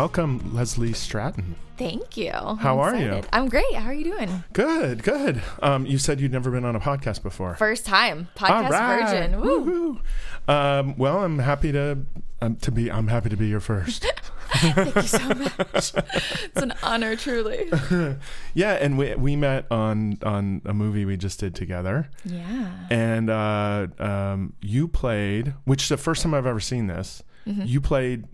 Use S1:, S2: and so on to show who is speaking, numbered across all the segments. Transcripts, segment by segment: S1: Welcome, Leslie Stratton.
S2: Thank you.
S1: How are you?
S2: I'm great. How are you doing?
S1: Good, good. Um, you said you'd never been on a podcast before.
S2: First time podcast virgin. Woo.
S1: Woohoo. Um, well, I'm happy to um, to be. I'm happy to be your first.
S2: Thank you so much. it's an honor, truly.
S1: yeah, and we we met on on a movie we just did together,
S2: Yeah.
S1: and uh, um, you played, which is the first time I've ever seen this.
S2: Mm-hmm.
S1: You played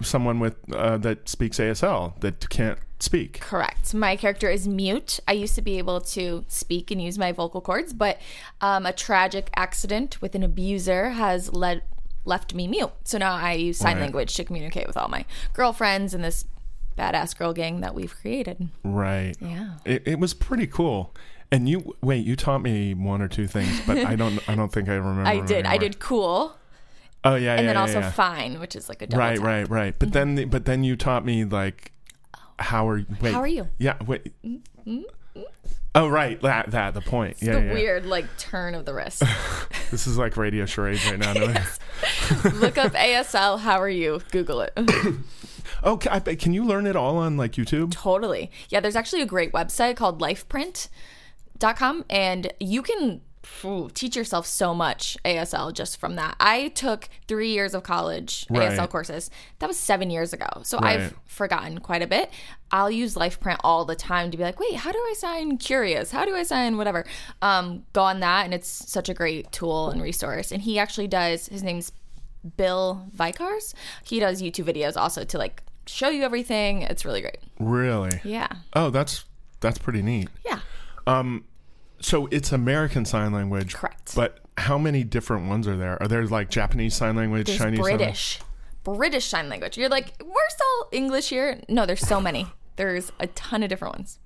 S1: someone with uh, that speaks ASL that can't speak.
S2: Correct. My character is mute. I used to be able to speak and use my vocal cords, but um, a tragic accident with an abuser has led left me mute. So now I use sign
S1: Right.
S2: language to communicate with all my girlfriends and this badass girl gang that we've created.
S1: Right.
S2: Yeah.
S1: It, it was pretty cool. And you wait, you taught me one or two things, but I don't I don't think I remember.
S2: I
S1: them
S2: did. I
S1: anymore.
S2: did cool,
S1: Oh yeah,
S2: and
S1: yeah,
S2: then
S1: yeah,
S2: also
S1: yeah.
S2: fine, which is like a double
S1: right,
S2: tap. Oh.
S1: right, right. But then the, but then you taught me like how are you wait,
S2: How are you? Mm,
S1: Yeah, wait. Oh right, that that the point. yeah,
S2: the
S1: yeah, yeah.
S2: weird like turn of the wrist.
S1: This is like radio charades right now. no?
S2: Look up ASL. How are you? Google it.
S1: Oh, ca- I, bet- can you learn it all on like YouTube?
S2: totally. Yeah, there's actually a great website called lifeprint.com, and you can phew, teach yourself so much ASL just from that. I took three years of college
S1: Right.
S2: ASL courses. That was seven years ago. So
S1: Right.
S2: I've forgotten quite a bit. I'll use LifePrint all the time to be like, wait, how do I sign curious? How do I sign whatever? Um, go on that, and it's such a great tool and resource. And he actually does, his name's Bill Vicars. He does YouTube videos also to like show you everything. It's really great.
S1: Really?
S2: Yeah.
S1: Oh, that's that's pretty neat.
S2: Yeah.
S1: So it's American Sign Language,
S2: Correct.
S1: But how many different ones are there? Are there like Japanese Sign Language,
S2: There's
S1: Chinese Sign Language?
S2: British. British sign language. You're like, we're still English here. No, there's so many. There's a ton of different ones.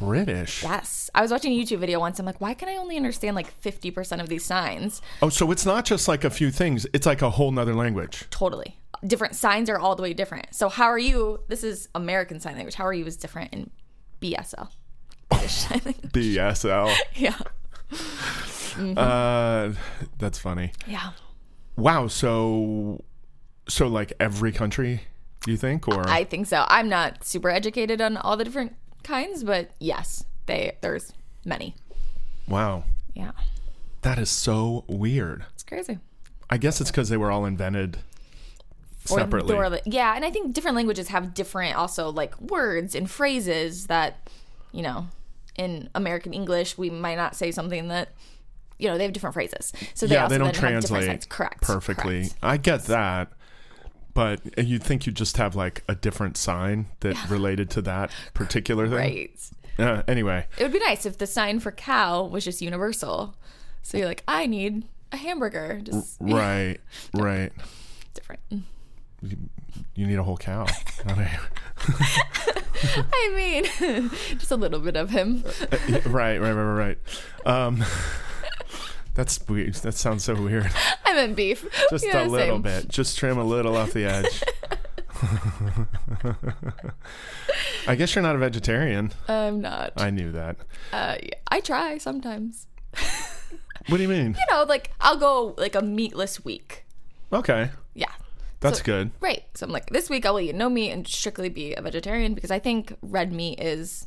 S1: British.
S2: Yes. I was watching a YouTube video once. I'm like, why can I only understand like 50% of these signs?
S1: Oh, so it's not just like a few things. It's like a whole nother language.
S2: Totally. Different signs are all the way different. So, how are you? This is American Sign Language. How are you is different in BSL. British Sign Language.
S1: BSL.
S2: Yeah. Mm-hmm.
S1: uh, that's funny.
S2: Yeah.
S1: Wow. So, so like every country, you think, or
S2: I think so. I'm not super educated on all the different kinds, but yes, they there's many.
S1: wow,
S2: Yeah.
S1: that is so weird.
S2: It's crazy.
S1: I guess it's because they were all invented
S2: Or
S1: separately.
S2: thoroughly- yeah, and I think different languages have different also like words and phrases that, you know, in American English we might not say something that, you know, they have different phrases. So they
S1: yeah,
S2: also
S1: they don't
S2: then have different
S1: translate
S2: signs. correct
S1: perfectly.
S2: correct.
S1: I get that, but you'd think you'd just have like a different sign that related to that particular thing.
S2: Right.
S1: Uh, anyway,
S2: It would be nice if the sign for cow was just universal. So you're like, I need a hamburger. Just
S1: right, right.
S2: different.
S1: You need a whole cow. Not a-
S2: I mean, just a little bit of him.
S1: Uh, Yeah, right, right, right, right, right. Um, that's weird. That sounds so weird.
S2: I meant beef.
S1: Just
S2: Yeah,
S1: a little
S2: same.
S1: bit. Just trim a little off the edge. I guess you're not a vegetarian.
S2: I'm not.
S1: I knew that.
S2: Uh, yeah, I try sometimes.
S1: What do you mean?
S2: you know, like I'll go like a meatless week.
S1: Okay,
S2: Yeah.
S1: that's
S2: So-
S1: good.
S2: Right. So I'm like, this week I will eat no meat and strictly be a vegetarian because I think red meat is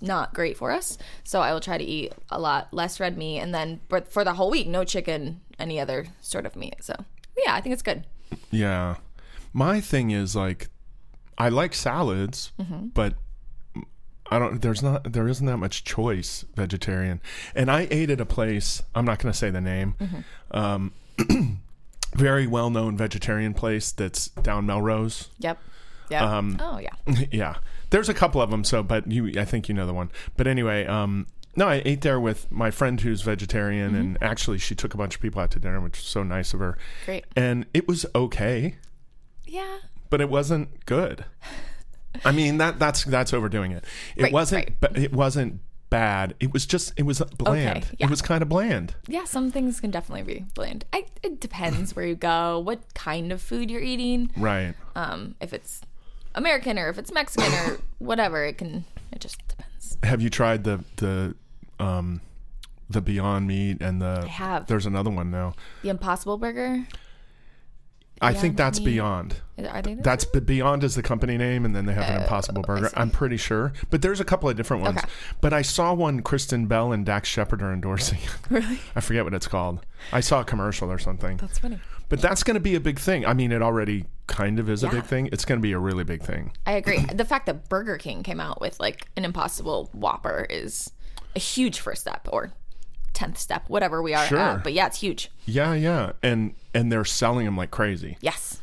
S2: not great for us. So I will try to eat a lot less red meat and then but for the whole week, no chicken, any other sort of meat. So yeah, I think it's good.
S1: Yeah. My thing is like, I like salads,
S2: Mm-hmm.
S1: but I don't. There's not. There isn't that much choice vegetarian. And I ate at a place. I'm not going to say the name.
S2: Mm-hmm.
S1: Um, very well known vegetarian place that's down Melrose.
S2: Yep. Yeah. oh yeah.
S1: yeah, there's a couple of them. So, but you, I think you know the one. But anyway, um, no, I ate there with my friend who's vegetarian,
S2: Mm-hmm.
S1: and actually she took a bunch of people out to dinner, which was so nice of her.
S2: Great.
S1: And it was okay
S2: Yeah.
S1: but it wasn't good. I mean that that's that's overdoing it. It
S2: Right,
S1: wasn't
S2: right.
S1: but it wasn't bad. It was just it was bland.
S2: yeah.
S1: It was kind of bland.
S2: Yeah, some things can definitely be bland. I, it depends where you go, what kind of food you're eating.
S1: Right.
S2: um, if it's American or if it's Mexican or whatever. It can. It just depends.
S1: Have you tried the the um the Beyond Meat and the
S2: I have
S1: there's another one now.
S2: the Impossible Burger.
S1: I think that's
S2: Yummy.
S1: beyond.
S2: Are they there?
S1: That's but Beyond is the company name, and then they have an Impossible Burger. I'm pretty sure, but there's a couple of different ones.
S2: Oh, Okay.
S1: But I saw one Kristen Bell and Dax Shepard are endorsing.
S2: really?
S1: I forget what it's called. I saw a commercial or something.
S2: That's funny.
S1: But that's going to be a big thing. I mean, it already kind of is a
S2: Yeah.
S1: big thing. It's going to be a really big thing.
S2: I agree. the fact that Burger King came out with like an impossible Whopper is a huge first step or 10th step, whatever we are
S1: Sure.
S2: at. But yeah, it's huge.
S1: Yeah, yeah, and and they're selling them like crazy.
S2: Yes.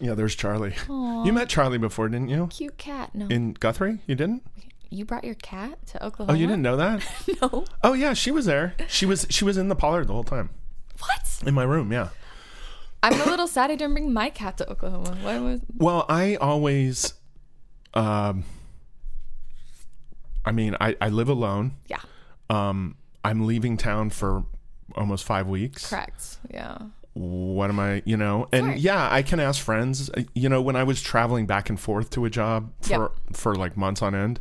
S1: Yeah, there's Charlie. You met Charlie before, didn't you?
S2: Cute cat. No.
S1: In Guthrie, you didn't?
S2: you brought your cat to
S1: Oh,
S2: Oklahoma?
S1: you didn't know that?
S2: No.
S1: Oh yeah, she was there. She was she was in the Pollard the whole time
S2: What?
S1: in my room. Yeah.
S2: I'm a little sad I didn't bring my cat to Oklahoma. Why was
S1: Well, I always, um, I mean, I I live alone.
S2: Yeah.
S1: Um, I'm leaving town for almost five weeks.
S2: Correct. Yeah.
S1: what am I, you know? And yeah, I can ask friends. Uh, You know, when I was traveling back and forth to a job for for like months on end,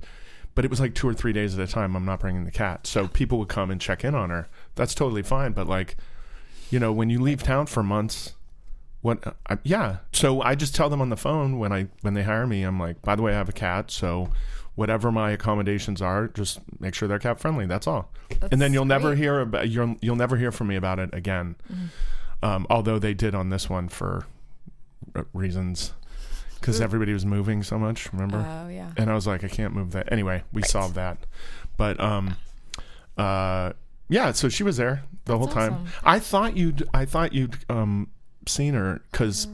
S1: but it was like two or three days at a time. I'm not bringing the cat, so people would come and check in on her. That's totally fine. But like, you know, when you leave town for months, what? I, yeah. So I just tell them on the phone when I when they hire me, I'm like, by the way, I have a cat, so. Whatever my accommodations are, just make sure they're cat friendly. That's all, and then you'll never
S2: great.
S1: hear about you'll you'll never hear from me about it again um, although they did on this one for r- reasons because everybody was moving so much remember
S2: Oh yeah.
S1: and i was like i can't move that anyway we solved that but um uh yeah so she was there the whole time
S2: awesome.
S1: i thought you'd i thought you'd um seen her because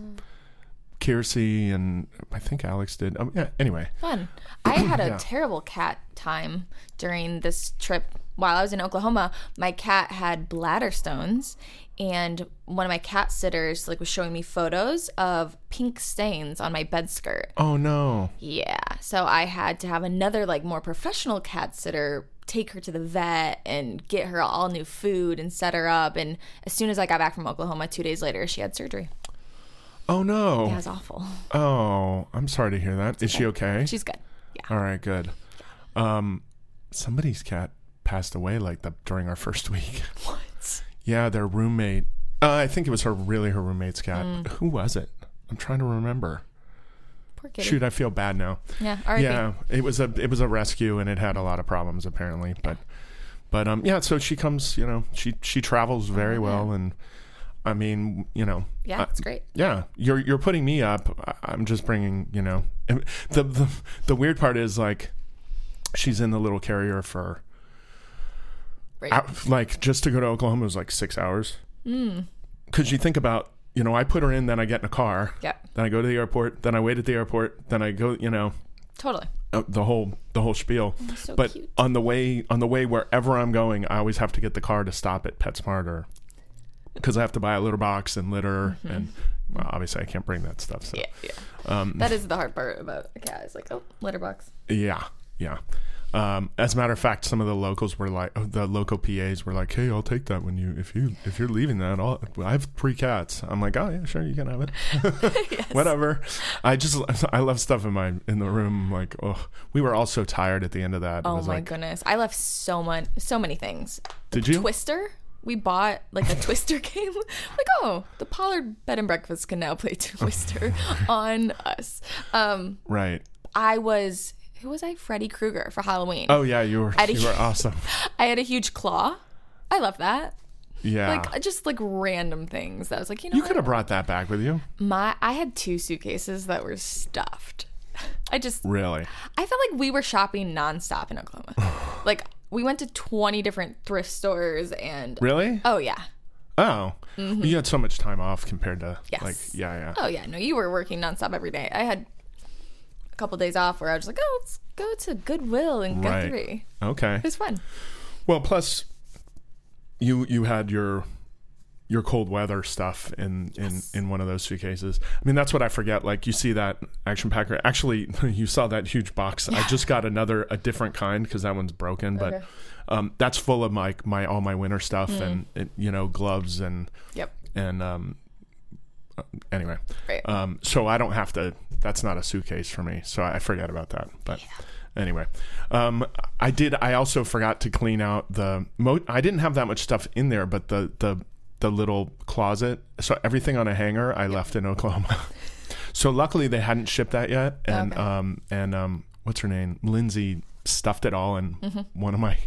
S1: kiersey and i think alex did um, yeah anyway
S2: Fun. I had a
S1: Yeah.
S2: terrible cat time during this trip while I was in Oklahoma. My cat had bladder stones and one of my cat sitters like was showing me photos of pink stains on my bed skirt.
S1: oh no
S2: Yeah. So I had to have another like more professional cat sitter take her to the vet and get her all new food and set her up and as soon as I got back from Oklahoma 2 days later she had surgery.
S1: oh no
S2: That was awful.
S1: oh i'm sorry to hear that is she okay
S2: She's good. Yeah.
S1: All right, good. Um, somebody's cat passed away like the during our first week.
S2: What?
S1: Yeah, their roommate. Uh, I think it was her, really her roommate's cat.
S2: Mm.
S1: Who was it? I'm trying to remember.
S2: Poor kitty.
S1: Shoot, I feel bad now.
S2: Yeah. RIP.
S1: Yeah, it was a it was a rescue and it had a lot of problems apparently, but but um yeah, so she comes, you know, she she travels very well and I mean, you know,
S2: Oh, Yeah,
S1: I-
S2: it's great.
S1: yeah, you're you're putting me up. I- I'm just bringing you know. and The the the weird part is like, she's in the little carrier for,
S2: Right.
S1: out- like just to go to Oklahoma was like six hours.
S2: Mm.
S1: Because you think about you know I put her in, then I get in a car,
S2: Yeah.
S1: then I go to the airport, then I wait at the airport, then I go you know
S2: Totally.
S1: uh, the whole the whole spiel.
S2: so
S1: but
S2: cute.
S1: on the way on the way wherever I'm going, I always have to get the car to stop at PetSmart or because I have to buy a litter box and litter and well, obviously I can't bring that stuff. So
S2: Mm-hmm.
S1: um,
S2: Yeah, yeah. that is the hard part about a cat. It's like, oh, litter box.
S1: yeah, yeah. Um, as a matter of fact, some of the locals were like, oh, the local PAs were like, "Hey, I'll take that when you if you if you're leaving that, I'll I have three cats." I'm like, "Oh yeah, sure, you can have it, whatever." I just I left stuff in my in the room. Like, oh, we were all so tired at the end of that. it
S2: Oh
S1: was
S2: my
S1: like,
S2: goodness. I left so much, so many things.
S1: did you?
S2: Twister. We bought like a Twister game. Like, oh, the Pollard Bed and Breakfast can now play Twister on us. Um,
S1: Right.
S2: I was, who was I? Freddy Krueger for Halloween.
S1: Oh yeah, you were
S2: a
S1: you were awesome.
S2: I had a huge claw. I love that.
S1: Yeah.
S2: Like, just like random things. That I was like, you know,
S1: Ah. you
S2: what?
S1: could have brought that back with you.
S2: my I had two suitcases that were stuffed. I just
S1: Really?
S2: I felt like we were shopping nonstop in Oklahoma. like we went to 20 different thrift stores and
S1: Really?
S2: oh yeah.
S1: Oh. You had so much time off compared to
S2: mm-hmm. Yes.
S1: like yeah, yeah.
S2: Oh yeah, no you were working nonstop every day. I had a couple days off where I was like, "Oh, let's go to Goodwill and
S1: Right.
S2: Guthrie."
S1: Okay.
S2: It was fun.
S1: Well, plus you you had your your cold weather stuff in in in one of those suitcases. I mean, that's what I forget. Like you see that action packer. Actually, you saw that huge box. I just got another a different kind because that one's broken. But
S2: Okay.
S1: um, that's full of my my all my winter stuff and it, you know gloves and
S2: Yep.
S1: and um, uh, anyway.
S2: Right.
S1: Um, so I don't have to. That's not a suitcase for me. So I forgot about that. But anyway, um, I did. I also forgot to clean out the. Mo- I didn't have that much stuff in there, but the the the little closet. So everything on a hanger I left in Oklahoma. so luckily they hadn't shipped that yet, and
S2: Okay.
S1: um and um what's her name Lindsay stuffed it all in
S2: Mm-hmm.
S1: one of my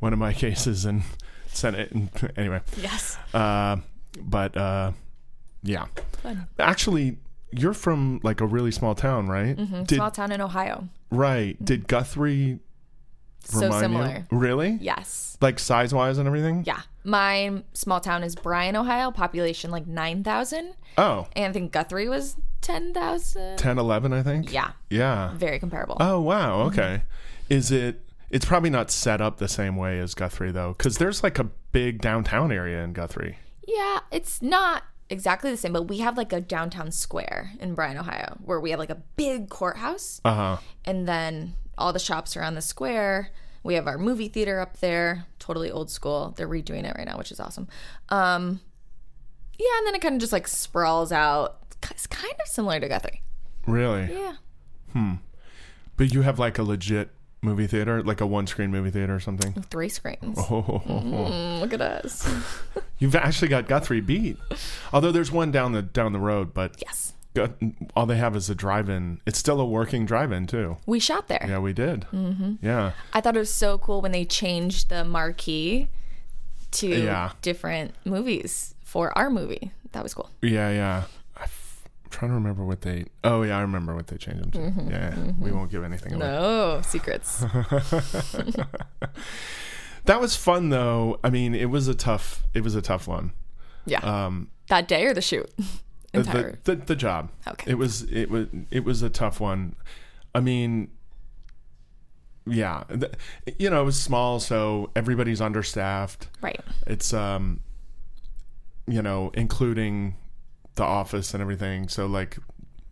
S1: one of my cases and sent it. And, anyway,
S2: Yes.
S1: uh, but uh, yeah,
S2: Fun.
S1: actually. You're from like a really small town, right? Did
S2: Mm-hmm. Small town in Ohio.
S1: right? Did Guthrie
S2: So
S1: remind
S2: similar.
S1: you? Really?
S2: Yes.
S1: Like size wise and everything?
S2: Yeah. My small town is Bryan, Ohio, population like 9,000.
S1: Oh,
S2: And I think Guthrie was 10,000.
S1: 10, 11, I think.
S2: Yeah. Mm-hmm.
S1: Yeah.
S2: Very comparable.
S1: Oh, wow. Okay. Is it, it's probably not set up the same way as Guthrie, though, because there's like a big downtown area in Guthrie.
S2: yeah. It's not exactly the same, but we have like a downtown square in Bryan, Ohio, where we have like a big courthouse
S1: Uh huh.
S2: and then all the shops are on the square. We have our movie theater up there, totally old school. They're redoing it right now, which is awesome. Um, yeah, and then it kind of just like sprawls out. It's kind of similar to Guthrie.
S1: Really?
S2: Yeah.
S1: But you have like a legit movie theater, like a one screen movie theater or something?
S2: Three screens.
S1: Oh, ho, ho, ho.
S2: Mm, look at us.
S1: you've actually got Guthrie beat. Although there's one down the down the road, but
S2: Yes.
S1: Gut- all they have is a drive-in. It's still a working drive-in too.
S2: We shot there.
S1: Yeah, we did. Mm-hmm. Yeah,
S2: I thought it was so cool when they changed the marquee to
S1: Yeah.
S2: different movies for our movie. That was cool.
S1: Yeah, yeah. I f- I'm trying to remember what they. Oh yeah, I remember what they changed them to. yeah, we won't give anything away.
S2: Mm-hmm. No secrets.
S1: That was fun though. I mean, it was a tough. It was a tough one.
S2: Yeah.
S1: Um,
S2: that day or the shoot?
S1: the-
S2: Entire.
S1: the, the the job.
S2: Okay.
S1: It was it was it was a tough one. I mean, yeah, th- you know, it was small, so everybody's understaffed.
S2: right.
S1: It's um, you know, including the office and everything. So like,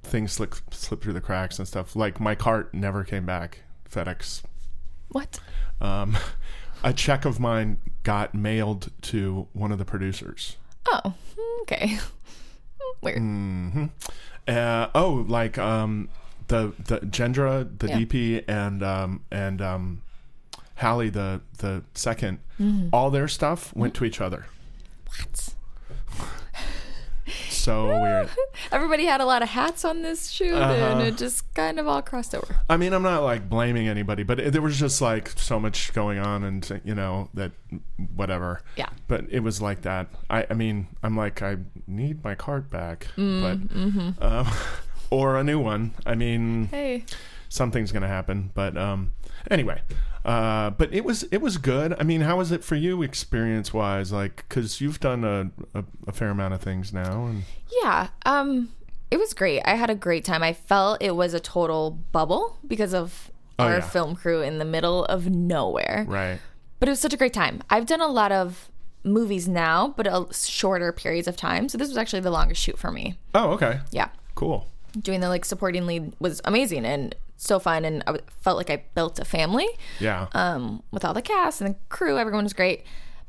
S1: things slip slip through the cracks and stuff. Like my cart never came back. FedEx.
S2: What?
S1: Um, a check of mine got mailed to one of the producers.
S2: Oh, okay. Weird.
S1: Mm. Uh, oh, like um, the the Gendra, the
S2: Yeah.
S1: DP, and um, and um, Hallie, the the 2nd all their stuff went to each other.
S2: Mm-hmm. What?
S1: So weird.
S2: Everybody had a lot of hats on this shoot, and
S1: Uh-huh.
S2: it just kind of all crossed over.
S1: I mean, I'm not like blaming anybody, but it, there was just like so much going on, and you know that whatever.
S2: Yeah.
S1: But it was like that. I, I mean, I'm like, I need my card back,
S2: Mm,
S1: but um, or a new one. I mean,
S2: mm-hmm. Hey.
S1: something's gonna happen. But um, anyway, uh, but it was it was good. I mean, how was it for you experience wise? Like, because you've done a, a a fair amount of things now, and
S2: Yeah. Um it was great. I had a great time. I felt it was a total bubble because of
S1: Oh,
S2: our
S1: yeah.
S2: film crew in the middle of nowhere.
S1: right,
S2: But it was such a great time. I've done a lot of movies now, but a shorter periods of time. So this was actually the longest shoot for me.
S1: oh okay,
S2: Yeah.
S1: cool,
S2: Doing the like supporting lead was amazing and so fun and I felt like I built a family
S1: yeah,
S2: um, with all the cast and the crew. Everyone was great.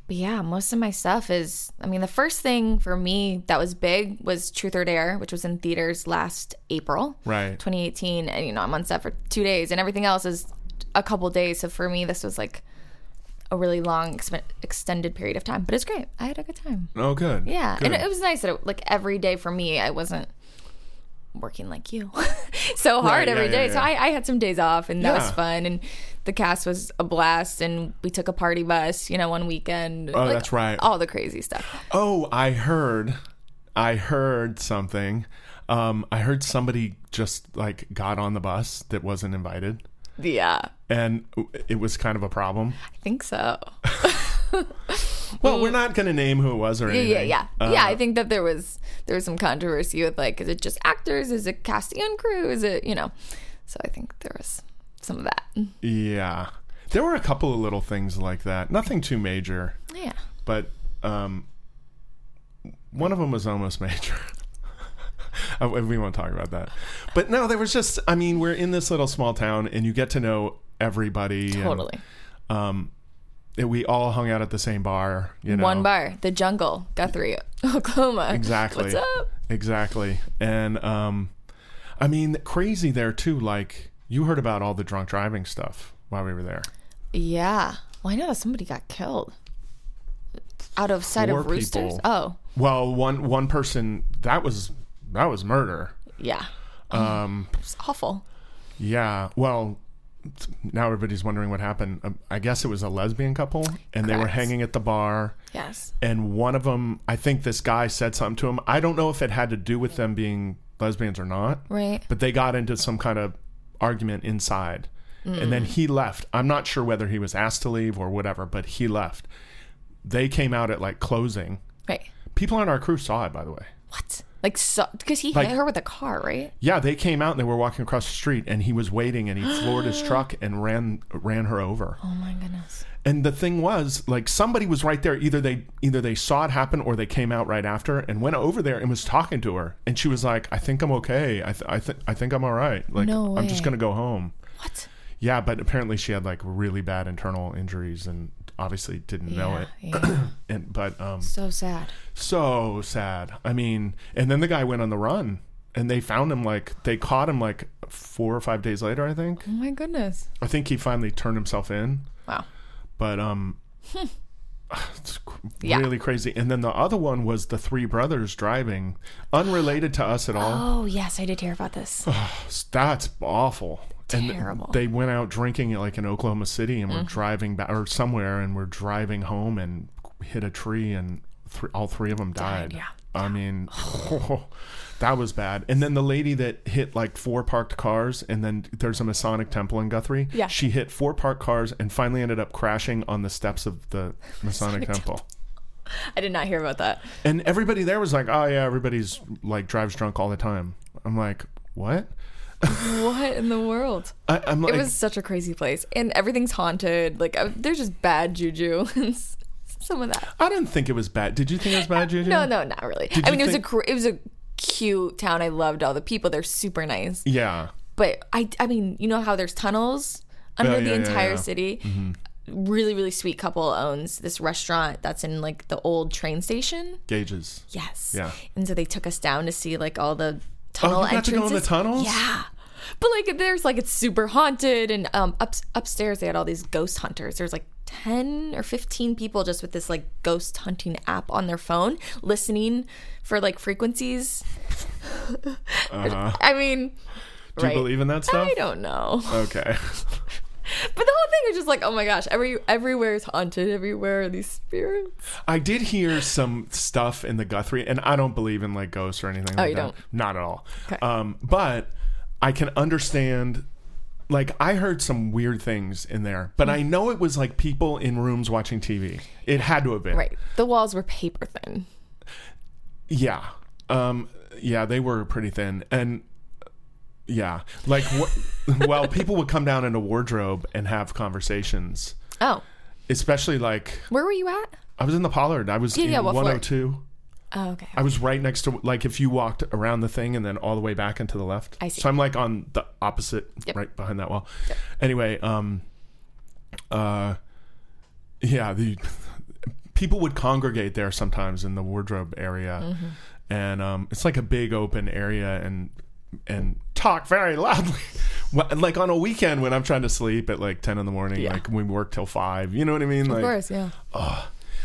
S2: But yeah, most of my stuff is. I mean, the first thing for me that was big was Truth or Dare, which was in theaters last April,
S1: Right.
S2: 2018. And you know, I'm on set for two days, and everything else is a couple days. So for me, this was like a really long, ex- extended period of time. But it's great. I had a good time.
S1: oh good,
S2: Yeah,
S1: good.
S2: and it was nice that it, like every day for me, I wasn't working like you so hard
S1: yeah,
S2: every
S1: yeah,
S2: day. So
S1: yeah.
S2: I, I had some days off, and that was
S1: Yeah.
S2: fun. And the cast was a blast, and we took a party bus, you know, one weekend. Oh,
S1: that's right.
S2: All the crazy stuff.
S1: Oh, I heard, I heard something. Um, I heard somebody just like got on the bus that wasn't invited,
S2: Yeah, I
S1: and it was kind of a problem.
S2: think so.
S1: Well, we're not gonna name who it was or
S2: Mm. Yeah,
S1: anything.
S2: yeah, yeah.
S1: Uh,
S2: yeah, I think that there was there was some controversy with like, is it just actors? Is it cast and crew? Is it you know? So I think there was some of that.
S1: yeah. There were a couple of little things like that. Nothing too major,
S2: Yeah.
S1: but um, one of them was almost major. Uh, we won't talk about that. But no, there was just. I mean, we're in this little small town, and you get to know everybody. and-
S2: Totally.
S1: that we all hung out at the same bar. You know,
S2: One bar, the jungle, Guthrie, Oklahoma.
S1: Exactly.
S2: What's up?
S1: Exactly. And um, I mean, crazy there too. Like you heard about all the drunk driving stuff while we were there.
S2: Yeah. Well, I know that somebody got killed. out of sight
S1: Four
S2: of roosters.
S1: people.
S2: Oh,
S1: Well, one one person that was that was murder.
S2: yeah.
S1: Um,
S2: It's awful.
S1: yeah. Well, t- now everybody's wondering what happened. Um, I guess it was a lesbian couple, and they were
S2: Correct.
S1: hanging at the bar.
S2: Yes.
S1: And one of them, I think this guy said something to him. I don't know if it had to do with them being lesbians or not,
S2: Right.
S1: but they got into some kind of argument inside. And then he left. I'm not sure whether he was asked to leave or whatever, but he left. They came out at like closing.
S2: Right.
S1: People on our crew saw it, by the way.
S2: What? Like, so, because he
S1: Like-
S2: hit her with a car, right?
S1: Yeah, they came out and they were walking across the street, and he was waiting, and he floored his truck and ran ran her over.
S2: Oh my goodness.
S1: And the thing was, like somebody was right there. Either they either they saw it happen or they came out right after and went over there and was talking to her. And she was like, "I think I'm okay. I th- I, th- I think I'm all right. Like
S2: No
S1: I'm just
S2: way.
S1: gonna go home."
S2: What?
S1: Yeah, but apparently she had like really bad internal injuries and obviously didn't know it.
S2: Yeah, yeah.
S1: And but um,
S2: so sad.
S1: so sad. I mean, and then the guy went on the run and they found him like they caught him like four or five days later, I think.
S2: Oh my goodness.
S1: I think he finally turned himself in,
S2: Wow.
S1: but um it's cr-
S2: Yeah.
S1: really crazy. And then the other one was the three brothers driving, unrelated to us at all.
S2: Oh yes, I did hear about this.
S1: That's awful. And
S2: Terrible. Mm-hmm.
S1: they went out drinking like in Oklahoma City and were driving back or somewhere and were driving home and hit a tree and thr all three of them died.
S2: Died, yeah.
S1: I mean, that was bad. And then the lady that hit like four parked cars, and then there's a Masonic temple in Guthrie.
S2: Yeah.
S1: She hit four parked cars and finally ended up crashing on the steps of the Masonic temple.
S2: I did not hear about that.
S1: And everybody there was like, oh, yeah, everybody's like drives drunk all the time. I'm like, what?
S2: What in the world?
S1: I, I'm like,
S2: It was such a crazy place, and everything's haunted. Like I, there's just bad juju. Some of that.
S1: I didn't think it was bad. Did you think it was bad, Juju?
S2: No, no, not really.
S1: Did
S2: I
S1: you
S2: mean, it was
S1: think-
S2: a cr- it was a cute town. I loved all the people. They're super nice.
S1: Yeah.
S2: But I, I mean, you know how there's tunnels under
S1: Oh, Yeah,
S2: the
S1: yeah, yeah,
S2: entire
S1: yeah. Mm-hmm.
S2: city. Really, really sweet couple owns this restaurant that's in like the old train station.
S1: Gauges.
S2: Yes.
S1: Yeah. Oh,
S2: And so they took us down to see like all the tunnel
S1: you got to
S2: entrances.
S1: go in the tunnels?
S2: Yeah. But like there's like it's super haunted and um up, upstairs they had all these ghost hunters. There's like 10 or 15 people just with this like ghost hunting app on their phone listening for like frequencies. I mean,
S1: Uh-huh. Do you believe in that stuff?
S2: I don't know.
S1: Okay.
S2: But the whole thing is just like, oh my gosh, every everywhere is haunted, everywhere are these spirits.
S1: I did hear some stuff in the Guthrie, and I don't believe in like ghosts or anything. Oh, like
S2: you
S1: that.
S2: don't?
S1: Not at all.
S2: Okay.
S1: Um, but I can understand. Like I heard some weird things in there,
S2: Hmm.
S1: but I know it was like people in rooms watching TV. It had to have been.
S2: Right. The walls were paper thin.
S1: Yeah. Um, yeah, they were pretty thin. And yeah, like, wh- well, people would come down in a wardrobe and have conversations,
S2: Oh,
S1: especially like
S2: where were you at?
S1: I was in the Pollard. I was in
S2: yeah, what floor?
S1: 102.
S2: Oh, okay.
S1: I was right next to like if you walked around the thing and then all the way back into the left.
S2: I see.
S1: So I'm like on the opposite,
S2: Yep.
S1: right behind that wall. Anyway, um, uh, yeah, the people would congregate there sometimes in the wardrobe area,
S2: Mm-hmm.
S1: and um, it's like a big open area and and talk very loudly. Wha- Like on a weekend when I'm trying to sleep at like ten in the morning,
S2: Yeah.
S1: like we work till five. You know what I mean?
S2: Of
S1: like,
S2: course, yeah.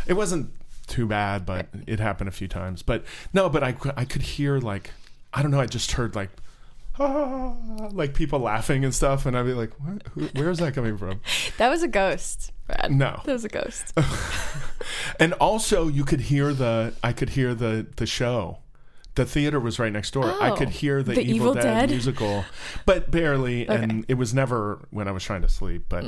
S1: it wasn't too bad, but it happened a few times. But no, but I, cou- I could hear like I don't know. I just heard like ah, like people laughing and stuff, and I'd be like, what? Who, where is that coming from?
S2: That was a ghost, Brad.
S1: No.
S2: That was a ghost.
S1: And also, you could hear the I could hear the the show. The theater was right next door. I
S2: Oh,
S1: could hear the,
S2: the
S1: Evil,
S2: Evil
S1: Dead,
S2: Dead?
S1: musical, but barely. And it was never when I was trying to sleep. But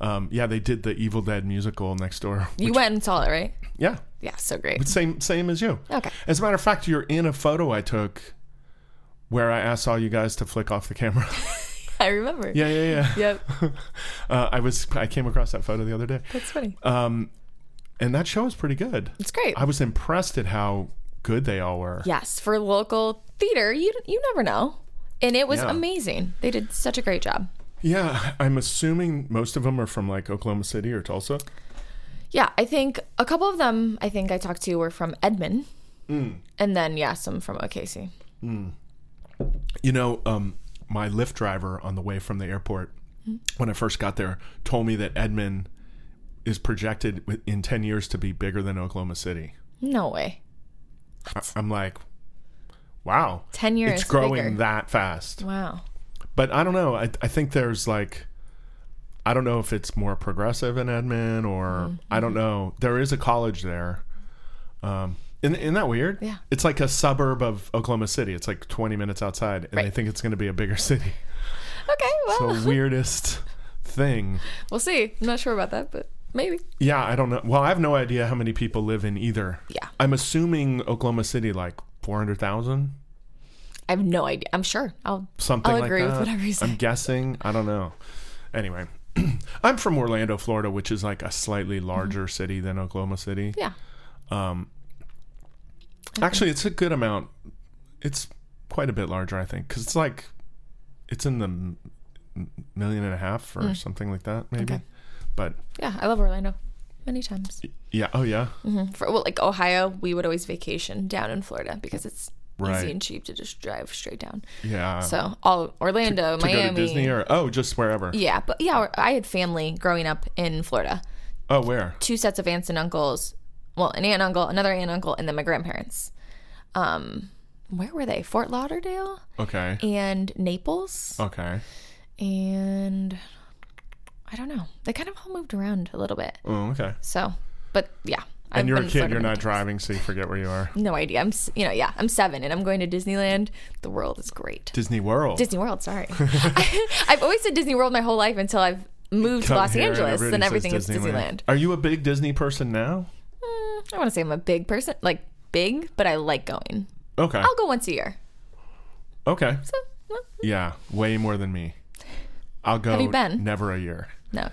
S1: um, yeah, they did the Evil Dead musical next door.
S2: You went and saw it, right?
S1: Yeah,
S2: Yeah, so great.
S1: same same as you.
S2: Okay.
S1: As a matter of fact, you're in a photo I took where I asked all you guys to flick off the camera.
S2: I remember.
S1: yeah, yeah, yeah.
S2: Yep.
S1: Uh, I was I came across that photo the other day,
S2: That's funny.
S1: um, and that show was pretty good.
S2: It's great.
S1: I was impressed at how good they all were.
S2: yes, for local theater, you you never know. And it was
S1: Yeah.
S2: amazing. They did such a great job.
S1: Yeah, I'm assuming most of them are from like Oklahoma City or Tulsa.
S2: Yeah, I think a couple of them I think I talked to were from Edmond.
S1: Mm.
S2: And then yeah, some from OKC.
S1: You know, um, my Lyft driver on the way from the airport when I first got there told me that Edmond is projected wi- in 10 years to be bigger than Oklahoma City.
S2: No way.
S1: I, I'm like, wow.
S2: 10 years.
S1: It's growing
S2: bigger.
S1: that fast.
S2: Wow.
S1: But I don't know. I, I think there's like, I don't know if it's more progressive in Edmond or
S2: Mm-hmm.
S1: I don't know. There is a college there. Um, isn't, isn't that weird?
S2: Yeah.
S1: It's like a suburb of Oklahoma City. It's like 20 minutes outside, and they
S2: Right.
S1: think it's going to be a bigger city.
S2: Okay. Well,
S1: The weirdest thing.
S2: we'll see. I'm not sure about that, but maybe.
S1: Yeah, I don't know. Well, I have no idea how many people live in either.
S2: Yeah.
S1: I'm assuming Oklahoma City, like 400,000,
S2: I have no idea. I'm sure. I'll.
S1: something
S2: I'll
S1: like
S2: agree with
S1: that.
S2: whatever you say.
S1: I'm guessing. I don't know. Anyway, I'm from Orlando, Florida, which is like a slightly larger city than Oklahoma City.
S2: Mm-hmm. Yeah.
S1: Actually, it's a good amount. It's quite a bit larger, I think, because it's like, it's in the m- million and a half or something like that, maybe.
S2: Mm. Okay.
S1: But
S2: Yeah. I love Orlando. Many times.
S1: yeah. Oh, yeah.
S2: For, well, like Ohio, we would always vacation down in Florida because it's
S1: Right.
S2: easy and cheap to just drive straight down.
S1: Yeah.
S2: So all Orlando,
S1: to
S2: Miami.
S1: go to Disney or, oh, just wherever.
S2: yeah, but yeah, or- I had family growing up in Florida.
S1: Oh, where?
S2: Two sets of aunts and uncles. Well, an aunt and uncle, another aunt and uncle, and then my grandparents. Um, where were they? Fort Lauderdale
S1: Okay.
S2: and Naples
S1: Okay.
S2: and I don't know. They kind of all moved around a little bit.
S1: Oh, okay.
S2: So, but yeah.
S1: And you're a
S2: been to
S1: kid,
S2: Florida
S1: you're
S2: many
S1: not
S2: times.
S1: driving, so you forget where you are.
S2: No idea. I'm, s- you know, yeah, I'm seven and I'm going to Disneyland. The world is great.
S1: Disney World.
S2: Disney World, sorry. I've always said Disney World my whole life until I've moved to
S1: Come
S2: Los
S1: here,
S2: Angeles
S1: everybody
S2: and
S1: says
S2: everything is Disneyland.
S1: Are you a big Disney person now?
S2: Mm, I want to say I'm a big person, like big, but I like going.
S1: Okay.
S2: I'll go once a year.
S1: okay.
S2: So, well,
S1: Yeah, way more than me. I'll go. Have
S2: you been?
S1: Never a year.
S2: no.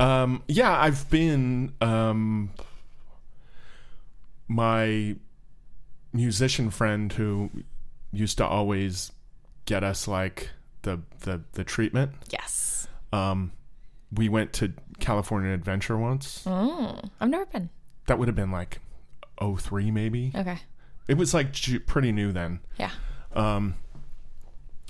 S1: Um, yeah, I've been. Um, my musician friend who used to always get us like the the the treatment.
S2: Yes.
S1: Um, we went to California Adventure once.
S2: Mm, I've never been.
S1: That would have been like 03 maybe.
S2: Okay.
S1: It was like ju- pretty new then.
S2: Yeah.
S1: Um,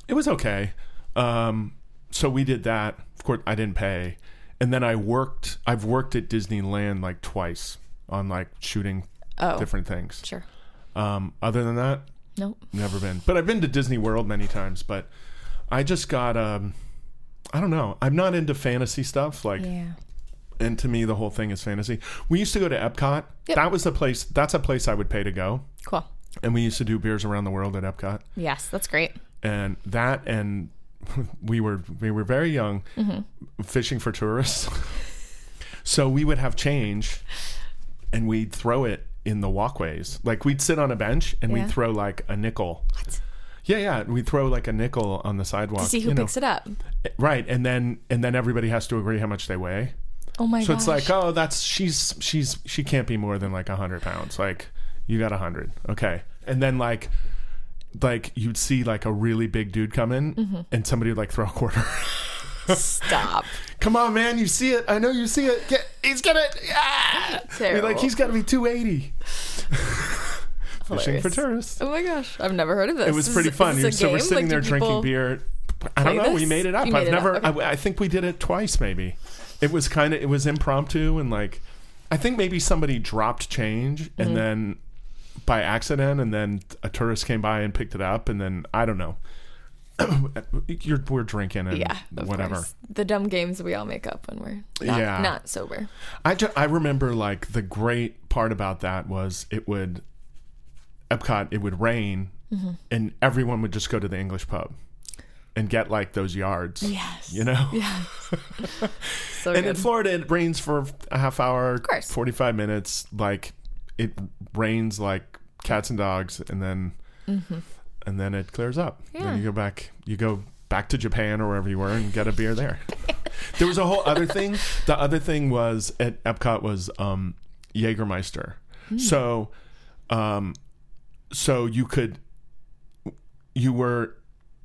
S1: it was okay. Um, so we did that. Of course, I didn't pay, and then I worked. I've worked at Disneyland like twice on like shooting
S2: Oh,
S1: different things.
S2: sure.
S1: Um, other than that,
S2: Nope.
S1: never been. But I've been to Disney World many times. But I just got. Um, I don't know. I'm not into fantasy stuff. Like,
S2: Yeah.
S1: and to me, the whole thing is fantasy. We used to go to Epcot.
S2: Yep.
S1: That was the place. That's a place I would pay to go.
S2: Cool.
S1: And we used to do beers around the world at Epcot.
S2: Yes, that's great.
S1: and that and we were we were very young
S2: Mm-hmm.
S1: fishing for tourists so we would have change and we'd throw it in the walkways like we'd sit on a bench and
S2: Yeah.
S1: we'd throw like a nickel
S2: What?
S1: yeah yeah we'd throw like a nickel on the sidewalk
S2: See who
S1: you know.
S2: picks it up.
S1: right and then and then everybody has to agree how much they weigh
S2: Oh my
S1: so it's like oh that's she's she's she can't be more than like 100 pounds like you got 100 okay and then like like you'd see like a really big dude come in
S2: Mm-hmm.
S1: and somebody would like throw a quarter
S2: like stop.
S1: come on man you see it i know you see it Get, he's gonna ah! You're
S2: Terrible.
S1: like he's gotta be 280 fishing for
S2: Hilarious.
S1: tourists
S2: Oh my gosh, I've never heard of this.
S1: it was
S2: Is-
S1: pretty
S2: is
S1: fun
S2: this
S1: You're-
S2: a
S1: so we're
S2: game?
S1: sitting
S2: Like,
S1: there
S2: do
S1: drinking
S2: people-
S1: beer i don't
S2: play
S1: know we
S2: this?
S1: made it up
S2: You made
S1: i've
S2: it up,
S1: never
S2: okay.
S1: I, I think we did it twice maybe it was kind of it was impromptu and like i think maybe somebody dropped change
S2: Mm-hmm.
S1: and then by accident and then a tourist came by and picked it up and then i don't know You're, we're drinking and
S2: Yeah, of
S1: whatever
S2: course. The dumb games we all make up when we're not,
S1: Yeah.
S2: not sober.
S1: I, ju- I remember like the great part about that was it would Epcot it would rain and everyone would just go to the English pub and get like those yards.
S2: Yes.
S1: You know?
S2: Yeah. so
S1: And in
S2: good.
S1: Florida it rains for a half hour,
S2: course.
S1: 45 minutes like it rains like cats and dogs and then and then it clears up.
S2: Mm-hmm. Yeah.
S1: Then you go back you go back to Japan or wherever you were and get a beer there. There was a whole other thing. The other thing was at Epcot was um, Jägermeister.
S2: Hmm.
S1: So, um, so you could, you were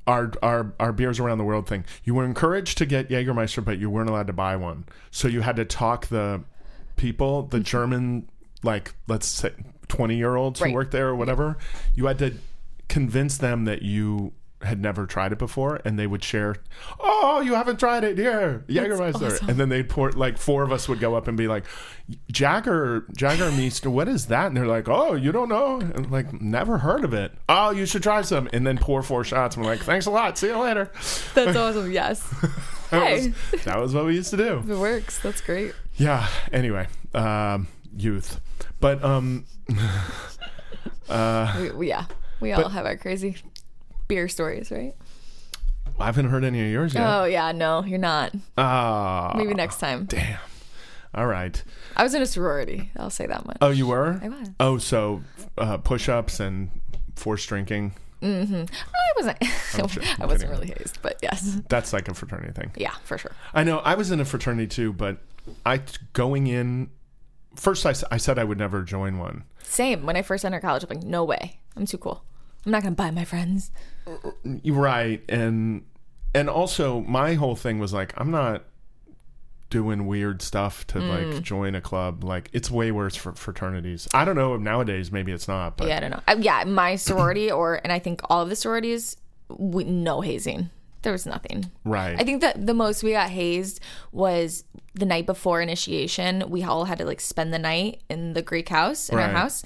S1: our our our beers around the world thing. You were encouraged to get Jägermeister, but you weren't allowed to buy one. So you had to talk the people, the German, like let's say twenty year olds
S2: Right.
S1: who worked there or whatever. You had to convince them that you had never tried it before, and they would share, "Oh, you haven't tried it here, Jägermeister,"
S2: awesome.
S1: and then they'd pour like four of us would go up and be like, "Jagger, Jaggermeister, what is that?" And they're like, "Oh, you don't know? And, like, never heard of it. Oh, you should try some." And then pour four shots. and we're like, "Thanks a lot. See you later."
S2: That's awesome. Yes.
S1: That,
S2: Hey.
S1: was, that was what we used to do.
S2: It works. That's great.
S1: Yeah. Anyway, um, youth, but um, uh,
S2: We, we, yeah. We all have our crazy beer stories, right?
S1: I haven't heard any of yours yet.
S2: Oh, yeah. No, you're not.
S1: Ah,
S2: Maybe next time.
S1: damn. All right.
S2: I was in a sorority. I'll say that much.
S1: Oh, you were? I
S2: was.
S1: Oh, so uh, push ups and forced drinking.
S2: Mm-hmm. I wasn't.
S1: sure.
S2: I wasn't
S1: Anyway.
S2: really hazed, but yes.
S1: That's like a fraternity thing.
S2: Yeah, for sure.
S1: I know. I was in a fraternity too, but I going in first, I, s- I said I would never join one.
S2: Same. When I first entered college, I'm like, no way. I'm too cool. I'm not gonna buy my friends.
S1: You're right. And, and also, my whole thing was like, I'm not doing weird stuff to
S2: Mm.
S1: like join a club. Like, it's way worse for fraternities. I don't know. Nowadays, maybe it's not, but
S2: Yeah, I don't know. Uh, yeah, my sorority, or and I think all of the sororities, we, no hazing. There was nothing.
S1: right.
S2: I think that the most we got hazed was the night before initiation. We all had to like spend the night in the Greek house in our
S1: Right.
S2: house.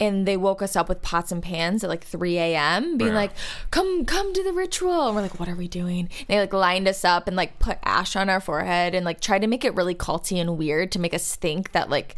S2: And they woke us up with pots and pans at like 3 a.m., being
S1: Yeah.
S2: like, come, come to the ritual. And we're like, what are we doing? And they like lined us up and like put ash on our forehead and like tried to make it really culty and weird to make us think that like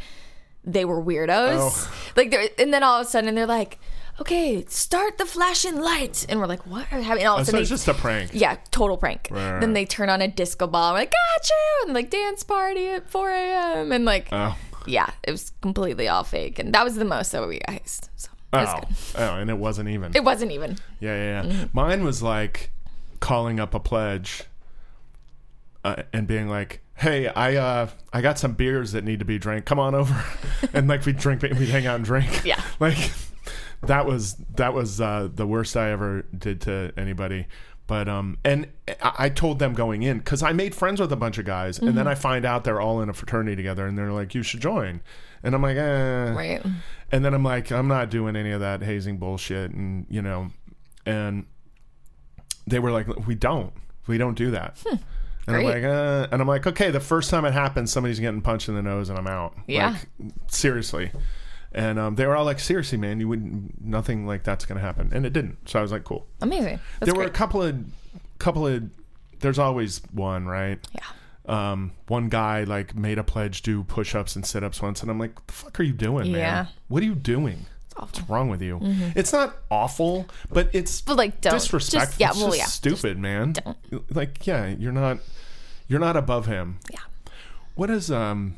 S2: they were weirdos.
S1: Oh.
S2: Like, they're, and then all of a sudden they're like, okay, start the flashing lights. And we're like, what are happening? And all of a
S1: so
S2: sudden
S1: it's
S2: they-
S1: just a prank.
S2: yeah, total prank.
S1: Right.
S2: Then they turn on a disco ball. We're like, got you! And like, dance party at 4 a.m. And like,
S1: Oh.
S2: yeah, it was completely all fake. And that was the most that we guys. So it, was
S1: Oh.
S2: good.
S1: oh, and it wasn't even.
S2: it wasn't even.
S1: Yeah, yeah, yeah. Mine was like calling up a pledge uh, and being like, "Hey, I uh, I got some beers that need to be drank. Come on over." and like we drink, we hang out and drink.
S2: Yeah.
S1: like that was that was uh, the worst I ever did to anybody. But um, and I, I told them going in because I made friends with a bunch of guys, and then I find out they're all in a fraternity together, and they're like, "You should join," and I'm like, eh.
S2: Right.
S1: And then I'm like, I'm not doing any of that hazing bullshit, and you know, and they were like, we don't, we don't do that. And I'm
S2: Hmm.
S1: like,
S2: Great.
S1: uh, and I'm like, okay, the first time it happens, somebody's getting punched in the nose, and I'm out.
S2: Yeah.
S1: Like, seriously. And um, they were all like, seriously, man, you wouldn't, nothing like that's gonna happen, and it didn't. So I was like, cool.
S2: Amazing. That's
S1: there were
S2: great.
S1: a couple of, couple of, there's always one, right?
S2: yeah.
S1: um, one guy like made a pledge to push ups and sit ups once, and I'm like, "What the fuck are you doing,
S2: Yeah.
S1: man? What are you doing?
S2: awful.
S1: What's wrong with you? It's not awful, but it's
S2: But like, don't.
S1: disrespectful.
S2: Just, yeah,
S1: it's
S2: well,
S1: just
S2: yeah.
S1: stupid, man. Like, yeah, you're not, you're not above him.
S2: Yeah.
S1: What is um?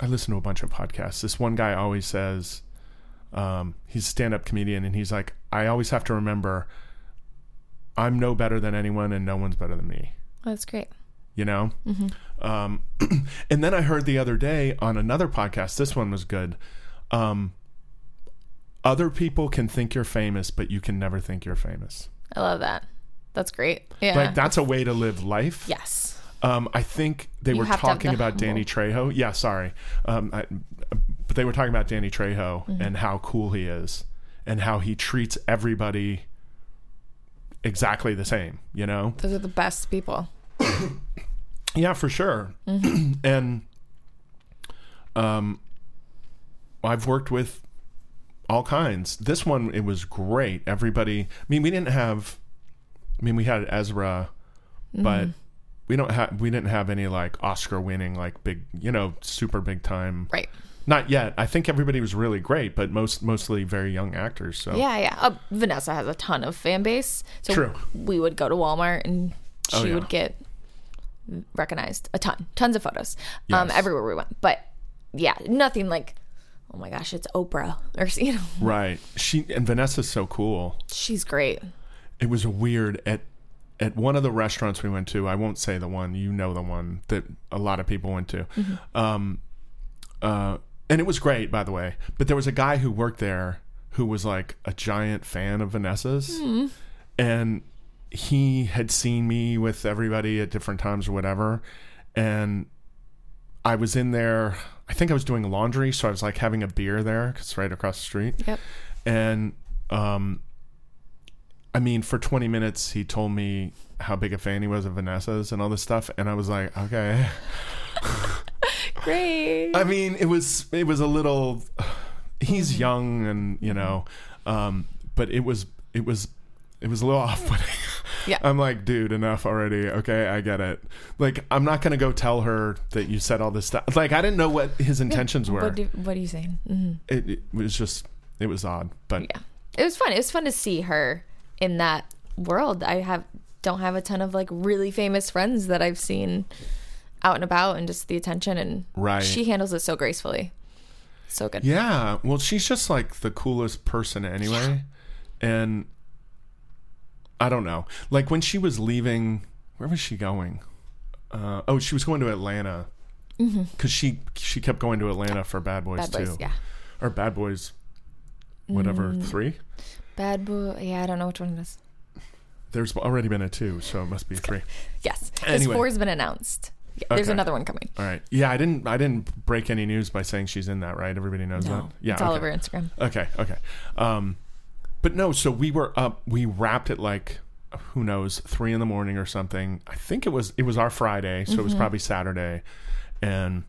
S1: I listen to a bunch of podcasts. This one guy always says, um, he's a stand-up comedian, and he's like, I always have to remember, I'm no better than anyone, and no one's better than me
S2: That's great.
S1: you know um, and then i heard the other day on another podcast this one was good um, other people can think you're famous but you can never think you're famous
S2: I love that. That's great. Yeah.
S1: like that's a way to live life
S2: yes.
S1: um, i think they were
S2: have to have
S1: talking
S2: the
S1: about danny trejo yeah sorry um, I, but they were talking about danny trejo
S2: Mm-hmm.
S1: and how cool he is and how he treats everybody exactly the same you know
S2: Those are the best people.
S1: Yeah, for sure.
S2: Mm-hmm.
S1: and um, I've worked with all kinds. This one, it was great. Everybody, I mean, we didn't have, I mean, we had Ezra,
S2: Mm-hmm.
S1: but we don't have, we didn't have any like Oscar winning, like big, you know, super big time.
S2: Right.
S1: Not yet. I think everybody was really great, but most, mostly very young actors. So
S2: Yeah, yeah. Uh, Vanessa has a ton of fan base. So
S1: Oh. True.
S2: we would go to Walmart and she
S1: Oh, yeah.
S2: would get recognized a ton, tons of photos um,
S1: Yes.
S2: everywhere we went. But yeah, nothing like, oh my gosh, it's Oprah. Or, you know,
S1: right. She, and Vanessa's so cool.
S2: she's great.
S1: it was weird at at one of the restaurants we went to i won't say the one you know the one that a lot of people went to um uh and it was great by the way but there was a guy who worked there who was like a giant fan of vanessa's and he had seen me with everybody at different times or whatever and i was in there i think i was doing laundry so i was like having a beer there because it's right across the street
S2: Yep.
S1: and um I mean, for 20 minutes, he told me how big a fan he was of Vanessa's and all this stuff, and I was like, okay.
S2: Great.
S1: I mean, it was it was a little. He's young, and you know, um, but it was it was it was a little off putting.
S2: Yeah.
S1: I'm like, dude, enough already. Okay, I get it. Like, I'm not gonna go tell her that you said all this stuff. Like, I didn't know what his intentions were.
S2: What, do, what are you saying? Mhm.
S1: it, it was just it was odd, but
S2: Yeah. It was fun. It was fun to see her in that world. I have don't have a ton of like really famous friends that I've seen out and about and just the attention and
S1: Right.
S2: she handles it so gracefully. So good.
S1: Yeah. Well, she's just like the coolest person anyway. And I don't know. Like when she was leaving, where was she going? Uh, oh, she was going to Atlanta. Because she she kept going to Atlanta for Bad Boys,
S2: Mm-hmm. Bad boys,
S1: too.
S2: yeah. Mm.
S1: Or Bad Boys, whatever, three?
S2: Bad boy. Yeah, I don't know which one it is.
S1: There's already been a two, so it must be three.
S2: Yes.
S1: Anyway.
S2: This four's been announced. Yeah, There's
S1: Okay.
S2: another one coming.
S1: All right. Yeah, I didn't I didn't break any news by saying she's in that, right? Everybody knows that. Yeah.
S2: it's all
S1: okay.
S2: over Instagram.
S1: Okay, okay. Um, but no, so we were up. We wrapped at like who knows three in the morning or something. I think it was it was our Friday, so it
S2: Mm-hmm.
S1: was probably Saturday, and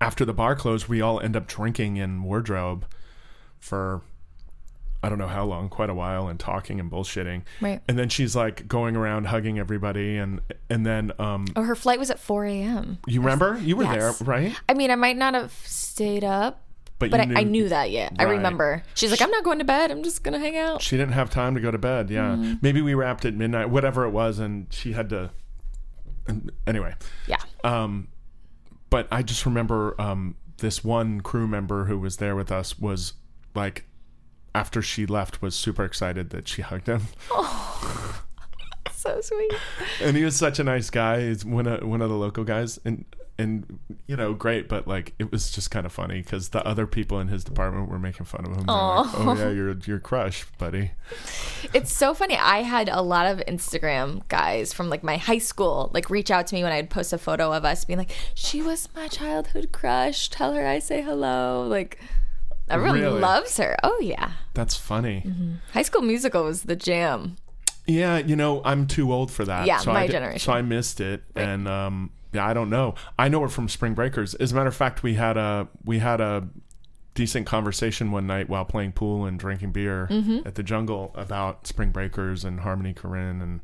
S1: after the bar closed, we all end up drinking in wardrobe for I don't know how long, quite a while, and talking and bullshitting.
S2: Right.
S1: And then she's like going around hugging everybody, and and then um,
S2: Oh, her flight was at 4 a.m.
S1: you remember you were
S2: Yes.
S1: there, right?
S2: I mean, I might not have stayed up,
S1: But,
S2: but
S1: you
S2: I, I knew that yet. I
S1: Right.
S2: remember. She's like, I'm not going to bed. I'm just going to hang out.
S1: She didn't have time to go to bed. Yeah, maybe we wrapped at midnight, whatever it was, and she had to. and- Anyway,
S2: Yeah.
S1: um, but I just remember um, this one crew member who was there with us was like, after she left, was super excited that she hugged him,
S2: So sweet.
S1: and he was such a nice guy. He's one of one of the local guys, and and you know, great. But like, it was just kind of funny because the other people in his department were making fun of him. They were like, oh yeah, you're your crush, buddy.
S2: It's so funny. I had a lot of Instagram guys from like my high school like reach out to me when I'd post a photo of us being like, "She was my childhood crush. Tell her I say hello." Like everyone
S1: Really?
S2: loves her. Oh yeah.
S1: That's funny.
S2: High School Musical was the jam.
S1: Yeah, you know, I'm too old for that.
S2: Yeah, my
S1: I di-
S2: generation.
S1: So I missed it, and um, yeah, I don't know. I know it from Spring Breakers. As a matter of fact, we had a we had a decent conversation one night while playing pool and drinking beer
S2: Mm-hmm.
S1: at the Jungle about Spring Breakers and Harmony Korine and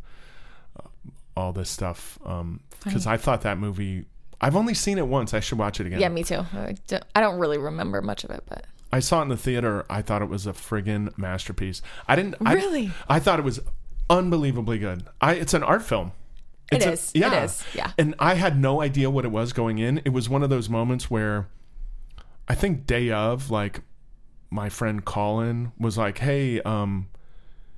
S1: uh, all this stuff. Because I thought that movie. I've only seen it once. I should watch it again.
S2: Yeah, me too. I don't, I don't really remember much of it, but
S1: I saw it in the theater. I thought it was a friggin' masterpiece. I didn't I-
S2: Really?
S1: I, thought it was unbelievably good. I it's an art film.
S2: It
S1: It's a-
S2: is. It is. Yeah.
S1: And I had no idea what it was going in. It was one of those moments where I think day of, like my friend Colin was like, "Hey, um,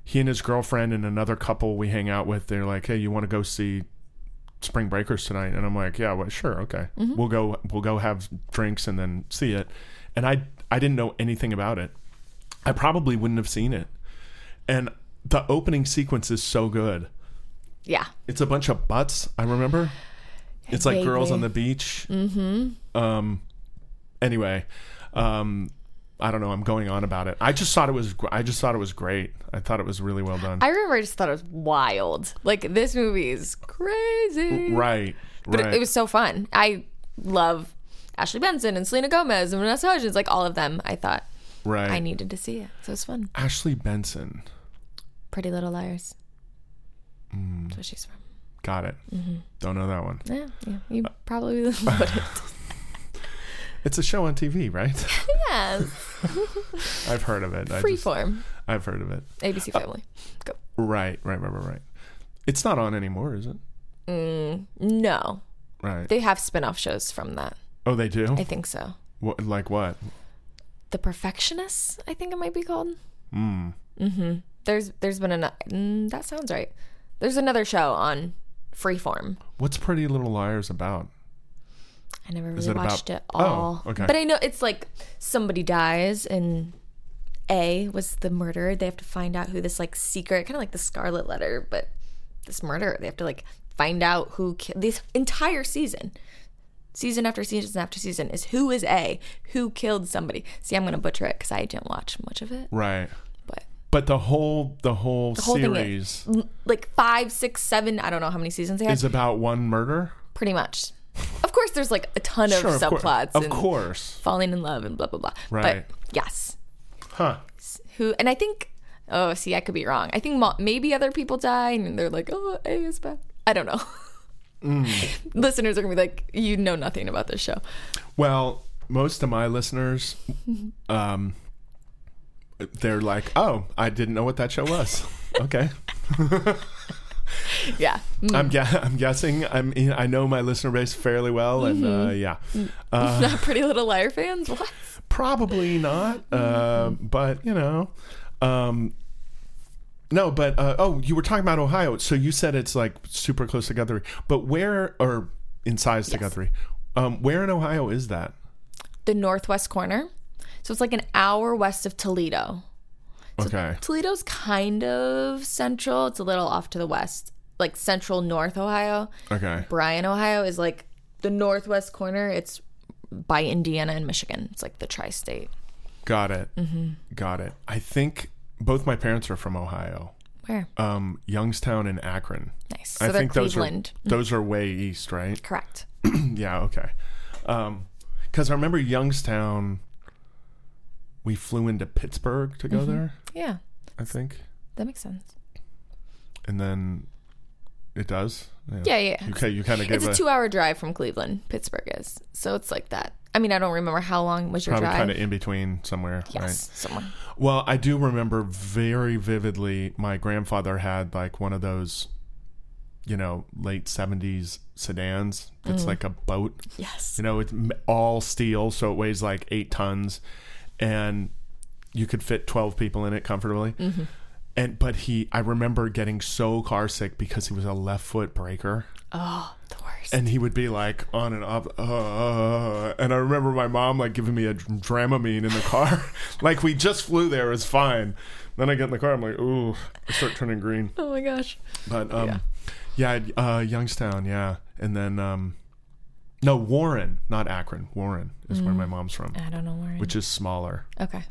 S1: he and his girlfriend and another couple we hang out with, they're like, "Hey, you want to go see Spring Breakers tonight?" And I'm like, "Yeah, well, sure, okay.
S2: Mm-hmm.
S1: We'll go. We'll go have drinks and then see it." And I I didn't know anything about it. I probably wouldn't have seen it. And the opening sequence is so good.
S2: yeah.
S1: It's a bunch of butts. I remember. It's like girls
S2: Vaguely.
S1: on the beach. Mm-hmm. Um. Anyway, um, I don't know. I'm going on about it. I just thought it was. gr- I just thought it was great. I thought it was really well done.
S2: I remember I just thought it was wild. Like this movie is crazy.
S1: right.
S2: But
S1: right.
S2: it, it was so fun. I love Ashley Benson and Selena Gomez and Vanessa Hudgens, like all of them. I thought
S1: right.
S2: I needed to see it. So it was fun.
S1: Ashley Benson.
S2: Pretty Little Liars.
S1: Mm.
S2: That's where she's from.
S1: Got it.
S2: Mm-hmm.
S1: Don't know that one.
S2: Yeah, yeah. You
S1: Uh,
S2: probably would have.
S1: It's a show on TV, right?
S2: yes.
S1: I've heard of it. I just, Uh,
S2: Freeform.
S1: I've heard of it.
S2: ABC Family. Go.
S1: Right. Right. Right. Right. Right. It's not on anymore, is it?
S2: No.
S1: Right.
S2: They have spin off shows from that.
S1: oh, they do.
S2: I think so.
S1: what, like what?
S2: The Perfectionists, I think it might be called. Mm. Mm-hmm. There's there's been an mm, that sounds right. There's another show on Freeform.
S1: What's Pretty Little Liars about?
S2: I never
S1: Is
S2: really
S1: it about-
S2: watched it
S1: Oh,
S2: all.
S1: okay.
S2: But I know it's like somebody dies and A was the murderer. They have to find out who this like secret, kind of like the Scarlet Letter, but this murderer. They have to like find out who ki- this entire season. Season after season after season is who is A, who killed somebody. See, I'm gonna butcher it because I didn't watch much of it,
S1: Right.
S2: but
S1: But the whole the whole,
S2: whole thing
S1: series
S2: Like five, six, seven, I don't know how many seasons they had.
S1: is about one murder.
S2: pretty much. Of course, there's like a ton of
S1: Sure, course.
S2: subplots
S1: Of
S2: and
S1: course.
S2: falling in love and blah, blah, blah.
S1: Right.
S2: But yes.
S1: Huh.
S2: Who, and I think, oh, see, I could be wrong. I think mo- maybe other people die and they're like, oh, A is back. I don't know. Listeners are going to be like, you know nothing about this show.
S1: Well, most of my listeners, um, they're like, "Oh, I didn't know what that show was." okay,
S2: Yeah. Mm,
S1: I'm gu- I'm guessing I'm I know my listener base fairly well, and uh,
S2: Mm-hmm.
S1: yeah,
S2: Mm.
S1: uh,
S2: not Pretty Little Liar fans? What?
S1: probably not. Uh, but you know, um, no. But uh, oh, you were talking about Ohio, so you said it's like super close to Guthrie, but where or in size to Guthrie? Um, where in Ohio is that?
S2: The northwest corner. So it's like an hour west of Toledo.
S1: Okay,
S2: Toledo's kind of central. It's a little off to the west, like central north Ohio.
S1: okay,
S2: Bryan, Ohio is like the northwest corner. It's by Indiana and Michigan. It's like the tri state.
S1: got it,
S2: Mm-hmm.
S1: got it. I think both my parents are from Ohio,
S2: Where?
S1: um, Youngstown and Akron.
S2: Nice. So
S1: I
S2: they're
S1: think those
S2: Cleveland.
S1: are those are way east, right?
S2: Correct.
S1: Yeah, okay. Because I remember Youngstown, we flew into Pittsburgh to go there,
S2: Yeah.
S1: I think.
S2: That makes sense.
S1: And then it does.
S2: Yeah, yeah.
S1: You, ca- you kind of
S2: It's
S1: gave
S2: a
S1: a,
S2: two hour drive from Cleveland, Pittsburgh is. So it's like that. I mean, I don't remember how long was your
S1: probably
S2: drive.
S1: kind of in between somewhere.
S2: yes, somewhere.
S1: Right? Well, I do remember very vividly my grandfather had like one of those, you know, late 70s sedans.
S2: Mm.
S1: It's like a boat
S2: Yes.
S1: You know, it's m- all steel, so it weighs like eight tons, and you could fit twelve people in it comfortably. And but he, I remember getting so carsick because he was a left foot breaker,
S2: Oh, the worst.
S1: and he would be like on and off. Uh, and I remember my mom like giving me a dr- Dramamine in the car, like we just flew there, it was fine. Then I get in the car, I'm like, ooh, I start turning green.
S2: Oh my gosh.
S1: But um, yeah, uh, Youngstown, yeah, and then um, no Warren, not Akron. Warren is where
S2: Mm.
S1: my mom's from,
S2: I don't know where.
S1: which is smaller.
S2: okay.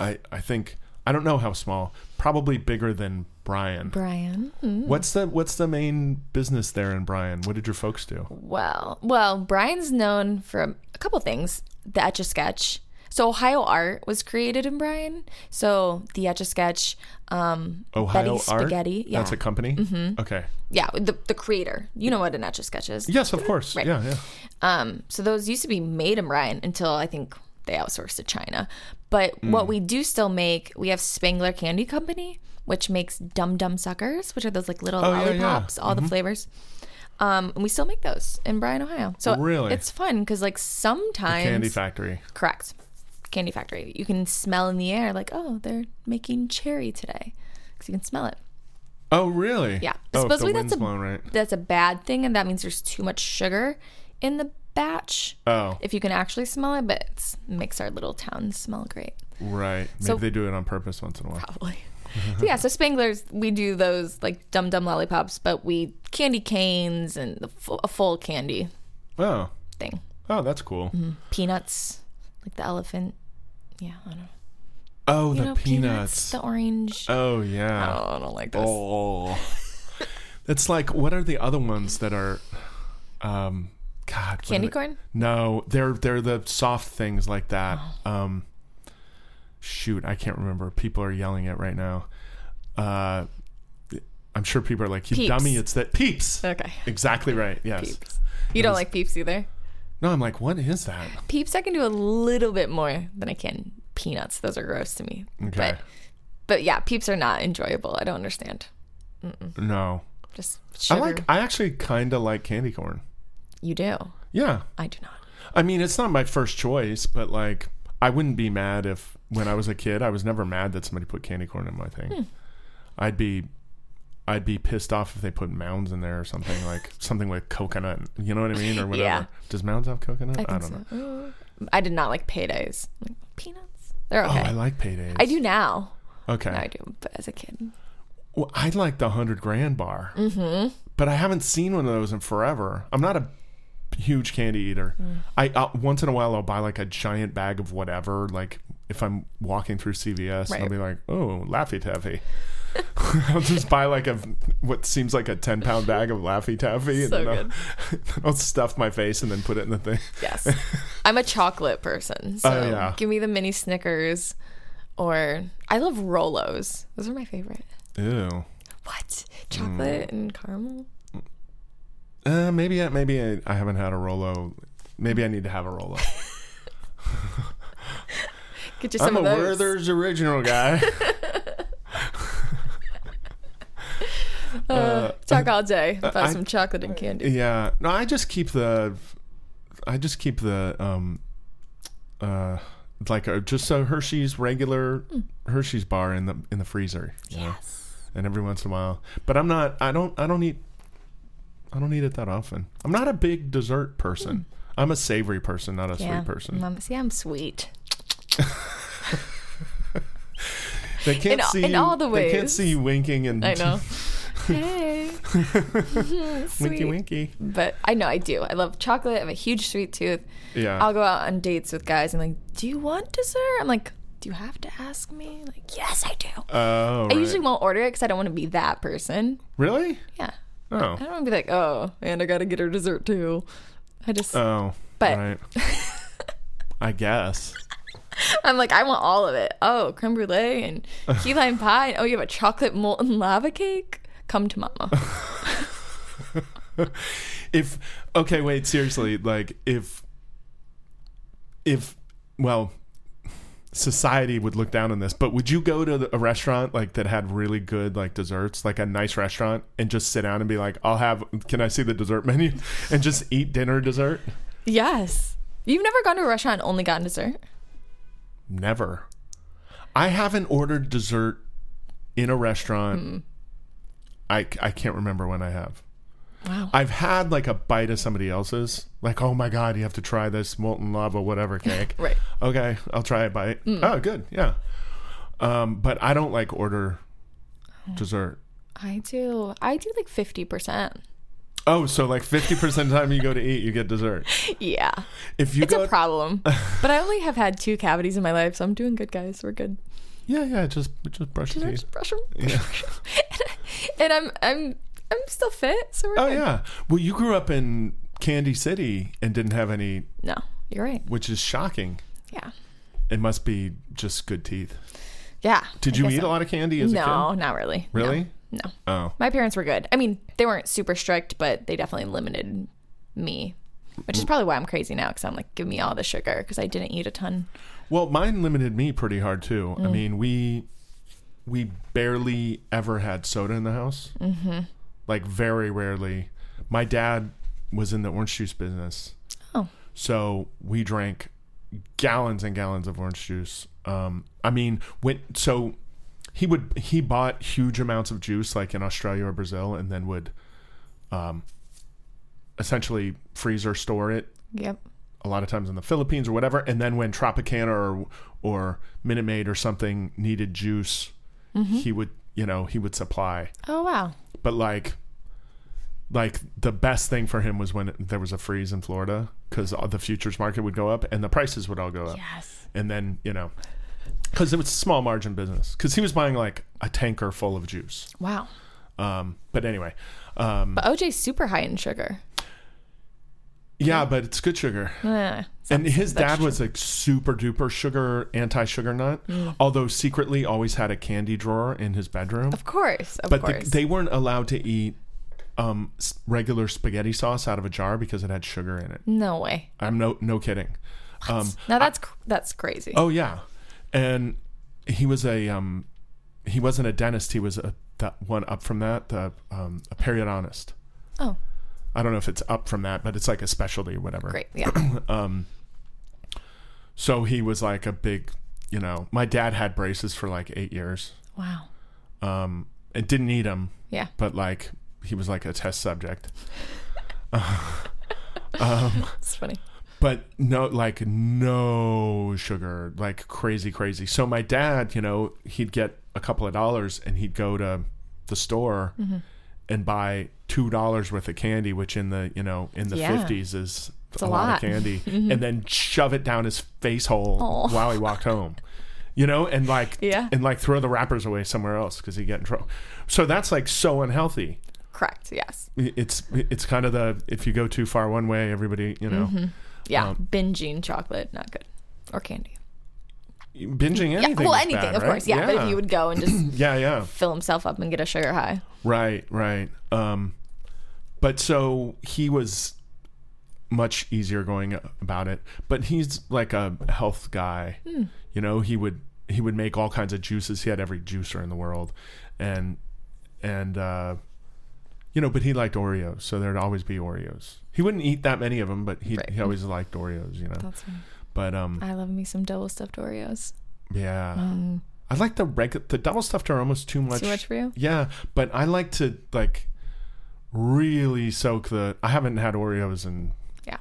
S1: I I think I don't know how small. Probably bigger than Bryan.
S2: Brian.
S1: What's the What's the main business there in Bryan? What did your folks do?
S2: Well, well, Brian's known for a couple things. The Etch a Sketch. So Ohio art was created in Bryan. So the Etch a Sketch. Um,
S1: Oh, Ohio
S2: Betty
S1: Art.
S2: Spaghetti,
S1: That's
S2: yeah. Mm-hmm.
S1: a company. Okay.
S2: yeah, the, the creator. You know what an Etch a Sketch is.
S1: Yes, of course. Yeah, yeah.
S2: Um, so those used to be made in Bryan until I think they outsourced to China. But what we do still make, we have Spangler Candy Company, which makes Dum Dum Suckers, which are those like little
S1: Oh, yeah, yeah.
S2: lollipops, all the flavors. Um, and we still make those in Bryan, Ohio. So
S1: Really?
S2: it's fun because like sometimes
S1: Candy factory.
S2: Correct. Candy factory. You can smell in the air like, oh, they're making cherry today because you can smell it.
S1: Oh, really?
S2: Yeah.
S1: Oh, if the
S2: Supposedly that's
S1: wind's
S2: a-
S1: blowing right.
S2: That's a bad thing, and that means there's too much sugar in the batch.
S1: Oh,
S2: If you can actually smell it, but it makes our little town smell great.
S1: right. Maybe
S2: So-
S1: they do it on purpose once in a while.
S2: Probably. so yeah, so Spanglers, we do those like dum dum lollipops, but we candy canes and the full, a full candy
S1: Oh,
S2: thing.
S1: oh, that's cool.
S2: Peanuts, like the elephant. Yeah, I don't know.
S1: Oh, the
S2: No,
S1: peanuts.
S2: The orange.
S1: Oh
S2: oh,
S1: yeah.
S2: I don't like this.
S1: Oh. it's like what are the other ones that are um god what are
S2: Candy
S1: they-
S2: corn?
S1: No, they're they're the soft things like that.
S2: Oh.
S1: Um shoot, I can't remember. People are yelling it right now. Uh I'm sure people are like, "You
S2: Peeps.
S1: dummy, it's that peeps."
S2: Okay.
S1: Exactly right. Yes.
S2: Peeps. You don't like peeps either.
S1: No, I'm like, "What is that?"
S2: Peeps, I can do a little bit more than I can peanuts. Those are gross to me.
S1: Okay.
S2: But, but yeah, peeps are not enjoyable. I don't understand.
S1: no.
S2: Just sugar.
S1: I like I actually kind of like candy corn.
S2: you do.
S1: Yeah.
S2: I do not.
S1: I mean, it's not my first choice, but like, I wouldn't be mad if when I was a kid, I was never mad that somebody put candy corn in my thing.
S2: Hmm.
S1: I'd be, I'd be pissed off if they put mounds in there or something like something with coconut. You know what I mean, or whatever.
S2: Yeah.
S1: Does mounds have coconut? I,
S2: think
S1: don't know.
S2: so. Ooh. I did not like paydays. Like, peanuts. They're
S1: Oh,
S2: okay.
S1: I
S2: I,
S1: like paydays.
S2: do now.
S1: Okay.
S2: Now I do, but as a kid.
S1: Well, I like the hundred grand bar, mm-hmm. but I haven't seen one of those in forever. I'm not a
S2: Mm.
S1: huge candy eater. I uh, once in a while I'll buy like a giant bag of whatever, like if I'm walking through CVS, and I'll
S2: Right.
S1: be like, oh, Laffy Taffy. I'll just buy like a what seems like a ten pound bag of Laffy Taffy, and
S2: So
S1: then I'll, I'll stuff my face and then put it in the thing.
S2: Yes. I'm a chocolate person. So
S1: Oh, yeah.
S2: give me the mini Snickers or I love Rolos. Those are my favorite.
S1: Ew.
S2: What?
S1: Mm.
S2: Chocolate and caramel?
S1: Uh, maybe I, maybe I, I haven't had a Rolo. Maybe I need to have a Rolo.
S2: Get you
S1: I'm
S2: some
S1: a
S2: of those.
S1: Werther's original guy.
S2: Uh, talk all day about
S1: I-
S2: some chocolate and candy.
S1: yeah. No, I just keep the, I just keep the um, uh, like a, just a Hershey's regular
S2: Hmm.
S1: Hershey's bar in the in the freezer. You know?
S2: Yes.
S1: And every once in a while, but I'm not. I don't. I don't eat. I don't eat it that often. I'm not a big dessert person. I'm a savory person, not a
S2: Hmm. Yeah.
S1: sweet person.
S2: Mom- see, I'm sweet.
S1: They can't
S2: all-
S1: see
S2: Mm. in
S1: you,
S2: all the
S1: They can't
S2: ways.
S1: see you winking and
S2: I know. hey.
S1: winky
S2: sweet.
S1: winky.
S2: But I know I do. I love chocolate. I have a huge sweet tooth.
S1: Yeah.
S2: I'll go out on dates with guys and like, do you want dessert? I'm like, do you have to ask me? Like, yes, I do.
S1: oh,
S2: I
S1: right.
S2: usually won't order it because I don't want to be that person.
S1: really.
S2: Yeah.
S1: Oh.
S2: I don't want to be like, oh, and I got to get her dessert too. I just,
S1: Oh.
S2: But-
S1: Right. I guess.
S2: I'm like, I want all of it. Oh, creme brulee and key lime pie. Oh, you have a chocolate molten lava cake? Come to mama.
S1: If okay, wait. Seriously, like if if well, society would look down on this. But would you go to the- a restaurant like that had really good like desserts, like a nice restaurant, and just sit down and be like, "I'll have. Can I see the dessert menu?" And just eat dinner dessert.
S2: yes. You've never gone to a restaurant and only gotten dessert?
S1: Never. I haven't ordered dessert in a restaurant.
S2: Hmm.
S1: I, I can't remember when I have.
S2: Wow.
S1: I've had like a bite of somebody else's. Like, oh my God, you have to try this molten lava, whatever cake.
S2: Right. Hmm.
S1: Okay, I'll try a bite. Oh, good. Yeah. Um, but I don't like order
S2: Oh.
S1: dessert.
S2: I do. I do like 50%.
S1: Oh, so like 50% of the time you go to eat, you get dessert.
S2: Yeah.
S1: If you
S2: It's
S1: go.
S2: a problem. but I only have had two cavities in my life, so I'm doing good, guys. We're good.
S1: yeah, yeah, just just brush your
S2: Did I
S1: teeth.
S2: just brush 'em? and I'm I'm I'm still fit, so we're
S1: Oh,
S2: good.
S1: yeah. Well, you grew up in Candy City and didn't have any
S2: No, you're right.
S1: which is shocking.
S2: Yeah.
S1: It must be just good teeth.
S2: Yeah.
S1: Did
S2: I
S1: you
S2: guess
S1: eat a
S2: so.
S1: lot of candy as
S2: No,
S1: a kid?
S2: not really. No,
S1: Really?
S2: No.
S1: Oh.
S2: My parents were good. I mean, they weren't super strict, but they definitely limited me. Which is probably why I'm crazy now because I'm like, give me all the sugar because I didn't eat a ton.
S1: Well, mine limited me pretty hard too. I mean, we we barely ever had soda in the house. Mm-hmm. Like very rarely. My dad was in the orange juice business,
S2: Oh,
S1: so we drank gallons and gallons of orange juice. Um, I mean, when so he would he bought huge amounts of juice like in Australia or Brazil, and then would um, essentially freezer store it
S2: yep.
S1: a lot of times in the Philippines or whatever. And then when Tropicana or or Minute Maid or something needed juice, he would you know he would supply.
S2: Oh wow.
S1: But like, like the best thing for him was when there was a freeze in Florida because the futures market would go up and the prices would all go up.
S2: Yes.
S1: And then you know, because it was a small margin business because he was buying like a tanker full of juice.
S2: Wow.
S1: Um, but anyway, um,
S2: But OJ's super high in sugar.
S1: yeah, but it's good sugar.
S2: Eh,
S1: and his dad was a super duper sugar anti sugar nut,
S2: Mm.
S1: although secretly always had a candy drawer in his bedroom.
S2: of course. Of
S1: But the,
S2: course.
S1: they weren't allowed to eat um, s- regular spaghetti sauce out of a jar because it had sugar in it.
S2: no way.
S1: I'm no no kidding. Um,
S2: Now that's cr that's crazy.
S1: oh yeah, and he was a um, he wasn't a dentist. He was a, that one up from that, the um, a periodontist.
S2: oh
S1: I don't know if it's up from that, but it's like a specialty or whatever.
S2: great. Yeah.
S1: So he was like a big, you know, my dad had braces for like eight years Um,
S2: wow.
S1: and didn't need them,
S2: Yeah.
S1: but like he was like a test subject.
S2: It's funny.
S1: But no, like no sugar, like crazy, crazy. So my dad, you know, he'd get a couple of dollars and he'd go to the store
S2: Mm-hmm.
S1: and buy two dollars worth of candy, which in the you know in the
S2: Yeah.
S1: fifties is
S2: a
S1: a lot.
S2: lot. Mm-hmm.
S1: of candy, and then shove it down his face hole
S2: Aw.
S1: while he walked home. you know, and like
S2: Yeah.
S1: and like throw the wrappers away somewhere else because he get in trouble. So that's like so unhealthy.
S2: Correct. Yes.
S1: I- It's it's kind of the if you go too far one way, everybody you know
S2: Mm-hmm. Yeah.
S1: Um,
S2: Binging chocolate, not good. Or candy.
S1: binging
S2: Yeah.
S1: anything.
S2: Well,
S1: is
S2: anything,
S1: bad,
S2: of
S1: right?
S2: course. Yeah. But if you would go and just
S1: yeah, yeah.
S2: fill himself up and get a sugar high.
S1: Right, right. Um, but so he was much easier going about it. But he's like a health guy.
S2: Hmm.
S1: You know, he would he would make all kinds of juices. He had every juicer in the world, and and uh, you know, but he liked Oreos, so there'd always be Oreos. He wouldn't eat that many of them, but he
S2: Right. Uh,
S1: he always liked Oreos. You know,
S2: That's fine.
S1: but um,
S2: I love me some double stuffed Oreos. Um,
S1: yeah, I like the regular the double stuffed are almost too much.
S2: uh. Too much for you?
S1: Yeah, but I like to like really soak the. I haven't had Oreos in
S2: Yeah.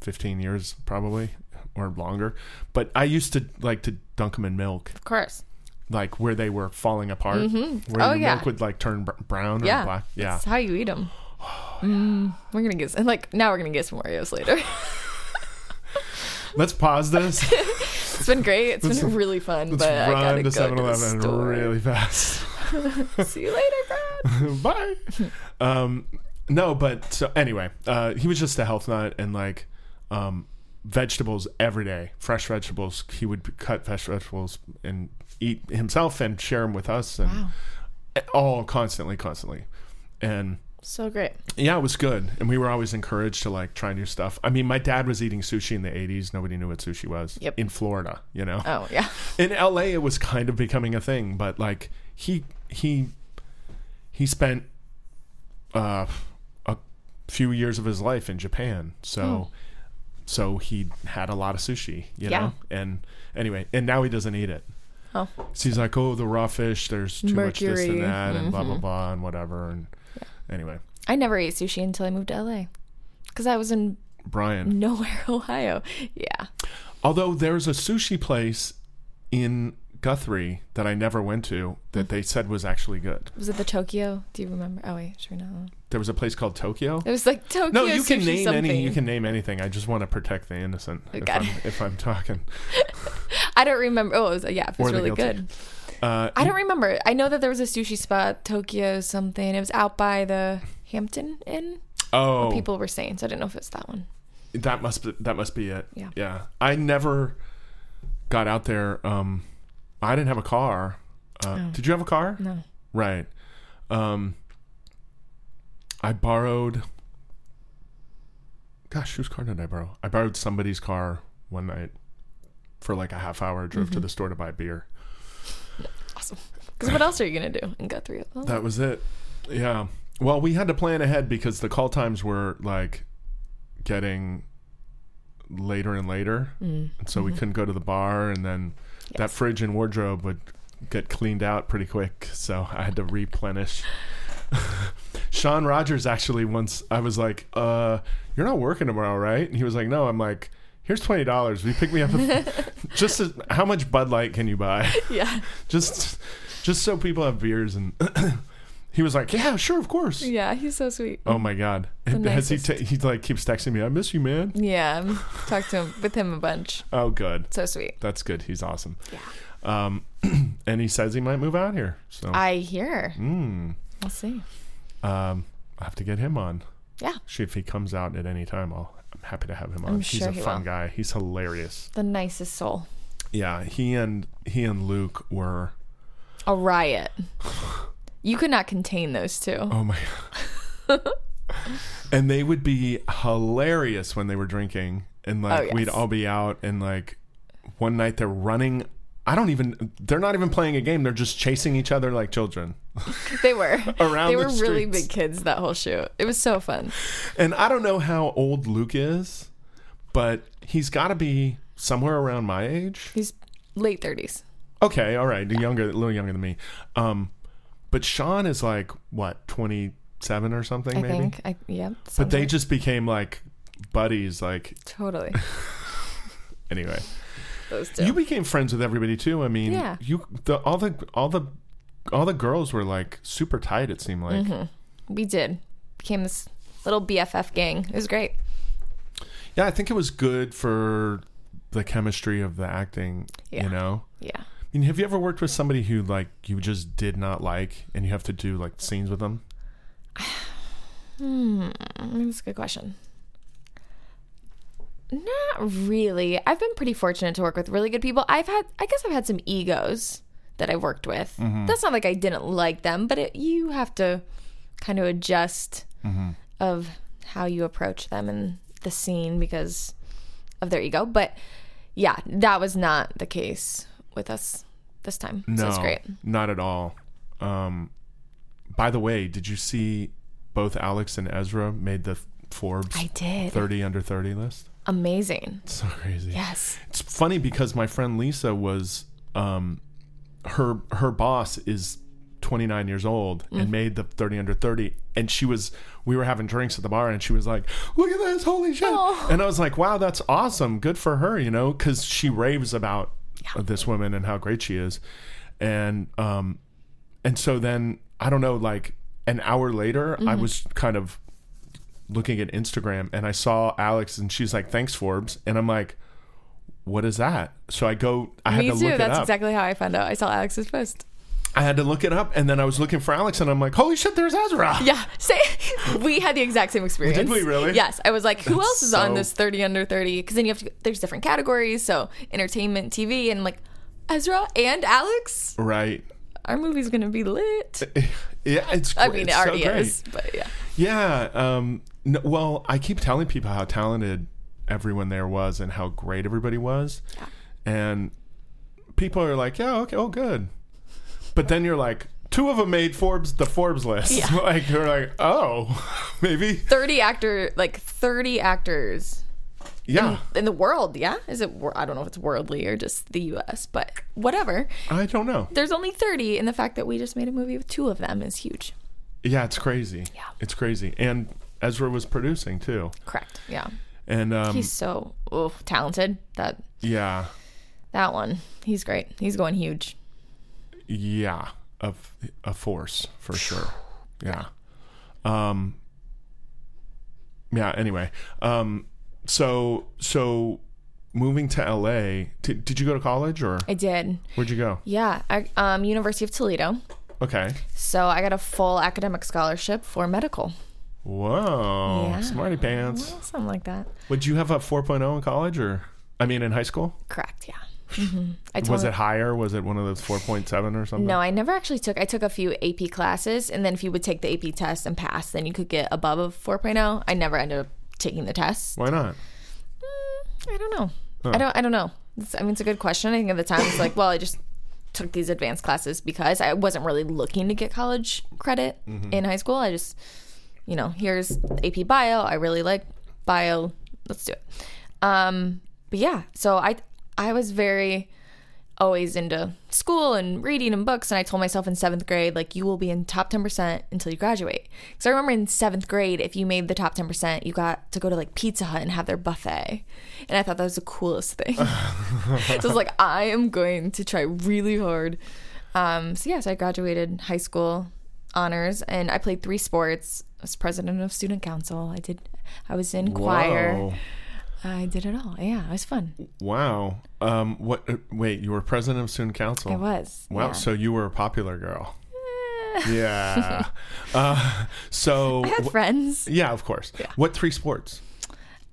S1: 15 years probably or longer, but I used to like to dunk them in milk,
S2: Of course.
S1: like where they were falling apart, where
S2: Oh,
S1: the
S2: yeah.
S1: milk would like turn br- brown or
S2: Yeah.
S1: black. Yeah,
S2: That's how you eat them. mm, we're gonna get and like now we're gonna get some Oreos later.
S1: let's pause this.
S2: it's been great. It's been really fun,
S1: Let's
S2: but I gotta
S1: run to
S2: go to
S1: 7-Eleven
S2: the store.
S1: really fast.
S2: See you later, Brad.
S1: Bye. um, no, but so anyway, uh, he was just a health nut and like um, vegetables every day, fresh vegetables. He would cut fresh vegetables and eat himself and share them with us, and all constantly, constantly. And
S2: So great.
S1: yeah, it was good, and we were always encouraged to like try new stuff. I mean, my dad was eating sushi in the '80s. Nobody knew what sushi was
S2: Yep.
S1: in Florida, you know
S2: Oh yeah.
S1: in LA it was kind of becoming a thing, but like he he he spent uh, a few years of his life in Japan, so so he had a lot of sushi, you
S2: Hmm. Yeah.
S1: know. And anyway, and now he doesn't eat it.
S2: Oh.
S1: So he's like, oh, the raw fish. There's too much this
S2: Mercury.
S1: and
S2: Mm-hmm.
S1: that, and blah blah blah, and whatever. And anyway,
S2: I never ate sushi until I moved to LA. Cause I was in
S1: Brian.
S2: nowhere, Ohio. Yeah.
S1: Although there's a sushi place in Guthrie that I never went to
S2: Mm-hmm.
S1: that they said was actually good.
S2: Was it the Tokyo? Do you remember? Oh wait, sure no.
S1: There was a place called Tokyo.
S2: It was like Tokyo.
S1: No, you can
S2: sushi
S1: name
S2: something.
S1: any. You can name anything. I just want to protect the innocent. If
S2: Got
S1: I'm,
S2: it.
S1: if I'm talking,
S2: I don't remember. Oh, it was, yeah, it
S1: Or
S2: was
S1: the
S2: really
S1: guilty.
S2: good.
S1: uh,
S2: I don't remember. I know that there was a sushi spot, Tokyo something. It was out by the Hampton Inn.
S1: oh,
S2: People were saying, so I didn't know if it's that one.
S1: that must be, that must be it.
S2: Yeah.
S1: yeah. I never got out there. Um, I didn't have a car. Uh,
S2: Oh.
S1: Did you have a car?
S2: No.
S1: Right. Um, I borrowed. Gosh, whose car did I borrow? I borrowed somebody's car one night for like a half hour. Drove
S2: Mm-hmm.
S1: to the store to buy beer.
S2: Awesome. Because what else are you gonna do in Guthrie? Well,
S1: That was it. Yeah. Well, we had to plan ahead because the call times were like getting later and later.
S2: Mm.
S1: And so we couldn't go to the bar and then that fridge and wardrobe would get cleaned out pretty quick, so I had to replenish. Sean Rogers actually once I was like, "Uh, you're not working tomorrow, right?" And he was like, "No." I'm like, "Here's twenty dollars. We pick me up. a- just a, how much Bud Light can you buy?"
S2: yeah,
S1: just just so people have beers and he was like yeah sure of course
S2: yeah. He's so sweet.
S1: oh my god has he
S2: nicest.
S1: ta- he like keeps texting me i miss you man
S2: Yeah, I'm- talked to him with him a bunch.
S1: oh good
S2: So sweet.
S1: that's good he's awesome yeah um and he says he might move out here so
S2: I hear.
S1: mm,
S2: We'll see.
S1: um i have to get him on
S2: Yeah.
S1: Shoot, if he comes out at any time i'll i'm happy to have him on
S2: I'm
S1: he's
S2: sure
S1: a
S2: he
S1: fun
S2: will.
S1: guy he's hilarious
S2: The nicest soul.
S1: yeah he and he and luke were
S2: A riot. You could not contain those two.
S1: Oh my god. and they would be hilarious when they were drinking and like
S2: Oh,
S1: we'd
S2: yes.
S1: all be out and like one night they're running I don't even they're not even playing a game, they're just chasing each other like children.
S2: They were.
S1: Around
S2: they
S1: the
S2: were really
S1: streets.
S2: big kids that whole shoot. It was so fun.
S1: And I don't know how old Luke is, but he's got to be somewhere around my age.
S2: He's late thirties.
S1: Okay, all right, younger a little younger than me. Um but Sean is like what, 27 or something
S2: I
S1: maybe?
S2: think. I yeah.
S1: But they just became like buddies like
S2: totally
S1: anyway.
S2: those two.
S1: You became friends with everybody too. I mean,
S2: Yeah.
S1: you the all the all the all the girls were like super tight. It seemed like.
S2: Mm-hmm. we did. Became this little BFF gang. It was great.
S1: Yeah, I think it was good for the chemistry of the acting.
S2: Yeah.
S1: You know,
S2: Yeah.
S1: And have you ever worked with somebody who like you just did not like, and you have to do like scenes with them?
S2: Mm, That's a good question. Not really. I've been pretty fortunate to work with really good people. I've had, I guess, I've had some egos that I worked with. That's not like I didn't like them, but it, you have to kind of adjust of how you approach them in the scene because of their ego. But yeah, that was not the case with us this time.
S1: No,
S2: so it's great.
S1: not at all. Um, by the way, did you see both Alex and Ezra made the Forbes
S2: I did.
S1: 30 under 30 list?
S2: Amazing.
S1: It's so crazy.
S2: Yes.
S1: It's funny because my friend Lisa was um her her boss is 29 years old and made the 30 under 30 and she was we were having drinks at the bar and she was like look at this holy shit
S2: Oh.
S1: and i was like wow that's awesome good for her you know because she raves about this woman and how great she is and um and so then i don't know like an hour later i was kind of looking at instagram and i saw alex and she's like thanks forbes and i'm like what is that so i go i had
S2: Me
S1: to look
S2: too.
S1: it
S2: That's
S1: up
S2: exactly how I found out. I saw Alex's post.
S1: i had to look it up and then i was looking for alex and i'm like holy shit there's ezra
S2: Yeah, say we had the exact same experience.
S1: we really?
S2: Yes, I was like, who else is on
S1: so-
S2: this thirty under thirty? Because then you have to. There's different categories, so entertainment, TV, and like Ezra and Alex.
S1: right
S2: Our movie's gonna be lit.
S1: yeah it's
S2: I
S1: gr-
S2: mean,
S1: it's
S2: it
S1: so
S2: already
S1: great.
S2: is, but yeah,
S1: yeah um no, well i keep telling people how talented everyone there was and how great everybody was and people are like yeah okay oh good but then you're like two of them made forbes the forbes list
S2: Yeah.
S1: like you're like oh maybe
S2: thirty actor, like thirty actors
S1: yeah
S2: in the world. Yeah, is it? wor- I don't know if it's worldly or just the U.S., but whatever.
S1: i don't know
S2: There's only thirty, and the fact that we just made a movie with two of them is huge.
S1: Yeah, it's crazy. Yeah. It's crazy. And Ezra was producing too.
S2: Correct. Yeah,
S1: And um,
S2: he's so oh, talented. That
S1: yeah,
S2: that one, he's great. He's going huge.
S1: yeah, a, a force for sure. Yeah. Um, yeah, anyway. Um, so, so moving to LA, did, did you go to college or
S2: I did.
S1: where'd you go?
S2: Yeah, I, um, University of Toledo.
S1: Okay.
S2: So I got a full academic scholarship for medical,
S1: Whoa.
S2: Yeah.
S1: Smarty pants.
S2: something like that.
S1: Would you have a 4.0 in college or, I mean, in high school?
S2: Correct. Yeah. Mhm. I told
S1: Was it higher? Was it one of those 4.7 or something?
S2: No, I never actually took. I took a few AP classes, and then if you would take the AP test and pass, then you could get above a 4.0. I never ended up taking the test.
S1: Why not?
S2: Eh, I don't know. I don't. I don't know. It's, I mean, it's a good question. I think at the time it's like, well, I just took these advanced classes because I wasn't really looking to get college credit in high school. I just, you know, here's AP Bio. I really like bio. Let's do it. Um, but yeah, so I I was very always into school and reading and books and i told myself in seventh grade like you will be in top 10% until you graduate because i remember in seventh grade if you made the top 10% you got to go to like pizza hut and have their buffet and i thought that was the coolest thing so i was like i am going to try really hard um, so yeah so i graduated high school honors and i played three sports i was president of student council i did i was in choir
S1: Whoa.
S2: i did it all yeah it was fun
S1: Wow. Um. What? uh, Wait. You were president of student council.
S2: it was
S1: Wow.
S2: yeah.
S1: So you were a popular girl.
S2: Eh,
S1: Yeah. uh, so.
S2: I had
S1: wh-
S2: friends
S1: yeah. Of course. What three sports?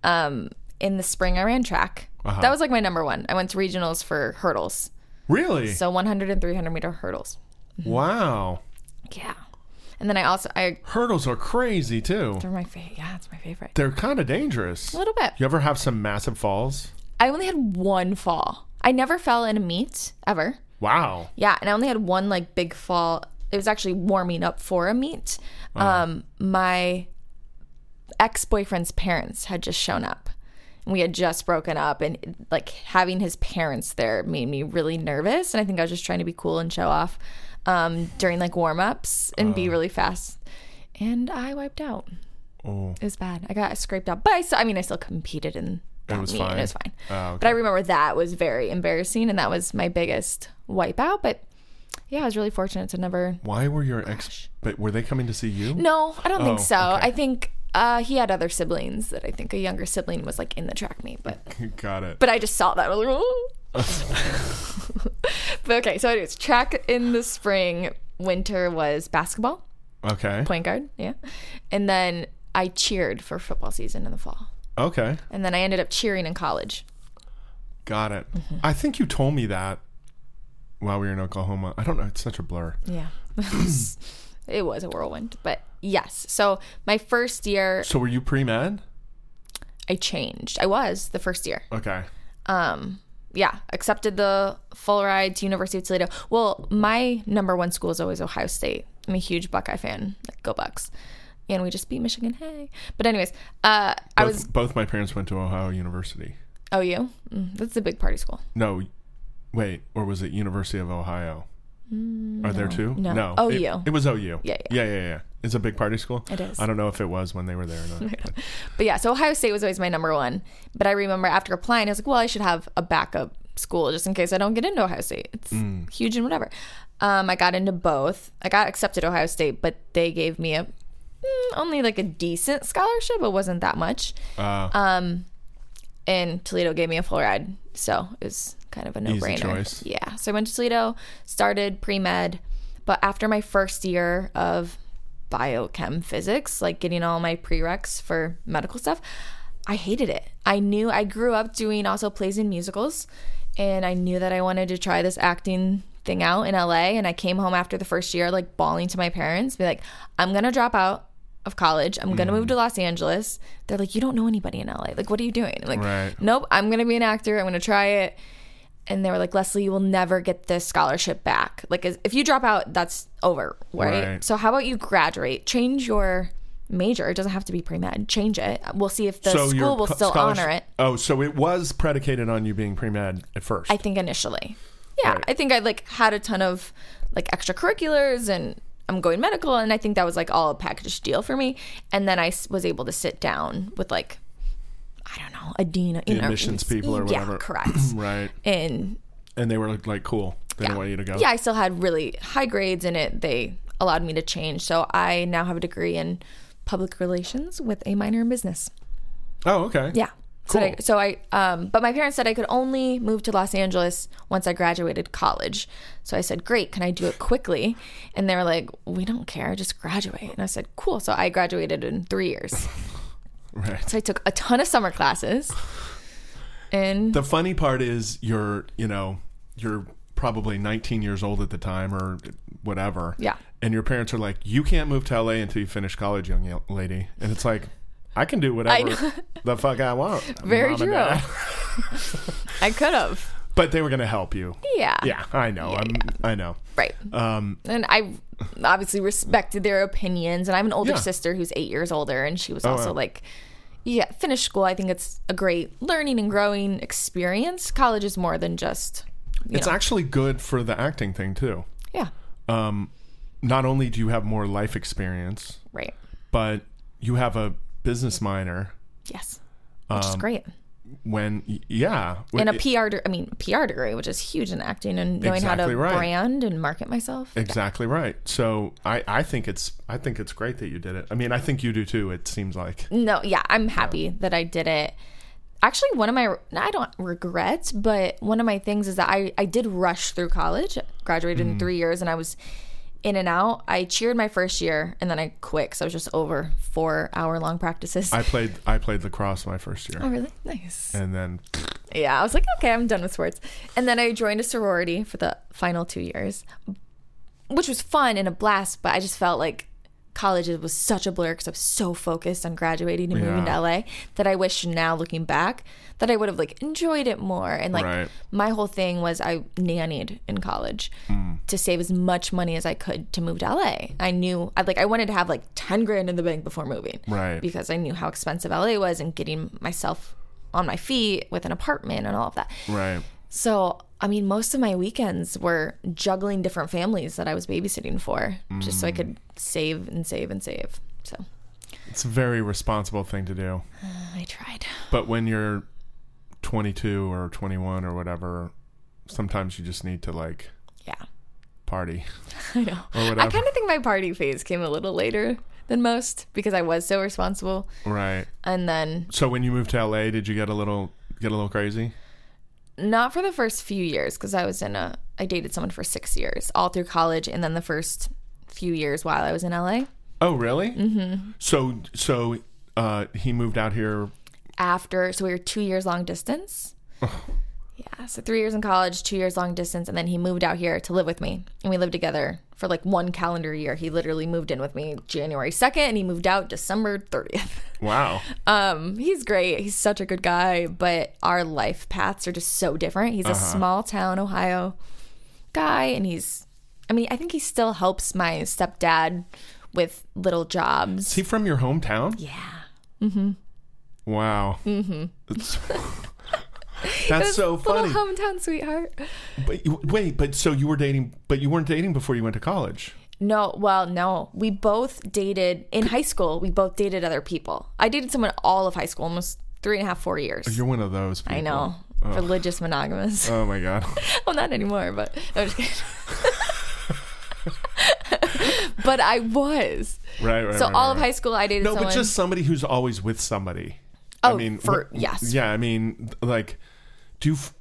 S2: um, in the spring I ran track.
S1: Uh-huh.
S2: That was like my number one. I went to regionals for hurdles.
S1: Really?
S2: So 100 and 300 meter hurdles.
S1: wow.
S2: Yeah. And then I also, I,
S1: Hurdles are crazy too.
S2: they're my favorite. Yeah, it's my favorite.
S1: They're kind of dangerous.
S2: A little bit.
S1: You ever have some massive falls?
S2: I only had one fall. I never fell in a meet ever.
S1: Wow.
S2: Yeah. And I only had one like big fall. It was actually warming up for a meet. Um, my ex boyfriend's parents had just shown up. We had just broken up, and like having his parents there made me really nervous. And I think I was just trying to be cool and show off um, during like warm ups and be really fast. And I wiped out.
S1: Oh.
S2: It was bad. I got scraped up, but I, still, I mean, I still competed in that
S1: was
S2: meet, and
S1: fine.
S2: it was fine.
S1: Oh,
S2: But I remember that was very embarrassing, and that was my biggest wipeout. But yeah, I was really fortunate to never
S1: Why were your ex? But were they coming to see you?
S2: no, I don't think
S1: Oh,
S2: so.
S1: okay.
S2: I think uh, he had other siblings that I think a younger sibling was like in the track meet, but
S1: Got it.
S2: but I just saw that. I was like, "Oh." But okay, so anyways, track in the spring, winter was basketball,
S1: Okay.
S2: point guard, yeah. And then I cheered for football season in the fall.
S1: Okay.
S2: And then I ended up cheering in college.
S1: Got it.
S2: Mm-hmm.
S1: I think you told me that while we were in Oklahoma. I don't know. It's such a blur.
S2: Yeah. it was a whirlwind, but yes. So my first year
S1: So were you pre med?
S2: I changed. I was the first year. Um,
S1: Okay.
S2: yeah, accepted the full ride to University of Toledo. Well, my number one school is always Ohio State. I'm a huge Buckeye fan. Like, go Bucks. And we just beat Michigan. Hey. But anyways, uh, I
S1: Both,
S2: was.
S1: both my parents went to Ohio University.
S2: Oh, you? Mm, that's a big party school.
S1: No, wait, or was it University of Ohio? Are there two?
S2: no.
S1: no.
S2: OU.
S1: It, it was OU.
S2: Yeah, yeah.
S1: yeah, yeah, yeah. It's a big party school.
S2: It is.
S1: I don't know if it was when they were there or not. but-
S2: But yeah, so Ohio State was always my number one. But I remember after applying, I was like, well, I should have a backup school just in case I don't get into Ohio State. It's huge and whatever. Um, I got into both. I got accepted Ohio State, but they gave me a mm, only like a decent scholarship. It wasn't that much.
S1: Uh,
S2: and Toledo gave me a full ride. So it was kind of a no
S1: choice.
S2: brainer. Yeah. So I went to Toledo, started pre med, but after my first year of biochem physics, like getting all my prereqs for medical stuff, I hated it. I knew I grew up doing also plays and musicals, and I knew that I wanted to try this acting thing out in LA. And I came home after the first year, like bawling to my parents, be like, I'm going to drop out of college. I'm going to move to Los Angeles. They're like, You don't know anybody in LA. Like, what are you doing? I'm like,
S1: Right.
S2: Nope, I'm going to be an actor. I'm going to try it. And they were like, Leslie, you will never get this scholarship back. Like, is- if you drop out, that's over, right?
S1: Right.
S2: So, how about you graduate? Change your major. It doesn't have to be pre med. Change it. We'll see if the
S1: your
S2: school will
S1: co-
S2: still
S1: scholarship-
S2: honor it.
S1: Oh, so it was predicated on you being pre med at first.
S2: I think initially. Yeah,
S1: Right.
S2: I think I like had a ton of like extracurriculars and I'm going medical and I think that was like all a package deal for me and then I s- was able to sit down with like I don't know, a dean, you
S1: The
S2: know,
S1: admissions people or
S2: Yeah,
S1: whatever.
S2: correct.
S1: right.
S2: and
S1: And they were like, like cool. They didn't want you to go.
S2: yeah, I still had really high grades in it. They allowed me to change. So I now have a degree in public relations with a minor in business.
S1: Oh, okay.
S2: Yeah. So
S1: Cool.
S2: I, so I um, but my parents said I could only move to Los Angeles once I graduated college. So I said, "Great, can I do it quickly?" And they were like, "We don't care, just graduate." And I said, "Cool." So I graduated in 3 years.
S1: Right.
S2: So I took a ton of summer classes. And
S1: The funny part is you're, you know, you're probably 19 years old at the time or whatever.
S2: Yeah.
S1: And your parents are like, you can't move to LA until you finish college, young y- lady. And it's like, I can do whatever
S2: know.
S1: the fuck I want. Mom
S2: Very
S1: and
S2: true.
S1: Dad.
S2: I could have.
S1: But they were going to help you.
S2: Yeah.
S1: Yeah, I know. I'm, I know.
S2: Right.
S1: Um,
S2: and I obviously respected their opinions. And I have an older
S1: Yeah. Oh,
S2: sister who's eight years older, and she was also
S1: wow.
S2: like, "Yeah, finish school. I think it's a great learning and growing experience. College is more than just, you
S1: it's
S2: know,
S1: actually good for the acting thing, too.
S2: yeah,
S1: Not only do you have more life experience,
S2: right,
S1: but you have a business minor
S2: yes, which is great."
S1: when, y- yeah.
S2: And a
S1: Um, It-
S2: PR, de- I mean, PR degree, which is huge in acting and knowing how
S1: Exactly
S2: to
S1: right.
S2: brand and market myself.
S1: Exactly right. So I, I think it's I think it's great that you did it. I mean, I think you do too. It seems like
S2: No, yeah, I'm happy that I did it. Actually, one of my I don't regrets, but one of my things is that I I did rush through college, graduated in 3 years and I was in and out. I cheered my first year and then I quit cuz I was just over 4 hour long practices.
S1: I played I played lacrosse my first year,
S2: oh, really? Nice.
S1: and then
S2: Yeah, I was like, okay, I'm done with sports. And then I joined a sorority for the final 2 years, which was fun and a blast, but I just felt like college was such a blur because I was so focused on graduating and moving
S1: Yeah.
S2: to LA that I wish now looking back that I would have like enjoyed it more. And like
S1: Right.
S2: my whole thing was I nannied in college
S1: Mm.
S2: to save as much money as I could to move to LA. I knew I like I wanted to have like ten grand in the bank before moving.
S1: Right.
S2: Because I knew how expensive LA was and getting myself on my feet with an apartment and all of that.
S1: right.
S2: So, I mean, most of my weekends were juggling different families that I was babysitting for just so I could
S1: Mm.
S2: save and save and save. So,
S1: It's a very responsible thing to do.
S2: I tried.
S1: But when you're 22 or 21 or whatever, sometimes you just need to like
S2: Yeah.
S1: party
S2: I know.
S1: or
S2: I
S1: whatever.
S2: kind of think my party phase came a little later than most because I was so responsible.
S1: right.
S2: And then,
S1: So when you moved to LA, did you get a little get a little crazy?
S2: not for the first few years because I was in a I dated someone for six years, all through college, and then the first few years while I was in LA.
S1: Oh, really? Mm-hmm. So, so uh, he moved out here.
S2: After, so we were two years long distance. yeah, so three years in college, two years long distance, and then he moved out here to live with me, and we lived together for like one calendar year. He literally moved in with me January second, and he moved out December thirtieth.
S1: Wow.
S2: Um, he's great. He's such a good guy, but our life paths are just so different.
S1: Uh-huh.
S2: He's a small town Ohio guy, and he's, I mean, I think he still helps my stepdad with little jobs.
S1: Is he from your hometown?
S2: Yeah.
S1: Wow. Mm-hmm. That's, that's so
S2: Little
S1: funny.
S2: hometown sweetheart.
S1: but you, wait, but so you were dating, but you weren't dating before you went to college.
S2: No, well, no. We both dated in high school. We both dated other people. I dated someone all of high school, almost three and a half, four years.
S1: You're one of those. People.
S2: I know. Religious monogamous.
S1: Oh my god.
S2: well, not anymore, but no, I'm just kidding. but I was.
S1: Right. Right.
S2: So
S1: right,
S2: all
S1: right,
S2: of
S1: right.
S2: high school, I dated
S1: No,
S2: someone.
S1: but just somebody who's always with somebody.
S2: Oh, for-
S1: wh-
S2: yes.
S1: Yeah, I mean, like, do you f-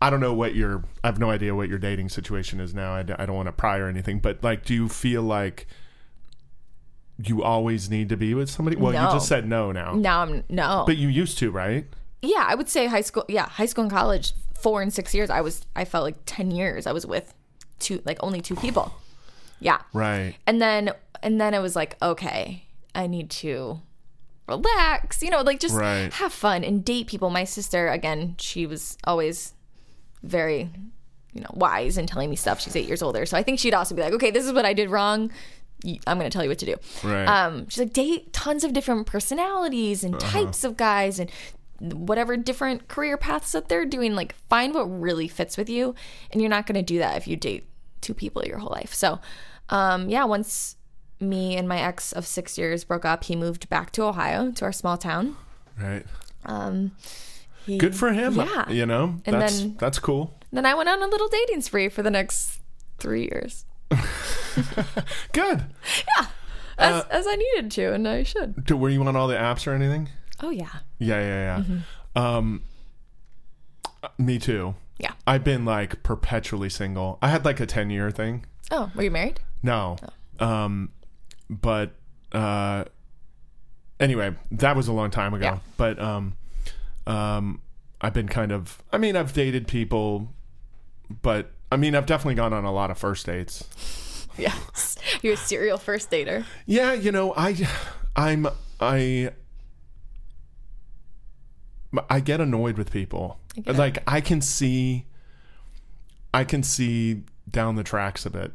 S1: I don't know what your I have no idea what your dating situation is now. I, d- I don't want to pry or anything, but like, do you feel like you always need to be with somebody? Well,
S2: No.
S1: you just said no now,
S2: now I'm no.
S1: but you used to, right?
S2: yeah, I would say high school. Yeah, high school and college, four and six years. I was. I felt like ten years. I was with two, like only two people. Yeah.
S1: Right.
S2: and then and then it was like okay i need to relax you know like just
S1: Right.
S2: have fun and date people my sister again she was always very you know wise and telling me stuff she's eight years older so i think she'd also be like okay this is what i did wrong Y- i'm going to tell you what to do
S1: Right.
S2: um she's like date tons of different personalities and types of guys and whatever different career paths that they're doing like find what really fits with you and you're not going to do that if you date two people your whole life so um yeah once me and my ex of six years broke up he moved back to ohio to our small town Um,
S1: right.
S2: he,
S1: Good for him.
S2: Yeah.
S1: You know,
S2: And
S1: that's
S2: then-
S1: that's cool.
S2: then i went on a little dating spree for the next three years
S1: Good.
S2: as, as i needed to and i should
S1: Do, were you on all the apps or anything?
S2: oh yeah
S1: Yeah, yeah, yeah. Um, uh, me too.
S2: Mm-hmm. yeah
S1: I've been like perpetually single. I had like a 10 year thing.
S2: oh were you married
S1: No.
S2: Oh.
S1: Um but uh anyway, that was a long time ago.
S2: Yeah.
S1: But um um I've been kind of I mean, I've dated people but I mean, I've definitely gone on a lot of first dates.
S2: yes you're a serial first dater
S1: Yeah, you know, I I'm I I get annoyed with people.
S2: get it.
S1: like I can see I can see down the tracks a bit.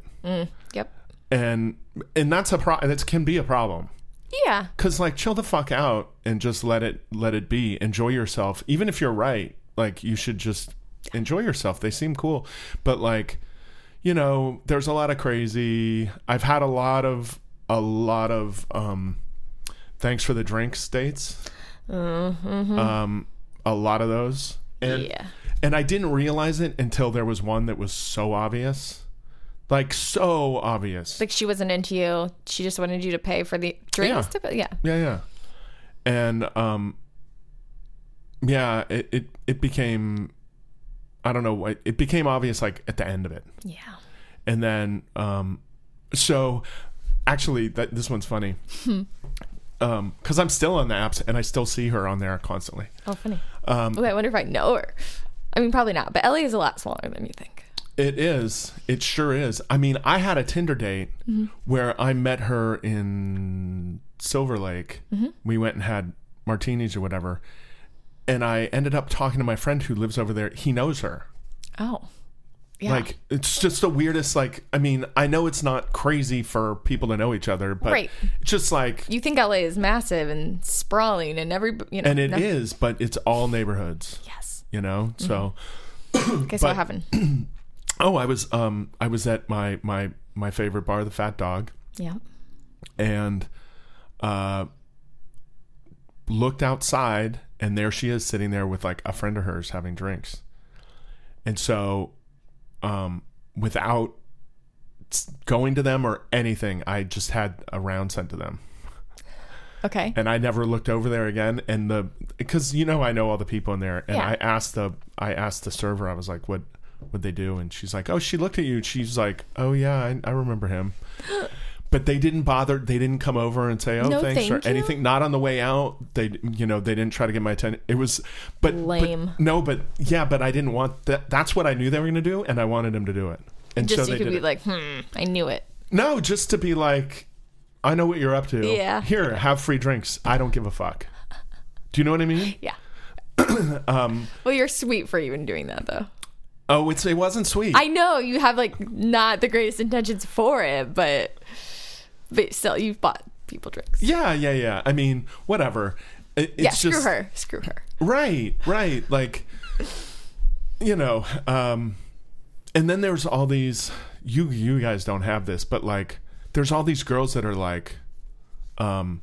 S2: yep
S1: and and that's a pro that can be a problem
S2: yeah
S1: because like chill the fuck out and just let it let it be enjoy yourself even if you're right like you should just enjoy yourself they seem cool but like you know there's a lot of crazy i've had a lot of a lot of um thanks for the drinks dates um a lot of those and
S2: yeah
S1: and I didn't realize it until there was one that was so obvious like so obvious
S2: like she wasn't into you. She just wanted you to pay for the drinks.
S1: Yeah.
S2: Yeah. To, yeah.
S1: Yeah, yeah. And um yeah, it it, it became I don't know what it became obvious like at the end of it.
S2: Yeah.
S1: And then um so actually that this one's funny. um cuz I'm still on the apps and I still see her on there constantly.
S2: Oh, funny. Um, Ooh, I wonder if I know her. I mean, probably not. But LA is a lot smaller than you think.
S1: It is. It sure is. I mean, I had a Tinder date
S2: Mm-hmm.
S1: where I met her in Silver Lake.
S2: Mm-hmm.
S1: We went and had martinis or whatever. And I ended up talking to my friend who lives over there. He knows her.
S2: Oh. Yeah.
S1: Like, it's just the weirdest. Like, I mean, I know it's not crazy for people to know each other, but
S2: Right.
S1: it's just like,
S2: you think LA is massive and sprawling and every you know.
S1: and it is,
S2: no-
S1: but it's all neighborhoods,
S2: Yes.
S1: you know? So.
S2: Guess
S1: Mm, But-
S2: what happened? Mm-hmm.
S1: Oh, I was um I was at my my my favorite bar, the Fat Dog,
S2: yeah.
S1: and uh, looked outside, and there she is sitting there with like a friend of hers having drinks. And so, um, without s- going to them or anything, I just had a round sent to them,
S2: Okay.
S1: and I never looked over there again. And the because you know I know all the people in there, and
S2: Yeah.
S1: I asked the I asked the server, I was like, "What what they do and she's like oh she looked at you and she's like oh yeah i, I remember him but they didn't bother they didn't come over and say oh
S2: No,
S1: thanks or
S2: thank you.
S1: anything not on the way out they you know they didn't try to get my attention it was but but-
S2: Lame.
S1: no but yeah but i didn't want that that's what i knew they were going to do and i wanted them to do it and
S2: Just
S1: so they
S2: you could
S1: did
S2: be
S1: it.
S2: like, hmm, I knew it.
S1: no just to be like i know what you're up to
S2: Yeah.
S1: here have free drinks i don't give a fuck do you know what i mean
S2: Yeah.
S1: Um,
S2: well, you're sweet for even doing that, though.
S1: oh it's it wasn't sweet
S2: I know you have like not the greatest intentions for it, but but still, you've bought people drinks.
S1: yeah yeah yeah i mean whatever It- it's
S2: yeah,
S1: just
S2: screw her. Screw her.
S1: Right, right. Like, you know, um, and then there's all these. You you guys don't have this, but like, there's all these girls that are like, um,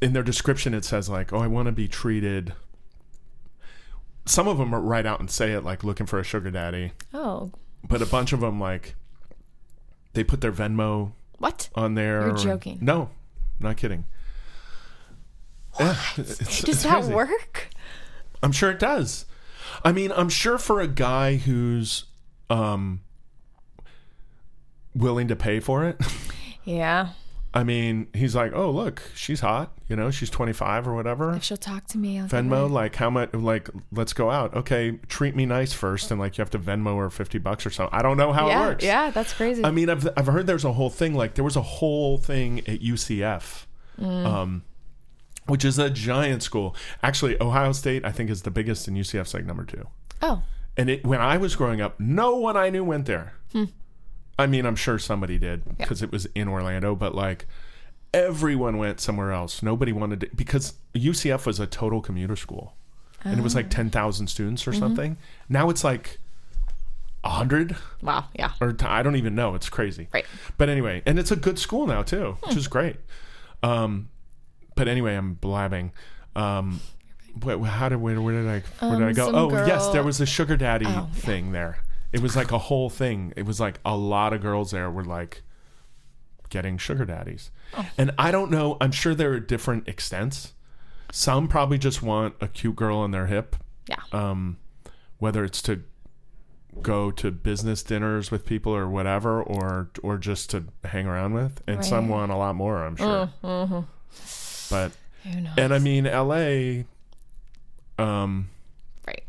S1: in their description it says like, oh, I want to be treated. Some of them are right out and say it, like looking for a sugar daddy,
S2: Oh,
S1: but a bunch of them like, they put their Venmo
S2: what?
S1: on there.
S2: You're
S1: and-
S2: joking.
S1: No, not kidding. Yeah, it's-
S2: Does
S1: it's
S2: that
S1: crazy.
S2: work?
S1: I'm sure it does. I mean, I'm sure for a guy who's um willing to pay for it.
S2: Yeah.
S1: I mean, he's like, "Oh, look, she's hot. You know, she's 25 or whatever."
S2: If she'll talk to me, I'll give
S1: Venmo, like, how much? Like, let's go out. Okay, treat me nice first, and like, you have to Venmo her 50 bucks or something. I don't know
S2: her-
S1: how
S2: Yeah,
S1: it works.
S2: yeah, that's crazy.
S1: I mean, I've I've heard there's a whole thing. Like there was a whole thing at UCF,
S2: Mm.
S1: um, which is a giant school. Actually, Ohio State I think is the biggest, and UCF's like number two.
S2: oh,
S1: And it, when I was growing up, no one I knew went there. I mean, I'm sure somebody did because it was in Orlando, but like everyone went somewhere else. Nobody wanted to because UCF was a total commuter school, and it was like ten thousand students or something. Now it's like hundred
S2: wow. Yeah.
S1: or t- I don't even know. It's crazy.
S2: Right.
S1: But anyway, and it's a good school now too, which
S2: Hmm.
S1: is great. Um, but anyway, I'm blabbing. Um, wh- wh- how did where, where did I where did I
S2: Um,
S1: go?
S2: some
S1: Oh yes,
S2: girl-
S1: there was a sugar daddy
S2: Oh, yeah.
S1: thing there. It was like a whole thing. It was like a lot of girls there were like getting sugar daddies,
S2: Oh.
S1: and I don't know. I'm sure there are different extents. Some probably just want a cute girl on their hip
S2: Yeah.
S1: um, whether it's to go to business dinners with people or whatever, or or just to hang around with, and some
S2: Right. Mm-hmm.
S1: want a lot more, I'm sure. But
S2: Who knows?
S1: and I mean, L.A. Um,
S2: right.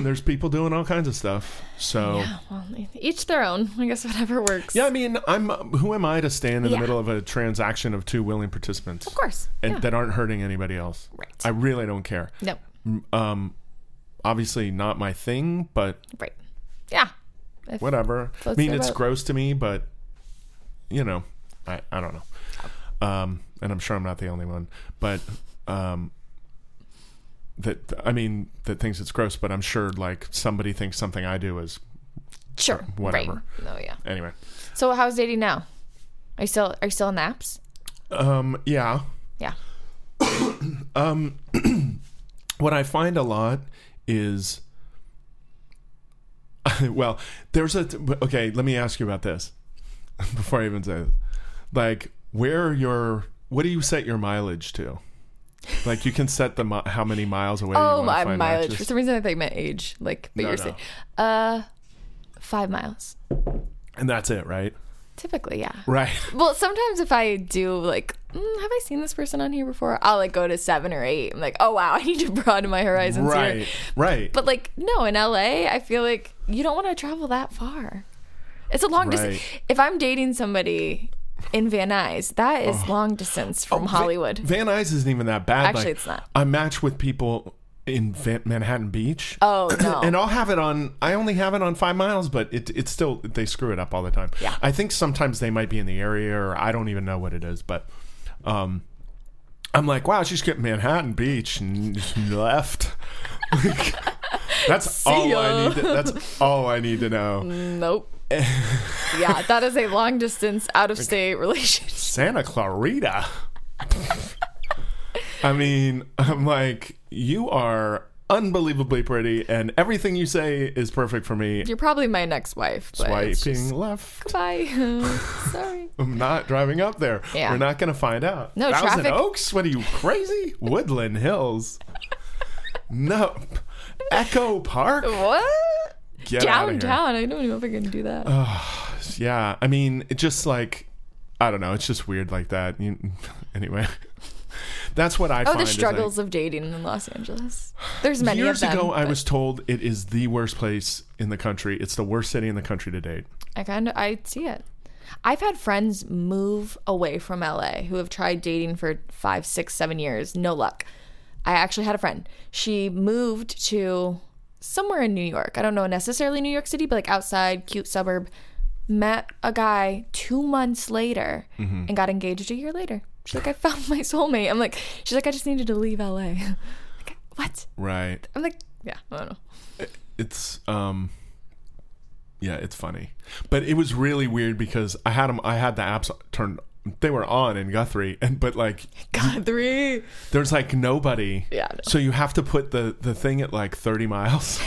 S1: there's people doing all kinds of stuff. So yeah.
S2: Yeah. Well, e-, each their own. I guess whatever works.
S1: I mean, I'm who am I to stand in
S2: Yeah.
S1: the middle of a transaction of two willing participants
S2: Of course.
S1: and
S2: yeah.
S1: that aren't hurting anybody else?
S2: right.
S1: I really don't care.
S2: no.
S1: Um, obviously not my thing, but
S2: Right. Yeah. If-
S1: whatever. I
S2: Floats
S1: mean,
S2: their
S1: it's
S2: boat.
S1: gross to me, but you know, I, I don't know. Um, and I'm sure I'm not the only one, but um, that I mean that thinks it's gross, but I'm sure like somebody thinks something I do is
S2: Sure.
S1: whatever.
S2: Right. No. Yeah.
S1: anyway.
S2: So how's dating now? Are you still are you still in the apps?
S1: Um, yeah.
S2: Yeah.
S1: What I find a lot is, well, there's a okay. Let me ask you about this before I even say this. Like, where are your what do you set your mileage to? Like, you can set the mi- how many miles away.
S2: Oh,
S1: you
S2: my
S1: want to find
S2: mileage. For
S1: matches.
S2: some reason, I thought you meant age. Like, but
S1: No,
S2: you're
S1: no.
S2: saying, uh, five miles
S1: and that's it, right?
S2: typically. Yeah.
S1: Right.
S2: Well, sometimes if I do like, mm, have I seen this person on here before? I'll like go to seven or eight. I'm like, oh wow, I need to broaden my horizons. here.
S1: Right. Right.
S2: But like, no, in LA, I feel like you don't want to travel that far. It's a long distance.
S1: Right.
S2: If I'm dating somebody in Van Nuys, that is
S1: Oh.
S2: long distance from Hollywood.
S1: Van Nuys isn't even that bad.
S2: Actually,
S1: Like,
S2: it's not.
S1: I match with people in Van- Manhattan Beach.
S2: Oh, no.
S1: and I'll have it on. I only have it on five miles, but it it's still they screw it up all the time.
S2: Yeah.
S1: I think sometimes they might be in the area, or I don't even know what it is, but. um I'm like, wow, she's getting Manhattan Beach and just left. Like, that's all I
S2: ya.
S1: need. To, that's all I need to know.
S2: Nope. yeah, that is a long distance out of state relationship.
S1: Santa Clarita. I mean, I'm like, you are unbelievably pretty, and everything you say is perfect for me.
S2: You're probably my next wife. But it's
S1: Swiping
S2: just-
S1: left.
S2: Bye. Sorry.
S1: I'm not driving up there.
S2: Yeah.
S1: We're not going to find out.
S2: No,
S1: Thousand
S2: traffic-
S1: Oaks? What are you crazy? Woodland Hills. no. Echo Park?
S2: What?
S1: Get outta here. Uh,
S2: Downtown. I don't even know if I can do that.
S1: Yeah, I mean, it just like I don't know, it's just weird like that. You, anyway, that's what I
S2: oh,
S1: find.
S2: the
S1: is, like,
S2: struggles of dating in Los Angeles. There's many
S1: Years
S2: of them.
S1: ago, I
S2: but
S1: was told it is the worst place in the country. It's the worst city in the country to date.
S2: I kind of I see it. I've had friends move away from LA who have tried dating for five, six, seven years. No luck. I actually had a friend. She moved to somewhere in New York. I don't know necessarily New York City, but like outside, cute suburb. Met a guy two months later and got engaged a year later. She's like, I found my soulmate. I'm like, she's like, I just needed to leave LA. like, what?
S1: Right.
S2: I'm like, yeah, I don't know.
S1: It's um yeah, it's funny. But it was really weird because I had them I had the apps turned they were on in Guthrie and but like
S2: God, three.
S1: there's like nobody.
S2: Yeah, I know.
S1: So you have to put the the thing at like 30 miles.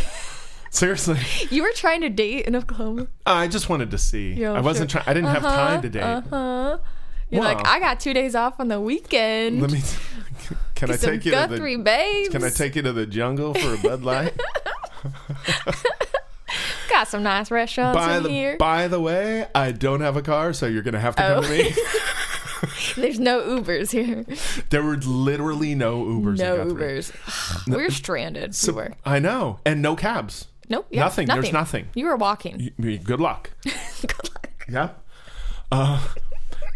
S1: Seriously.
S2: You were trying to date in Oklahoma.
S1: I just wanted to see.
S2: Yeah,
S1: I wasn't
S2: sure.
S1: trying. I didn't have time to date.
S2: Uh-huh. You're like,
S1: Wow.
S2: I got two days off on the weekend.
S1: Let me. Can I
S2: Some
S1: take you to
S2: Guthrie
S1: the?
S2: babes.
S1: Can I take you to the jungle for a Bud Light?
S2: got some nice restaurants
S1: by
S2: in
S1: the
S2: here.
S1: by the way, I don't have a car, so you're gonna have to come
S2: Oh.
S1: to me.
S2: There's no Ubers here.
S1: there were literally no Ubers.
S2: Oh. No
S1: in Guthrie.
S2: Ubers. We're stranded. we were.
S1: I know, and no cabs.
S2: Nope. yeah,
S1: nothing. There's nothing.
S2: You were walking.
S1: Y- y- Good luck.
S2: Good luck.
S1: yeah. Uh,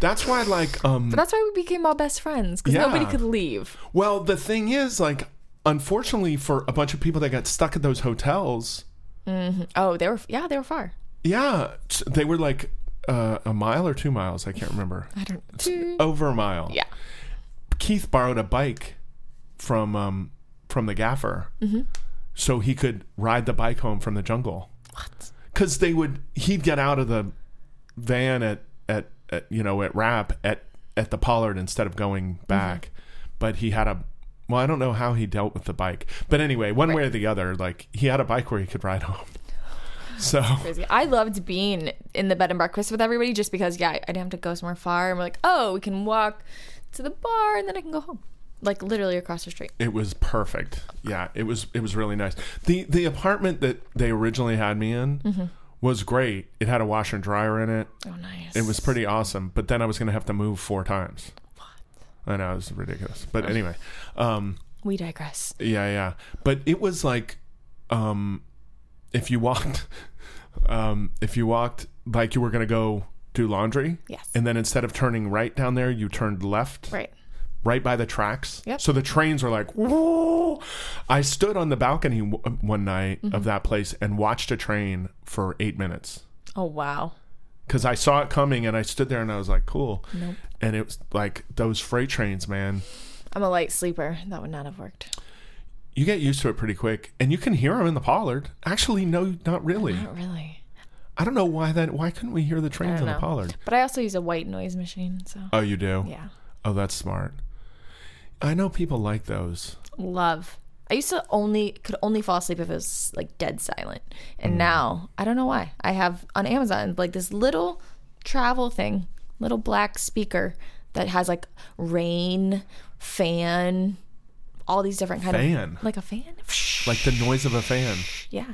S1: that's why, like, um,
S2: That's why we became all best friends because
S1: Yeah.
S2: nobody could leave.
S1: well, the thing is, like, unfortunately, for a bunch of people that got stuck at those hotels,
S2: Oh, they were. Yeah, they were far.
S1: yeah, t- they were like uh, a mile or two miles. I can't remember.
S2: I don't. Two.
S1: over a mile.
S2: Yeah.
S1: Keith borrowed a bike from um, from the gaffer,
S2: Mm-hmm.
S1: so he could ride the bike home from the jungle.
S2: What?
S1: Because they would, he'd get out of the van at, at at you know at Rap at at the Pollard instead of going
S2: Mm-hmm.
S1: back, but he had a. Well, I don't know how he dealt with the bike, but anyway, one way or the other, like he had a bike where he could ride home. So
S2: crazy. I loved being in the bed and breakfast with everybody just because, yeah, I didn't have to go somewhere far. And we're like, oh, we can walk to the bar and then I can go home. Like literally across the street.
S1: It was perfect. Yeah, it was it was really nice. The the apartment that they originally had me in
S2: Mm-hmm.
S1: was great. It had a washer and dryer in it.
S2: Oh, nice.
S1: It was pretty awesome. But then I was going to have to move four times. I know it was ridiculous.
S2: Oh.
S1: But anyway, um,
S2: we digress.
S1: yeah, yeah. But it was like, um, if you walked, um, if you walked like you were going to go do laundry,
S2: Yes.
S1: and then instead of turning right down there, you turned left,
S2: Right.
S1: right by the tracks.
S2: Yep.
S1: So the trains were like, Whoa! I stood on the balcony w- one night
S2: Mm-hmm.
S1: of that place and watched a train for eight minutes
S2: Oh, wow.
S1: because I saw it coming and I stood there and I was like, cool. And it was like those freight trains, man.
S2: I'm a light sleeper. That would not have worked.
S1: You get used to it pretty quick, and you can hear them in the Pollard. Actually, no, not really.
S2: Not really.
S1: I don't know why that. Why couldn't we hear the trains in
S2: don't
S1: the
S2: know.
S1: Pollard?
S2: But I also use a white noise machine. So,
S1: Oh, you do.
S2: yeah.
S1: Oh, that's smart. I know people like those.
S2: Love. I used to only could only fall asleep if it was like dead silent.
S1: Mm.
S2: And now, I don't know why. I have on Amazon like this little travel thing, little black speaker that has like rain, fan, all these different kind
S1: Fan,
S2: of like a fan.
S1: like the noise of a fan.
S2: Yeah.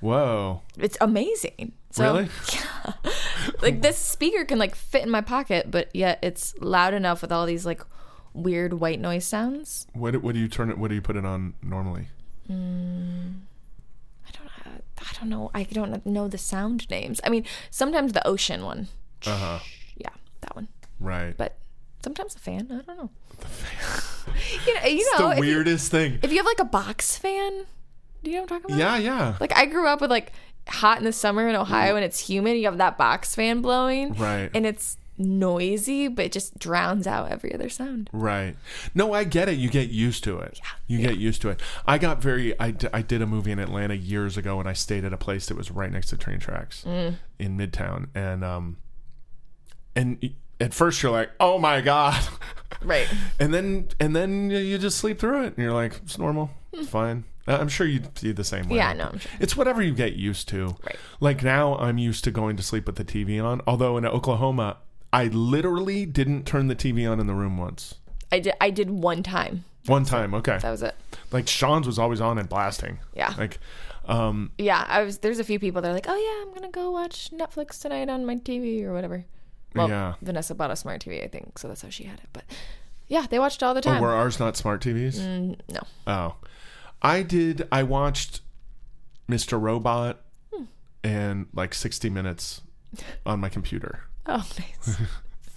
S1: Whoa.
S2: It's amazing. So,
S1: Really?
S2: Yeah. like this speaker can like fit in my pocket, but yet it's loud enough with all these like weird white noise sounds.
S1: What what do you turn it? What do you put it on normally?
S2: I don't know. I don't know. I don't know the sound names. I mean, sometimes the ocean one.
S1: Uh huh.
S2: Yeah, that one.
S1: Right.
S2: But sometimes a fan. I don't know. you know, you know
S1: the
S2: oh, if, you,
S1: weirdest thing.
S2: if you have like a box fan, do you know what I'm talking about?
S1: Yeah, yeah.
S2: Like I grew up with like hot in the summer in Ohio and it's humid. You have that box fan blowing.
S1: Mm. Right.
S2: And it's noisy, but it just drowns out every other sound.
S1: Right. No, I get it. You get used to it. You get used to it. I got very. I, d- I did a movie in Atlanta years ago, and I stayed at a place that was right next to train tracks
S2: Mm.
S1: in Midtown, and um, and y- at first you're like, oh my god,
S2: Right.
S1: and then and then y- you just sleep through it, and you're like, it's normal, it's fine. I- I'm sure you'd be the same way.
S2: Hmm. Yeah, no, I'm sure.
S1: It's whatever you get used to.
S2: Right.
S1: Like now, I'm used to going to sleep with the TV on. Although in Oklahoma, I literally didn't turn the TV on in the room once.
S2: I did I did one time.
S1: One time, okay.
S2: That was it.
S1: Like Sean's was always on and blasting.
S2: Yeah.
S1: Like, um,
S2: Yeah, I was. There's a few people that are like, "Oh yeah, I'm gonna go watch Netflix tonight on my TV or whatever." Well,
S1: Yeah.
S2: Vanessa bought a smart TV, I think, so that's how she had it. But yeah, they watched all the
S1: oh,
S2: time.
S1: were ours not smart TVs?
S2: no,
S1: Oh, I did. I watched Mr. Robot
S2: Hmm.
S1: and like 60 minutes on my computer.
S2: oh nice.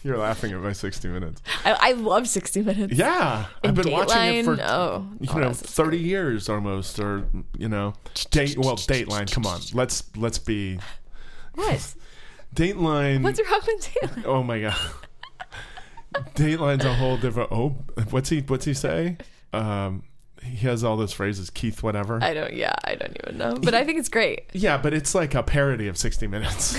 S1: You're laughing at my 60 minutes.
S2: I, I love 60 Minutes.
S1: Yeah, I've been watching it for
S2: Dateline, oh,
S1: you
S2: oh,
S1: know
S2: that's-
S1: 30 years almost, or you know, date. Well, Dateline. Come on, let's let's be
S2: What?
S1: Dateline.
S2: What's wrong with Dateline?
S1: oh my god, Dateline's a whole different. Oh, what's he? What's he say? Um, he has all those phrases. Keith, whatever.
S2: I don't. Yeah, I don't even know. But I think it's great.
S1: Yeah, but it's like a parody of 60 Minutes.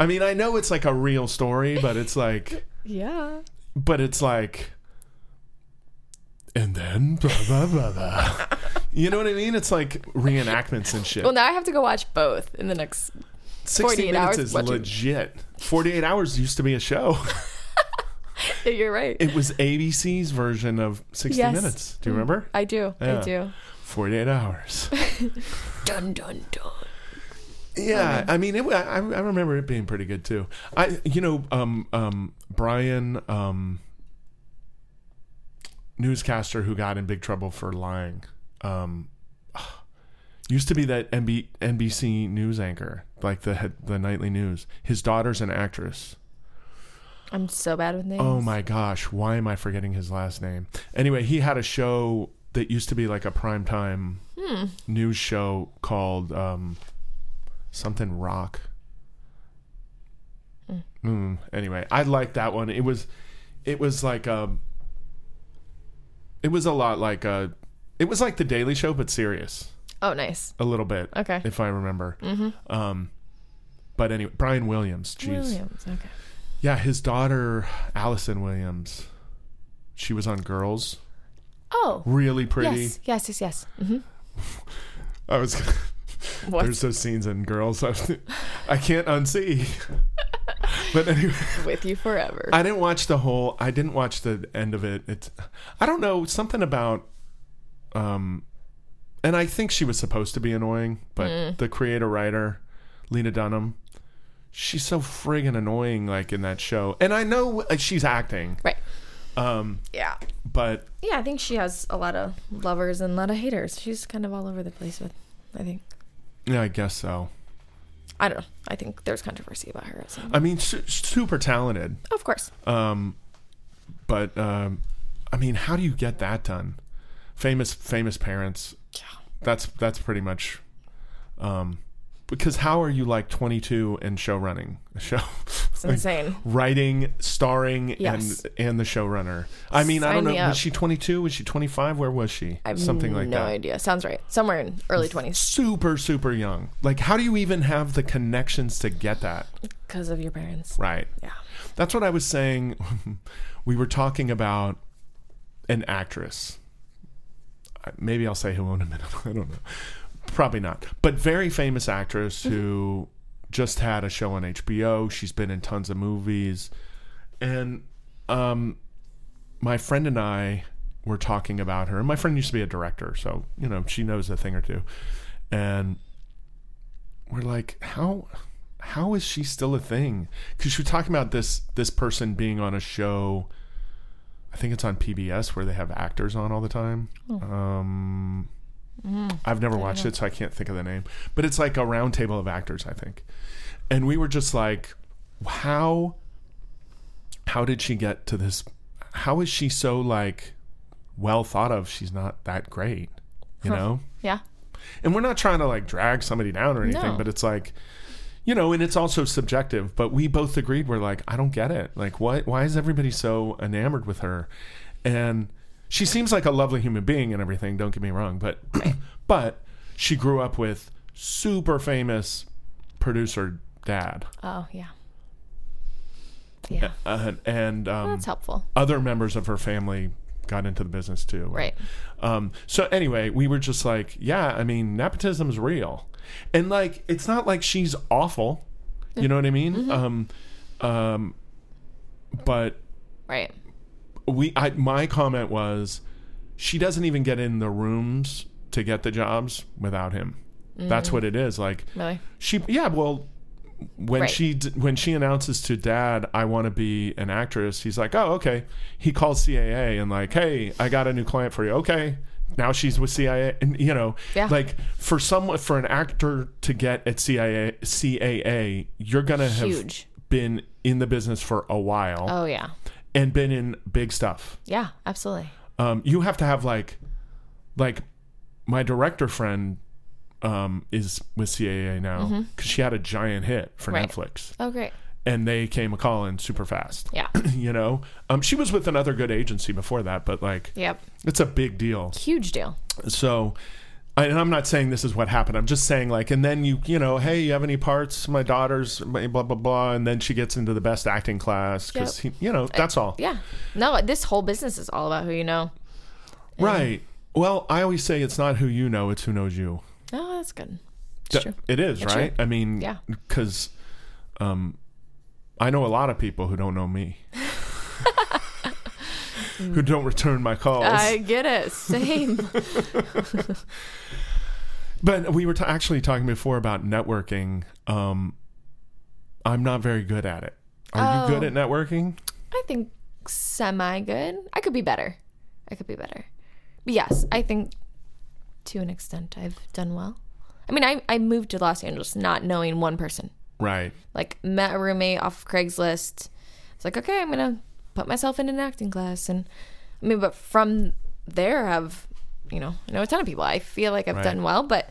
S1: I mean, I know it's like a real story, but it's like,
S2: Yeah.
S1: but it's like, and then blah blah blah blah. You know what I mean? It's like reenactments and shit.
S2: Well, now I have to go watch both in the next.
S1: 60
S2: 48
S1: Minutes
S2: hours
S1: is
S2: watching-
S1: legit. 48 Hours used to be a show.
S2: Yeah, You're right.
S1: It was ABC's version of 60
S2: Yes. Mm.
S1: Minutes. Do you remember?
S2: I do.
S1: Yeah.
S2: I do.
S1: 48 Hours.
S2: Dun dun dun.
S1: Yeah, I mean, it, wa- I, I remember it being pretty good too. I, you know, um, um, Brian, um, newscaster who got in big trouble for lying, um, used to be that MB, NBC news anchor, like the head- the nightly news. His daughter's an actress.
S2: I'm so bad with names.
S1: Oh my gosh, why am I forgetting his last name? Anyway, he had a show that used to be like a primetime news show called um, something rock. Mm, anyway, I liked that one. It was, it was like a, it was a lot like a, it was like the Daily Show but serious
S2: Oh, nice.
S1: a little bit.
S2: Okay.
S1: if I remember. Um, but anyway, Brian Williams. Jeez.
S2: Williams. Okay.
S1: Yeah, his daughter Allison Williams. She was on Girls.
S2: Oh.
S1: Really pretty.
S2: Yes. Yes. Yes. Mm-hmm. Yes.
S1: I was.
S2: What?
S1: There's those scenes in Girls I, I can't unsee. but anyway,
S2: with you forever.
S1: I didn't watch the whole. I didn't watch the end of it. It's. I don't know something about. Um, and I think she was supposed to be annoying, but
S2: Mm.
S1: the creator writer, Lena Dunham, she's so friggin' annoying. Like in that show, and I know uh, she's acting,
S2: right.
S1: um,
S2: Yeah.
S1: but
S2: Yeah, I think she has a lot of lovers and a lot of haters. She's kind of all over the place with, I think.
S1: Yeah, I guess so.
S2: I don't know. I think there's controversy about her. So.
S1: I mean, su- super talented,
S2: Of course.
S1: um, but um, I mean, how do you get that done? Famous, famous parents. That's that's pretty much. Um, because how are you like 22 and show running a show?
S2: It's insane.
S1: Writing, starring,
S2: Yes.
S1: and and the showrunner. I mean, I
S2: Sign
S1: don't know.
S2: me
S1: Was
S2: up.
S1: she 22? Was she 25? Where was she?
S2: I have
S1: Something like
S2: no
S1: that.
S2: idea. Sounds right. Somewhere in early 20s
S1: Super, super young. Like, how do you even have the connections to get that?
S2: because of your parents.
S1: Right.
S2: Yeah.
S1: That's what I was saying. we were talking about an actress. I- Maybe I'll say who in a minute. I don't know. Probably not. But very famous actress who just had a show on HBO. She's been in tons of movies. And um, my friend and I were talking about her. And my friend used to be a director, so, you know, she knows a thing or two. And we're like, how how is she still a thing? Because she was talking about this this person being on a show. I think it's on PBS where they have actors on all the time. Um, I've never watched it, so I can't think of the name. But it's like a round table of actors, I think. And we were just like, how how did she get to this? How is she so like well thought of? She's not that great, you know
S2: Yeah.
S1: and we're not trying to like drag somebody down or anything
S2: No.
S1: but it's like you know and it's also subjective but we both agreed we're like i don't get it like what why is everybody so enamored with her and she seems like a lovely human being and everything don't get me wrong but but she grew up with super famous producer dad
S2: Oh, yeah. Yeah.
S1: uh, and um,
S2: That's helpful.
S1: other members of her family got into the business too
S2: Right.
S1: um, so anyway, we were just like, yeah, I mean, nepotism's real, and like, it's not like she's awful, you know what I mean? Um, um, but
S2: Right.
S1: we I, my comment was she doesn't even get in the rooms to get the jobs without him. That's what it is. Like
S2: Really?
S1: she yeah, well when
S2: Right.
S1: she d- when she announces to dad I want to be an actress, he's like, "Oh, okay." He calls CAA and like, "Hey, I got a new client for you." Okay. Now she's with CIA and you know,
S2: Yeah.
S1: like for someone for an actor to get at CIA CAA, you're going to have
S2: Huge.
S1: been in the business for a while
S2: Oh yeah.
S1: and been in big stuff
S2: Yeah, absolutely.
S1: um, you have to have like like my director friend um, is with CAA now because she had a giant hit for
S2: Right.
S1: Netflix
S2: Oh great.
S1: and they came a calling super fast.
S2: Yeah.
S1: you know, um, she was with another good agency before that, but like
S2: Yep.
S1: it's a big deal.
S2: Huge deal.
S1: So. I- And I'm not saying this is what happened. I'm just saying, like, and then you, you know, hey, you have any parts? My daughter's my blah blah blah, and then she gets into the best acting class because you know that's all.
S2: Yeah. No, this whole business is all about who you know.
S1: Right. Well, I always say it's not who you know, it's who knows you.
S2: Oh, that's good. It's
S1: Th-
S2: true.
S1: It is,
S2: It's
S1: right?
S2: true.
S1: I mean,
S2: Yeah.
S1: because um, I know a lot of people who don't know me, who don't return my calls.
S2: I get it. Same.
S1: but we were t- actually talking before about networking. Um, I'm not very good at it. Are you
S2: Oh.
S1: good at networking?
S2: I think semi good. I could be better. I could be better. But yes, I think to an extent I've done well. I mean, I, I moved to Los Angeles not knowing one person.
S1: Right.
S2: Like, met a roommate off of Craigslist. It's like, okay, I'm going to put myself in an acting class. And I mean, but from there, I've, you know, I know a ton of people. I feel like I've
S1: Right.
S2: done well, but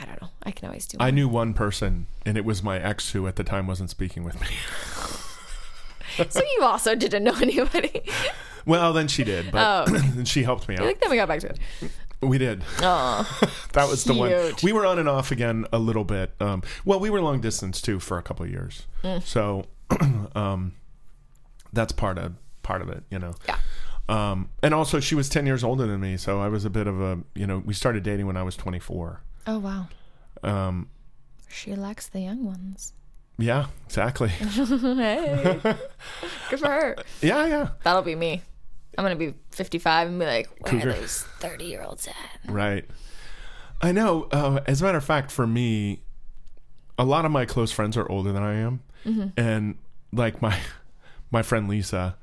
S2: I don't know. I can always do
S1: I knew one person, and it was my ex who at the time wasn't speaking with me.
S2: more. so you also didn't know anybody.
S1: well, then she did, but and she helped me out.
S2: Oh. like, then we got back to it.
S1: we did.
S2: Oh,
S1: That was the one.
S2: Cute.
S1: We were on and off again a little bit. Um, well, we were long distance too for a couple of years,
S2: Mm.
S1: so um, that's part of part of it, you know.
S2: Yeah.
S1: Um, and also, she was ten years older than me, so I was a bit of a you know. We started dating when I was twenty four.
S2: oh wow.
S1: Um,
S2: She likes the young ones.
S1: yeah, exactly.
S2: Mm. hey. Good for her.
S1: yeah, yeah,
S2: That'll be me. I'm gonna be 55 and be like, where
S1: Cougar.
S2: are those 30 year olds at?
S1: right. I know. Uh, as a matter of fact, for me, a lot of my close friends are older than I am,
S2: Mm-hmm.
S1: and like my my friend Lisa,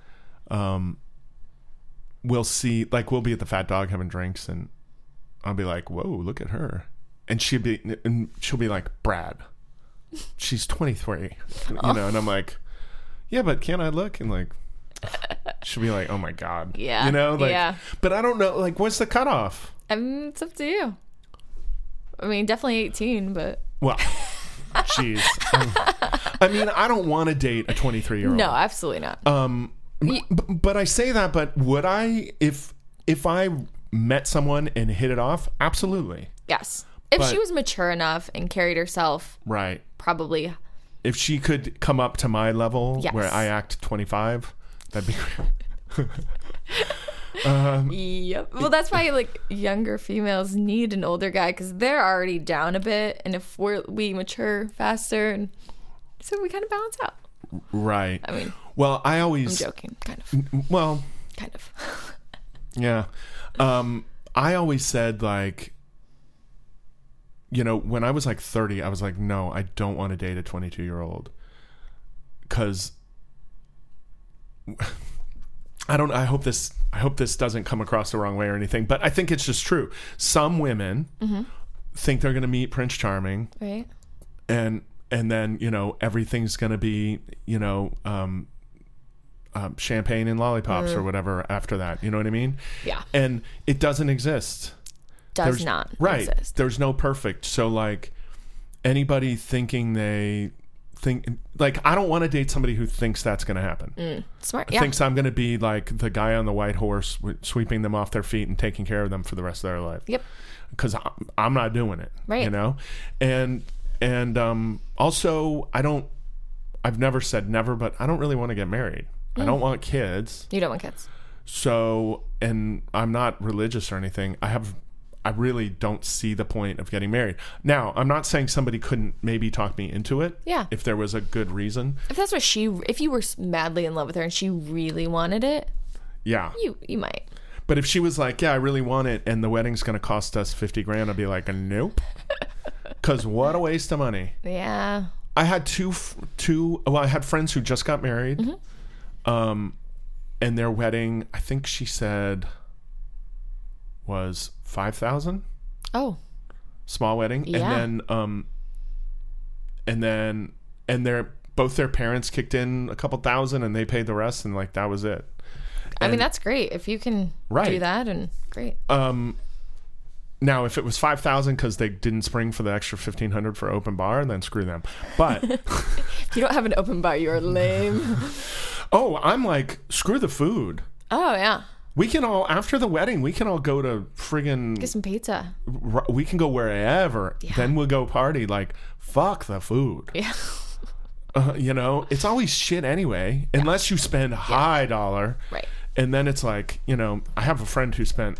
S1: um, we'll see like we'll be at the Fat Dog having drinks, and I'll be like, "Whoa, look at her," and she'll be and she'll be like, "Brad, she's 23,"
S2: Oh.
S1: you know, and I'm like, "Yeah, but can I look?" And like, she'll be like, "Oh my god,"
S2: Yeah,
S1: you know, like,
S2: yeah.
S1: but I don't know, like, what's the cutoff?
S2: Um, it's up to you. I mean, definitely 18, but
S1: Well, jeez. I mean, I don't want to date a 23 year old.
S2: no, absolutely not.
S1: Um, b- but I say that, but would I if if I met someone and hit it off? Absolutely.
S2: yes. If she
S1: but-
S2: was mature enough and carried herself,
S1: Right.
S2: probably.
S1: If she could come up to my level
S2: Yes.
S1: where I act 25, that'd be great.
S2: Yep. Well, that's why like younger females need an older guy because they're already down a bit, and if we're we mature faster, and so we kind of balance out.
S1: right.
S2: I mean,
S1: well, I
S2: I'm
S1: always
S2: joking, kind of,
S1: well,
S2: kind of.
S1: yeah. Um, I always said like you know, when I was like 30, I was like, no, I don't want to date a 22 year old. Cause I don't, I hope this, I hope this doesn't come across the wrong way or anything, but I think it's just true. Some women think they're going to meet Prince Charming
S2: Right?
S1: and, and then, you know, everything's going to be, you know, um, um, champagne and lollipops or whatever after that. You know what I mean?
S2: Yeah.
S1: And it doesn't exist
S2: Does
S1: there's-
S2: not
S1: right
S2: exist.
S1: there's no perfect so like anybody thinking they think like i don't want to date somebody who thinks that's going to happen
S2: Smart. Mm. Yeah.
S1: thinks i'm going to be like the guy on the white horse w- sweeping them off their feet and taking care of them for the rest of their life
S2: Yep.
S1: because I'm, I'm not doing it you
S2: Right.
S1: know and and um also i don't i've never said never but i don't really want to get married
S2: Mm.
S1: i don't want kids
S2: You don't want kids.
S1: so, and I'm not religious or anything. I have, I really don't see the point of getting married. Now, I'm not saying somebody couldn't maybe talk me into it.
S2: Yeah.
S1: If there was a good reason.
S2: If that's what she, if you were madly in love with her and she really wanted it,
S1: Yeah.
S2: You you might.
S1: But if she was like, "Yeah, I really want it," and the wedding's gonna cost us fifty grand, I'd be like, "Nope," because what a waste of money.
S2: Yeah.
S1: I had two f- two. Well, I had friends who just got married, um, and their wedding. I think she said was five thousand
S2: Oh.
S1: small wedding,
S2: Yeah.
S1: and then um, and then and their both their parents kicked in a couple thousand, and they paid the rest, and like that was it.
S2: I mean
S1: And-
S2: that's great if you can do
S1: Right.
S2: that and great.
S1: Um, now, if it was five thousand because they didn't spring for the extra fifteen hundred for open bar, then screw them. But
S2: If you don't have an open bar, you're lame.
S1: oh, I'm like screw the food.
S2: oh yeah.
S1: We can all after the wedding, we can all go to
S2: Get
S1: friggin'
S2: some pizza.
S1: r- we can go wherever. Then we'll go party. Like fuck the food.
S2: Yeah.
S1: Uh, you know, it's always shit anyway, unless you spend high dollar.
S2: Right.
S1: And then it's like, you know, I have a friend who spent,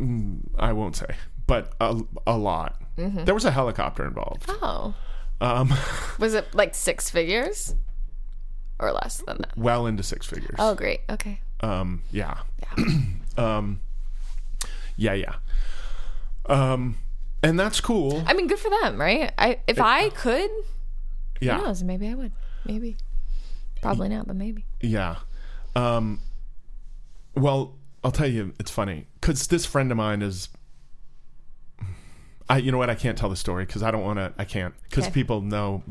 S1: Mm, I won't say, but a, a lot.
S2: Mm-hmm.
S1: There was a helicopter involved.
S2: Oh.
S1: Um,
S2: Was it like six figures? Or less than that?
S1: well into six figures.
S2: Oh great. Okay.
S1: Um, yeah.
S2: Yeah.
S1: Um, yeah, yeah. Um, and that's cool.
S2: I mean good for them, right? I if I could
S1: yeah.
S2: Who knows? Maybe I would. Maybe. Probably not, but maybe.
S1: Yeah. Um, well, I'll tell you, it's funny because this friend of mine is. I, you know what? I can't tell the story because I don't want to. I can't because
S2: Okay.
S1: people know.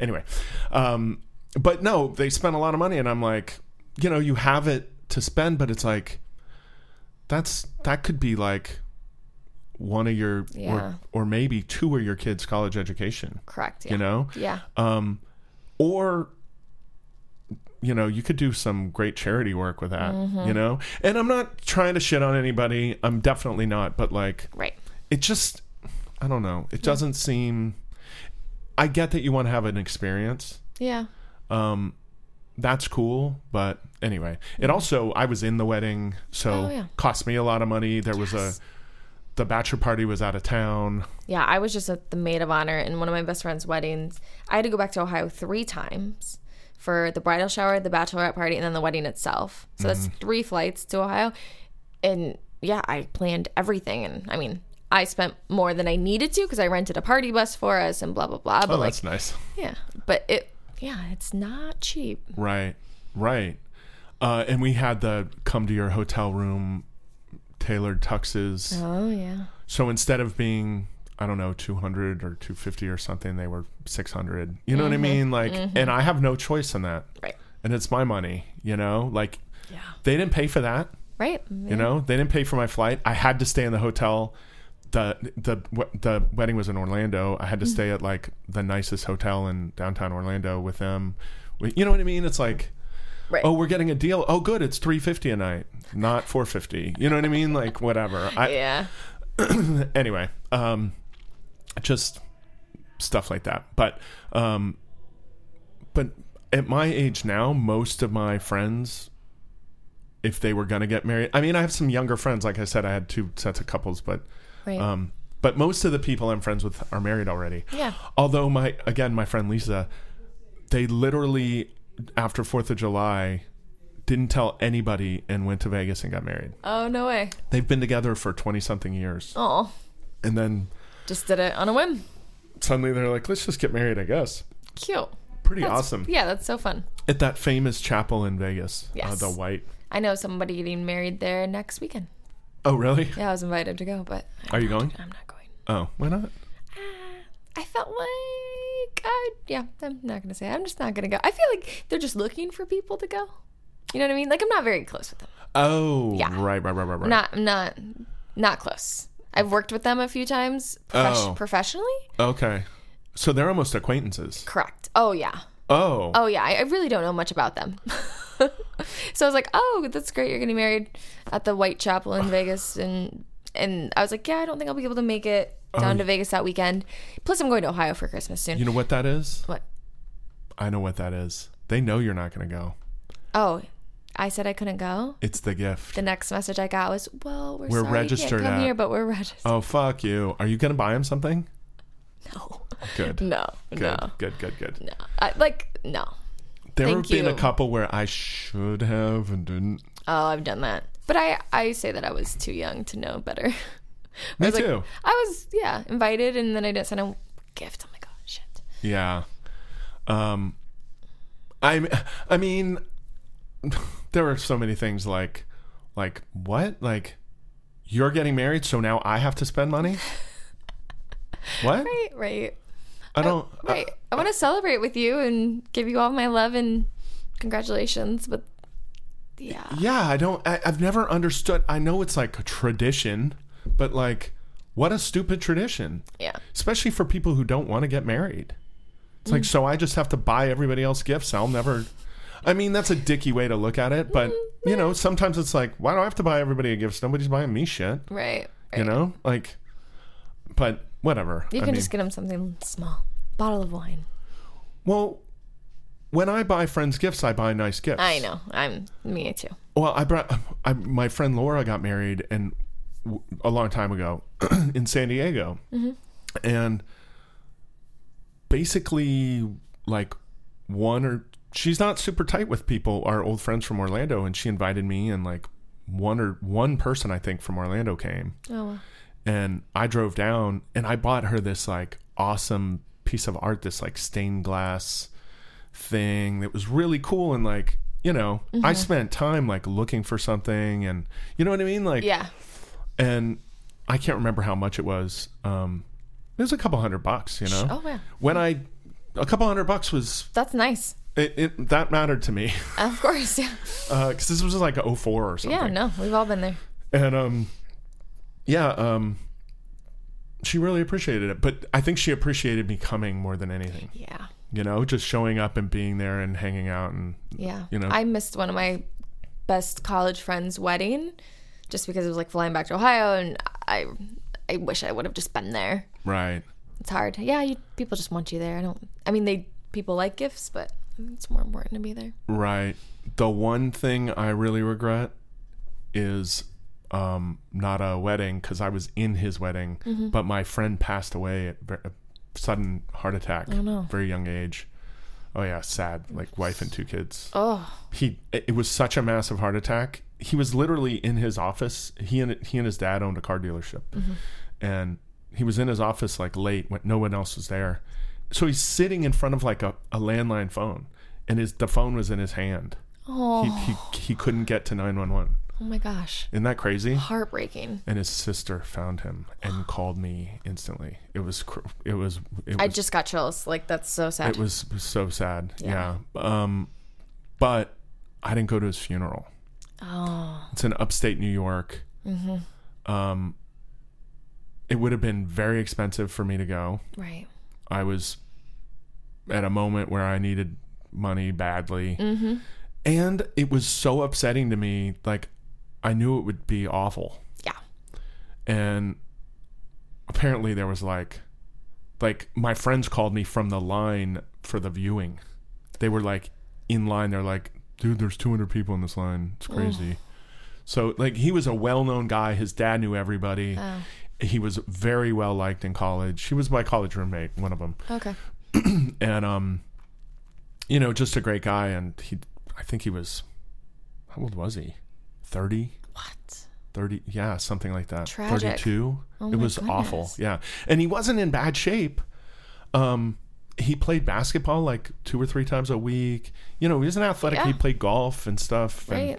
S1: Anyway, um, but no, they spent a lot of money, and I'm like, you know, you have it to spend, but it's like, that's that could be like one of your
S2: Yeah.
S1: or, or maybe two of your kids' college education.
S2: Correct. Yeah.
S1: You know,
S2: Yeah.
S1: um, or you know you could do some great charity work with that
S2: Mm-hmm.
S1: you know and i'm not trying to shit on anybody i'm definitely not but like
S2: Right.
S1: it just i don't know it doesn't seem i get that you want to have an experience
S2: Yeah.
S1: um that's cool but anyway it also i was in the wedding so
S2: Mm-hmm. Oh, yeah.
S1: cost me a lot of money there was a the bachelor party was out of town
S2: Yeah, I was just at the maid of honor in one of my best friend's weddings. I had to go back to Ohio three times for the bridal shower, the bachelorette party, and then the wedding itself. So that's
S1: Mm-hmm.
S2: three flights to Ohio. And yeah, I planned everything. And I mean, I spent more than I needed to because I rented a party bus for us and blah, blah, blah. But
S1: oh
S2: like,
S1: that's nice
S2: yeah, but it, yeah, it's not cheap.
S1: Right, right. Uh, and we had the come to your hotel room tailored tuxes.
S2: Oh, yeah.
S1: So instead of being, I don't know, 200 or 250 or something, they were 600. You know what I mean? Like, and I have no choice in that.
S2: Right.
S1: And it's my money, you know? Like,
S2: Yeah.
S1: they didn't pay for that.
S2: Right?
S1: You know, they didn't pay for my flight. I had to stay in the hotel. the the The wedding was in Orlando. I had to stay at like the nicest hotel in downtown Orlando with them. We- You know what I mean? It's like,
S2: Right.
S1: oh, we're getting a deal. Oh, good, it's three fifty a night, not four fifty. You know what I mean? Like whatever. I,
S2: Yeah.
S1: Anyway, um, just stuff like that. But um, but at my age now, most of my friends, if they were gonna get married, I mean, I have some younger friends. Like I said, I had two sets of couples, but
S2: Right.
S1: um, but most of the people I'm friends with are married already.
S2: Yeah.
S1: Although my again my friend Lisa, they literally after Fourth of July didn't tell anybody and went to Vegas and got married.
S2: oh, no way.
S1: They've been together for twenty something years,
S2: Oh,
S1: and then
S2: just did it on a whim.
S1: suddenly they're like, "Let's just get married." I guess
S2: Cute.
S1: pretty
S2: That's-
S1: awesome
S2: Yeah, that's so fun.
S1: at that famous chapel in Vegas,
S2: Yes.
S1: uh, the White.
S2: I know somebody getting married there next weekend.
S1: Oh, really?
S2: Yeah, I was invited to go, but
S1: Are you going?
S2: I'm not going. Ah,
S1: Oh, why not?
S2: I felt like I yeah, I'm not gonna say it. I'm just not gonna go. I feel like they're just looking for people to go. You know what I mean? Like I'm not very close with them.
S1: Oh,
S2: Yeah.
S1: right, right, right, right, right.
S2: Not I'm not not close. I've worked with them a few times profes-
S1: Oh.
S2: professionally.
S1: okay, so they're almost acquaintances.
S2: Correct. Oh yeah.
S1: Oh,
S2: Oh yeah. I, I really don't know much about them. so I was like, oh, that's great. You're getting married at the White Chapel in Vegas, and and I was like, yeah, I don't think I'll be able to make it down to Vegas that weekend. Plus, I'm going to Ohio for Christmas soon.
S1: Oh, you know what that is?
S2: what?
S1: I know what that is. They know you're not going to go.
S2: Oh, I said I couldn't go.
S1: It's the gift.
S2: The next message I got was, "Well, we're,
S1: We're
S2: sorry
S1: registered
S2: you can't come
S1: at-
S2: here, but we're registered."
S1: Oh fuck you! Are you going to buy him something?
S2: No,
S1: Good.
S2: no,
S1: Good.
S2: no,
S1: Good. Good. Good.
S2: no. I, like no.
S1: There
S2: Thank
S1: have been a
S2: you.
S1: couple where I should have and didn't.
S2: Oh, I've done that. But I, I say that I was too young to know better. I
S1: Me
S2: was like-
S1: too.
S2: I was, yeah, invited and then I didn't send a gift. Oh my god, shit.
S1: Yeah. Um I I mean there were so many things like like what? Like you're getting married so now I have to spend money? What?
S2: Right, right,
S1: I don't
S2: right. I
S1: uh,
S2: want to celebrate with you and give you all my love and congratulations, but yeah.
S1: Yeah, I don't I, I've never understood. I know it's like a tradition, but like what a stupid tradition.
S2: Yeah.
S1: especially for people who don't want to get married. It's like, so I just have to buy everybody else gifts. I'll never. I mean, that's a dicky way to look at it, but
S2: Mm-hmm.
S1: you know, sometimes it's like, why do I have to buy everybody a gift? Nobody's buying me shit,
S2: Right. right.
S1: you know? Like, but whatever.
S2: You
S1: I
S2: can
S1: mean,
S2: just get them something small. Bottle of wine.
S1: well, when I buy friends gifts, I buy nice gifts.
S2: I know. I'm me too.
S1: Well, I brought I, my friend Laura got married and w- a long time ago in San Diego, and basically like one or she's not super tight with people. Our old friends from Orlando, and she invited me, and like one or one person I think from Orlando came,
S2: Oh, well.
S1: and I drove down and I bought her this like awesome piece of art, this like stained glass thing that was really cool and like you know
S2: Mm-hmm.
S1: I spent time like looking for something and you know what I mean like
S2: yeah.
S1: and I can't remember how much it was um it was a couple hundred bucks you know
S2: Oh, wow.
S1: when I a couple hundred bucks was
S2: That's nice.
S1: it, it that mattered to me
S2: Of course. Yeah.
S1: because this was like 04 or something
S2: Yeah. No, we've all been there.
S1: and um yeah um she really appreciated it but i think she appreciated me coming more than anything
S2: Yeah.
S1: you know just showing up and being there and hanging out and
S2: Yeah.
S1: You know?
S2: I missed one of my best college friends' wedding just because it was like flying back to Ohio and I I wish I would have just been there.
S1: right
S2: It's hard. Yeah, you, people just want you there. I don't I mean they people like gifts, but it's more important to be there.
S1: right the one thing i really regret is um not a wedding because i was in his wedding but my friend passed away at ver- a sudden heart attack
S2: no.
S1: very young age oh yeah sad like wife and two kids
S2: Oh,
S1: he it was such a massive heart attack. He was literally in his office. He and he and his dad owned a car dealership,
S2: Mm-hmm.
S1: and he was in his office like late when no one else was there. So he's sitting in front of like a, a landline phone, and his the phone was in his hand.
S2: oh,
S1: He, he he couldn't get to nine one one.
S2: oh my gosh.
S1: Isn't that crazy?
S2: Heartbreaking.
S1: And his sister found him and called me instantly. It was cr- it was it was
S2: I just got chills. Like that's so sad.
S1: it was so sad.
S2: Yeah.
S1: yeah. Um, but I didn't go to his funeral.
S2: oh.
S1: It's in upstate New York. Um, it would have been very expensive for me to go.
S2: Right.
S1: I was at a moment where I needed money badly. And it was so upsetting to me. Like, I knew it would be awful.
S2: Yeah.
S1: And apparently, there was like, like my friends called me from the line for the viewing. They were like in line. They're like, dude, there's 200 people in this line. It's crazy. So, like, he was a well known guy. His dad knew everybody.
S2: Oh.
S1: He was very well liked in college. He was my college roommate, one of them
S2: Okay.
S1: and um you know just a great guy and he i think he was how old was he 30
S2: What?
S1: 30 yeah something like that
S2: Tragic.
S1: 32
S2: Oh
S1: it
S2: my
S1: was awful
S2: goodness.
S1: yeah and he wasn't in bad shape um he played basketball like two or three times a week you know he was an athletic he
S2: Yeah.
S1: played golf and stuff
S2: Right.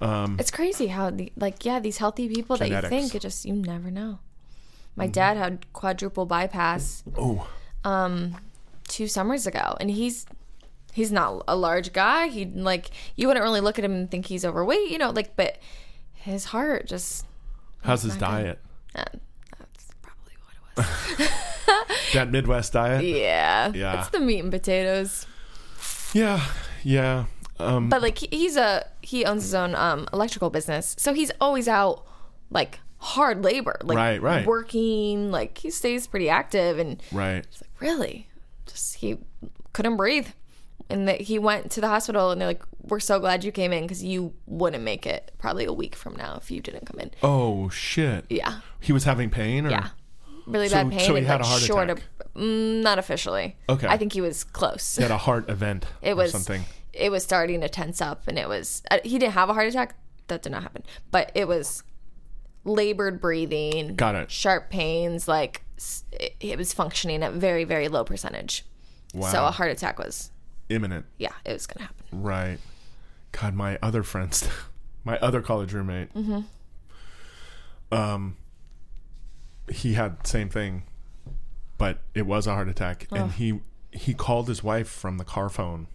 S1: and um
S2: It's crazy how the like yeah these healthy people
S1: Genetics. Mm-hmm.
S2: that you think it just you never know. My dad had quadruple bypass
S1: oh
S2: um two summers ago and he's he's not a large guy. He like you wouldn't really look at him and think he's overweight, you know, like but his heart just
S1: how's his diet
S2: uh, that's probably what it was.
S1: that midwest diet
S2: yeah.
S1: Yeah.
S2: It's the meat and potatoes.
S1: yeah yeah um
S2: But like he- he's a he owns his own um electrical business, so he's always out like hard labor, like
S1: Right, right.
S2: working. Like he stays pretty active, and
S1: right
S2: it's like really, just he couldn't breathe, and that he went to the hospital, and they're like, "We're so glad you came in because you wouldn't make it probably a week from now if you didn't come in."
S1: oh shit
S2: Yeah,
S1: he was having pain or
S2: yeah, really
S1: So-
S2: bad pain.
S1: so he
S2: and,
S1: had
S2: like,
S1: a heart
S2: short
S1: attack.
S2: Of, mm, not officially.
S1: Okay.
S2: I think he was close.
S1: at a heart event
S2: It
S1: or
S2: was
S1: something
S2: it was starting to tense up and it was uh, he didn't have a heart attack that did not happen but it was labored breathing
S1: Got it.
S2: sharp pains like s- it, it was functioning at very very low percentage
S1: Wow.
S2: so a heart attack was
S1: Imminent.
S2: yeah it was gonna happen
S1: Right. God, my other friends, my other college roommate, um, he had same thing, but it was a heart attack, and he he called his wife from the car phone.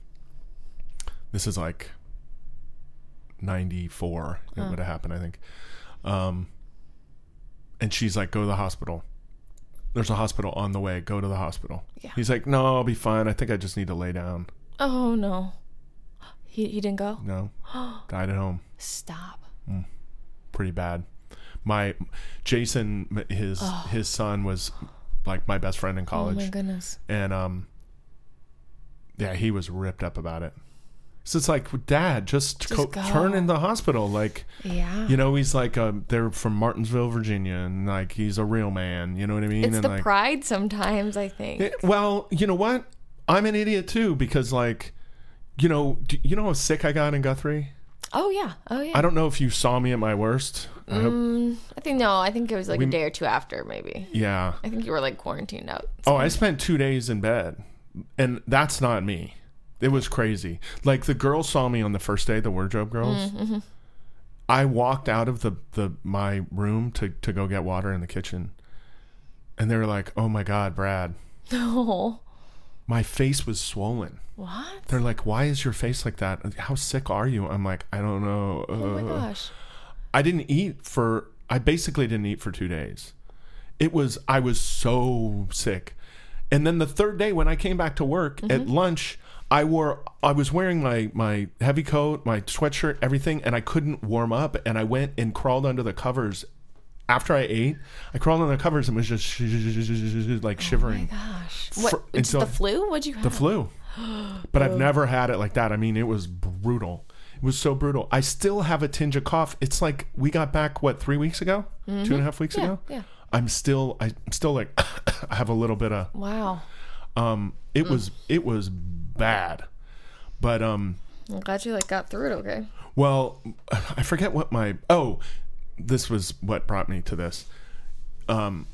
S1: This is like ninety four. It would have happened, I think. Um, and she's like, "Go to the hospital." There's a hospital on the way. Go to the hospital.
S2: Yeah.
S1: He's like, "No, I'll be fine. I think I just need to lay down."
S2: oh no he, he didn't go
S1: No, died at home.
S2: stop
S1: pretty bad. My Jason, his his son was like my best friend in
S2: oh my
S1: college,
S2: goodness
S1: and um, yeah, he was ripped up about it. So it's like, Dad, just, co-
S2: go.
S1: turn in the hospital. Like,
S2: yeah
S1: you know, he's like, um, they're from Martinsville, Virginia, and like he's a real man. You know what I mean?
S2: it's
S1: and
S2: the
S1: like,
S2: pride sometimes i think
S1: Eh, well, you know what? I'm an idiot too because like, you know, do, you know how sick I got in Guthrie.
S2: oh yeah oh yeah
S1: I don't know if you saw me at my worst. I hope,
S2: Mm. I think no. I think it was like a day or two after, maybe.
S1: yeah.
S2: I think you were like quarantined out.
S1: Oh, I spent two days in bed, and that's not me. It was crazy. Like the girls saw me on the first day, the wardrobe girls.
S2: Mm, mm-hmm.
S1: I walked out of the, the my room to, to go get water in the kitchen, and they were like, "Oh my god, Brad,
S2: No,
S1: my face was swollen."
S2: what?
S1: They're like, "Why is your face like that? How sick are you?" I'm like, "I don't know."
S2: Oh my
S1: Uh,
S2: gosh.
S1: I didn't eat for I basically didn't eat for 2 days. It was I was so sick. And then the third day when I came back to work at lunch, I wore I was wearing my my heavy coat, my sweatshirt, everything and I couldn't warm up and I went and crawled under the covers after I ate. I crawled under the covers and was just sh- sh- sh- sh- like shivering.
S2: Gosh.
S1: Fr-
S2: What?
S1: and
S2: it's
S1: so-
S2: the flu? What'd you have?
S1: the flu. But
S2: Oh.
S1: I've never had it like that. I mean, it was brutal. It was so brutal. I still have a tinge of cough. It's like we got back what three weeks ago, Two and a half weeks
S2: Mm-hmm. Yeah,
S1: ago.
S2: yeah.
S1: I'm still, I'm still like, I have a little bit of.
S2: Wow.
S1: Um,
S2: Mm.
S1: it was, it was bad, but um,
S2: I'm glad you like got through it. Okay.
S1: well, I forget what my oh, this was what brought me to this. Um,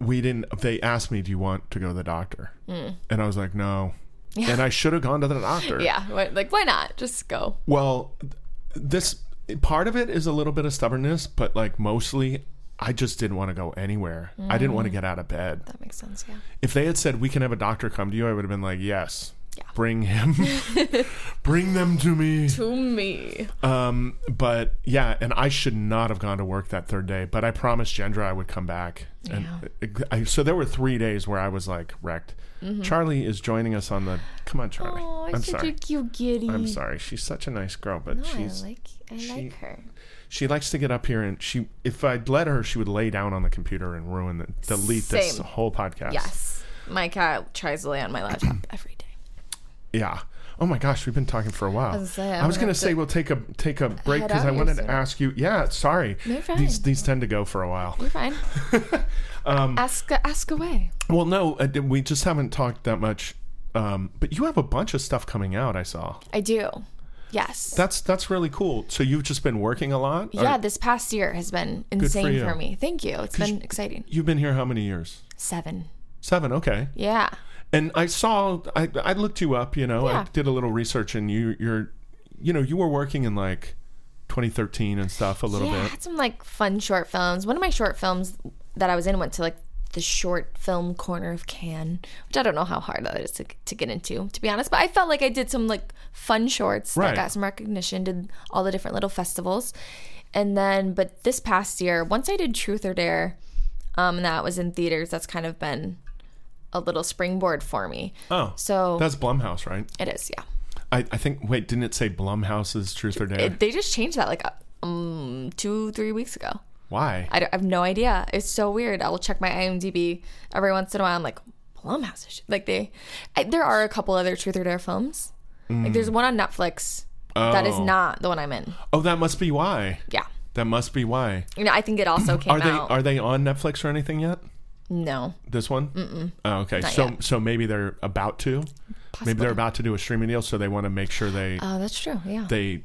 S1: we didn't. They asked me, "Do you want to go to the doctor?"
S2: Mm.
S1: And I was like, "No." And I should have gone to the doctor.
S2: Yeah. What, like, why not? Just go.
S1: Well, th- this part of it is a little bit of stubbornness, but like mostly, I just didn't want to go anywhere. I didn't
S2: Mm.
S1: want to get out of bed.
S2: That makes sense. Yeah.
S1: If they had said we can have a doctor come to you, I would have been like, yes.
S2: Yeah.
S1: Bring him, bring them to me.
S2: To me.
S1: Um, but yeah, and I should not have gone to work that third day. But I promised Gendra I would come back. And I, so there were three days where I was like wrecked. Charlie is joining us on the. Come on, Charlie.
S2: Oh,
S1: I'm
S2: Mm-hmm. such
S1: sorry.
S2: a cute kitty.
S1: I'm sorry. She's such a nice girl, but
S2: No, I
S1: she's
S2: like. I like her.
S1: she likes to get up here and she if I'd let her, she would lay down on the computer and ruin the delete this
S2: Same.
S1: whole podcast.
S2: Yes. My cat tries to lay on my laptop every day.
S1: Yeah. Oh my gosh, we've been talking for a while. I
S2: was gonna say,
S1: I
S2: I'm
S1: was
S2: gonna
S1: gonna
S2: have
S1: say
S2: to
S1: we'll take a take a break
S2: head
S1: because
S2: out
S1: I
S2: here
S1: wanted to
S2: soon.
S1: ask you. Yeah, sorry.
S2: No, you're
S1: These
S2: fine.
S1: these tend to go for a while.
S2: You're fine.
S1: Um,
S2: ask. Ask away.
S1: Well, no, uh, we just haven't talked that much. Um, but you have a bunch of stuff coming out. I saw.
S2: I do. Yes.
S1: That's that's really cool. So you've just been working a lot. Or-
S2: yeah, this past year has been insane
S1: you.
S2: for, me. Thank you. It's been exciting.
S1: You've been here how many years?
S2: Seven.
S1: Seven. Okay.
S2: Yeah.
S1: and I saw I, I looked you up, you know, I
S2: Yeah.
S1: did a little research and you you're you know, you were working in like 2013 and stuff a little
S2: Yeah, I
S1: bit.
S2: had some like fun short films. One of my short films that I was in went to like the short film corner of Cannes, which I don't know how hard that is to, to get into, to be honest. But I felt like I did some like fun shorts
S1: Right.
S2: that got some recognition, did all the different little festivals. And then, but this past year, once I did Truth or Dare, um, and that was in theaters, that's kind of been a little springboard for me.
S1: Oh.
S2: So
S1: That's Blumhouse, right?
S2: it is, yeah.
S1: I, I think wait, didn't it say Blumhouse's Truth or Dare?
S2: It, they just changed that like um, two, three weeks ago.
S1: Why?
S2: I, don't- I have no idea. It's so weird. I will check my IMDb every once in a while. I'm like, Blumhouse. is- Like they, I, there are a couple other Truth or Dare films. Like there's one on Netflix that is
S1: Oh.
S2: not the one I'm in.
S1: oh, that must be why.
S2: Yeah,
S1: That must be why.
S2: you know, I think it also came
S1: Are they
S2: out.
S1: are they on Netflix or anything yet?
S2: no,
S1: This one? Mm-mm. Oh, okay. So
S2: yet.
S1: so maybe they're about to. Maybe they're about to do a streaming deal, so they want to make sure they
S2: Oh, that's true. Yeah.
S1: they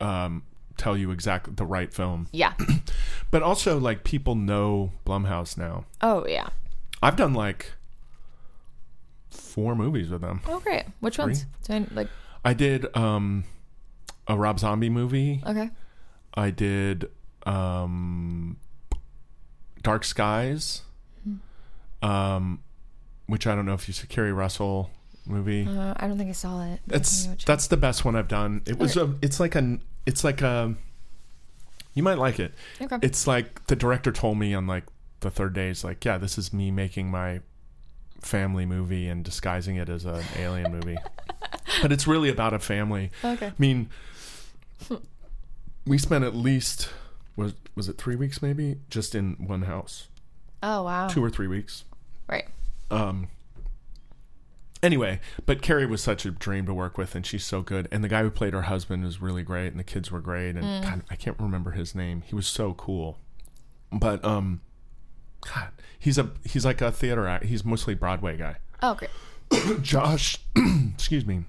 S1: um, tell you exactly the right film.
S2: yeah.
S1: But also, like people know Blumhouse now.
S2: Oh, yeah.
S1: I've done like four movies with them.
S2: Oh, great. Which ones? Do I, like,
S1: I did um, a Rob Zombie movie.
S2: okay.
S1: I did um, Dark Skies,
S2: Hmm.
S1: um, which I don't know if you see Carrie Russell movie.
S2: Uh, I don't think I saw it.
S1: That's
S2: I don't know which-
S1: that's the best one I've done. It was a. It's like an. It's like a. You might like it.
S2: okay.
S1: It's like the director told me on like the third day. It's like, yeah, this is me making my family movie and disguising it as an alien movie. But it's really about a family.
S2: okay.
S1: I mean, we spent at least was was it three weeks maybe just in one house,
S2: Oh, wow.
S1: two or three weeks.
S2: Right.
S1: Um. Anyway, but Carrie was such a dream to work with, and she's so good. And the guy who played her husband was really great, and the kids were great. And God, I can't remember his name. He was so cool, but um, God, he's a he's like a theater act. He's mostly Broadway guy.
S2: Oh, great.
S1: Josh, excuse me.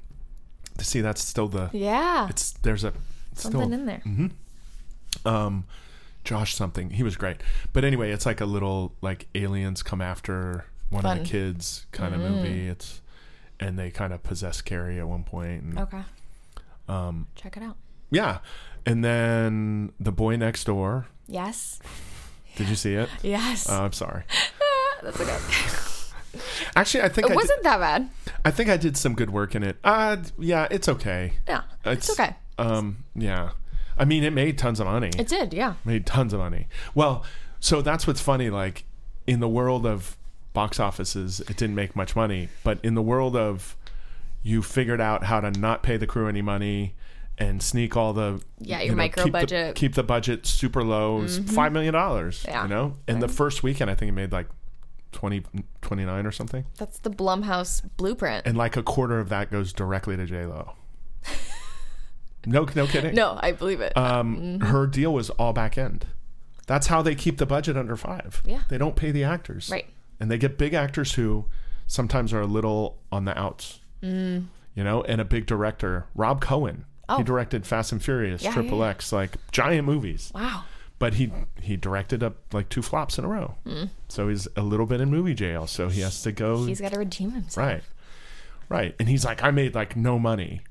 S1: To see that's still the
S2: Yeah.
S1: it's there's a it's
S2: Something
S1: still Mm-hmm.
S2: in there.
S1: um Josh something. He was great. But anyway, it's like a little like aliens come after one of
S2: Fun. Mm.
S1: the kids kind of movie. It's and they kind of possess Carrie at one point. And,
S2: Okay. Um, Check it out.
S1: Yeah. And then The Boy Next Door.
S2: Yes.
S1: Did you see it?
S2: Yes.
S1: Uh, I'm sorry.
S2: That's okay.
S1: Actually, I think I
S2: it
S1: did,
S2: wasn't that bad.
S1: I think I did some good work in it. Uh yeah, it's okay.
S2: Yeah. It's, okay.
S1: Um yeah. I mean, it made tons of money.
S2: It did. Yeah.
S1: made tons of money. Well, so that's what's funny. Like in the world of box offices, it didn't make much money, but in the world of you figured out how to not pay the crew any money and sneak all the
S2: Yeah,
S1: you
S2: your
S1: know,
S2: micro
S1: keep the-
S2: budget. Mm-hmm.
S1: keep the budget super low It was five million dollars
S2: Yeah.
S1: you know and the first weekend i think it made like 20 29 or something
S2: That's the Blumhouse blueprint.
S1: and like a quarter of that goes directly to j-lo no no kidding
S2: no, I believe it.
S1: um,
S2: Mm-hmm.
S1: her deal was all back end. That's how they keep the budget under five.
S2: Yeah.
S1: They don't pay the actors.
S2: Right.
S1: And they get big actors who sometimes are a little on the outs.
S2: Mm.
S1: You know, and a big director, Rob Cohen. He directed Fast and Furious,
S2: Oh. Yeah,
S1: Triple
S2: yeah, yeah.
S1: X, like giant movies.
S2: wow.
S1: But he he directed up like two flops in a row. So he's a little bit in movie jail. So he has to go
S2: Mm. He's got to redeem himself.
S1: Right. Right. And he's like, I made like no money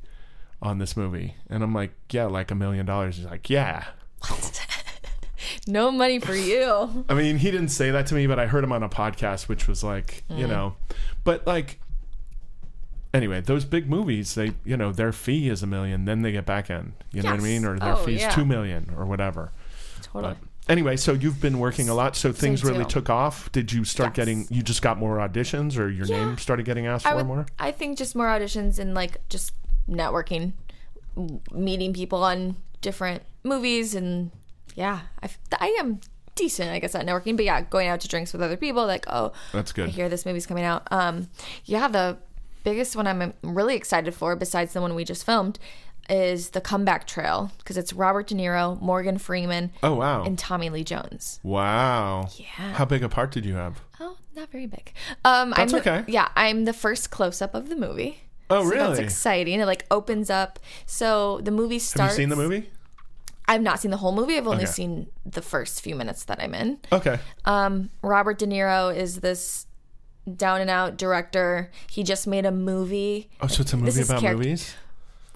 S1: on this movie. And I'm like, yeah, like a million dollars. He's like, yeah.
S2: No money for you.
S1: I mean, he didn't say that to me, but I heard him on a podcast, which was like,
S2: Mm.
S1: you know, but like, anyway, those big movies, they, you know, their fee is a million, then they get back end. You know what I
S2: Yes.
S1: mean? Or their
S2: Oh,
S1: fee's
S2: yeah.
S1: two million or whatever.
S2: Totally.
S1: Anyway, so you've been working a lot, so things really
S2: too.
S1: took off. Did you start
S2: Yes.
S1: getting? You just got more auditions, or your name started getting asked
S2: I
S1: for
S2: would,
S1: more?
S2: I think just more auditions and like just networking, m- meeting people on different movies and yeah, I, f- I am decent, I guess, at networking. But yeah, going out to drinks with other people, like oh,
S1: That's good.
S2: I hear this movie's coming out. Um, yeah, the biggest one I'm really excited for, besides the one we just filmed, is the Comeback Trail because it's Robert De Niro, Morgan Freeman,
S1: Oh wow!
S2: and Tommy Lee Jones.
S1: Wow.
S2: Yeah.
S1: How big a part did you have?
S2: Oh, not very big. Um,
S1: That's
S2: I'm the-
S1: okay.
S2: Yeah, I'm the first close up of the movie.
S1: Oh,
S2: so That's
S1: really?
S2: exciting. It like opens up. So the movie
S1: Have
S2: starts.
S1: you seen the movie?
S2: I've not seen the whole movie. I've only
S1: Okay.
S2: seen the first few minutes that I'm in.
S1: Okay.
S2: Um, Robert De Niro is this down and out director. He just made a movie.
S1: Oh, so it's a movie
S2: is
S1: about
S2: character-
S1: movies.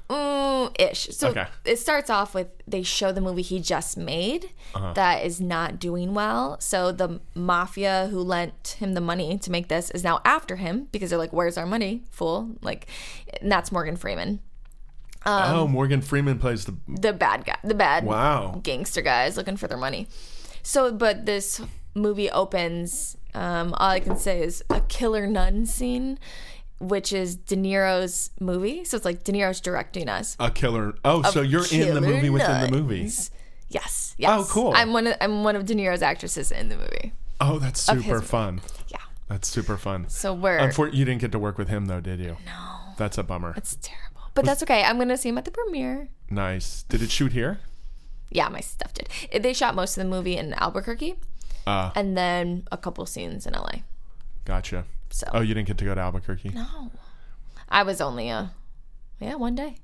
S2: Mm, ish. So
S1: Okay.
S2: it starts off with they show the movie he just made
S1: Uh-huh.
S2: that is not doing well. So the mafia who lent him the money to make this is now after him because they're like, "Where's our money, fool?" Like, and that's Morgan Freeman, um,
S1: oh, Morgan Freeman plays the.
S2: the bad guy, the bad
S1: Wow.
S2: gangster guys looking for their money. So, but this movie opens. Um, all I can say is a killer nun scene, which is De Niro's movie. So it's like De Niro's directing us.
S1: A killer. Oh, so you're in the
S2: killer
S1: movie within the movie.
S2: Yes. Yes.
S1: Oh, cool.
S2: I'm one. Of, I'm one of De Niro's actresses in the movie.
S1: Oh, that's super
S2: his-
S1: fun.
S2: Yeah.
S1: That's super fun.
S2: So we're.
S1: Unfor- you didn't get to work with him though, did you? No. That's a bummer.
S2: it's terrible, but that's okay. I'm gonna see him at the premiere.
S1: nice. Did it shoot here?
S2: Yeah, my stuff did. It- They shot most of the movie in Albuquerque,
S1: Ah.
S2: and then a couple scenes in LA.
S1: Gotcha.
S2: So
S1: Oh, you didn't get to go to Albuquerque.
S2: no, I was only a yeah one day,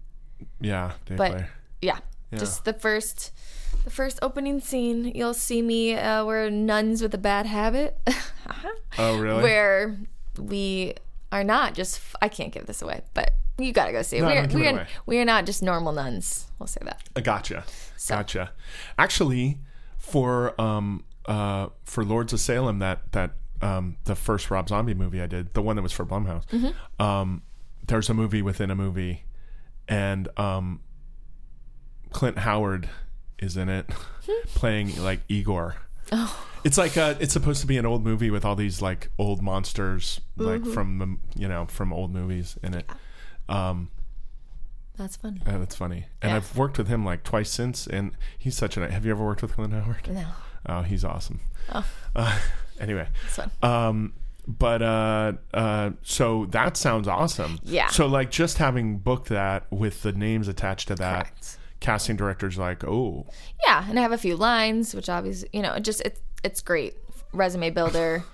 S1: Yeah, day
S2: but
S1: player.
S2: yeah,
S1: Yeah.
S2: just the first the first opening scene. You'll see me. Uh, we're nuns with a bad habit,
S1: Oh, really?
S2: where we are not just. F- I can't give this away, but you gotta go see it.
S1: No,
S2: we're
S1: don't give
S2: we're,
S1: it away.
S2: we are not just normal nuns. We'll say that.
S1: Uh, Gotcha. Gotcha. Actually, for um uh for Lords of Salem that that um the first Rob Zombie movie I did, the one that was for Blumhouse. Um there's a movie within a movie and um Clint Howard is in it playing like Igor. It's like uh it's supposed to be an old movie with all these like old monsters like from the you know from old movies in it. Um
S2: That's fun.
S1: Oh, that's funny. And
S2: Yeah.
S1: I've worked with him like twice since, and he's such an. Have you ever worked with Glenn Howard?
S2: No,
S1: Oh, he's awesome.
S2: Oh.
S1: Uh, anyway,
S2: it's fun.
S1: um, but uh, uh, so that sounds awesome.
S2: Yeah.
S1: So like just having booked that with the names attached to that,
S2: Correct.
S1: casting directors like, oh,
S2: yeah and i have a few lines which obviously you know it just it's it's great resume builder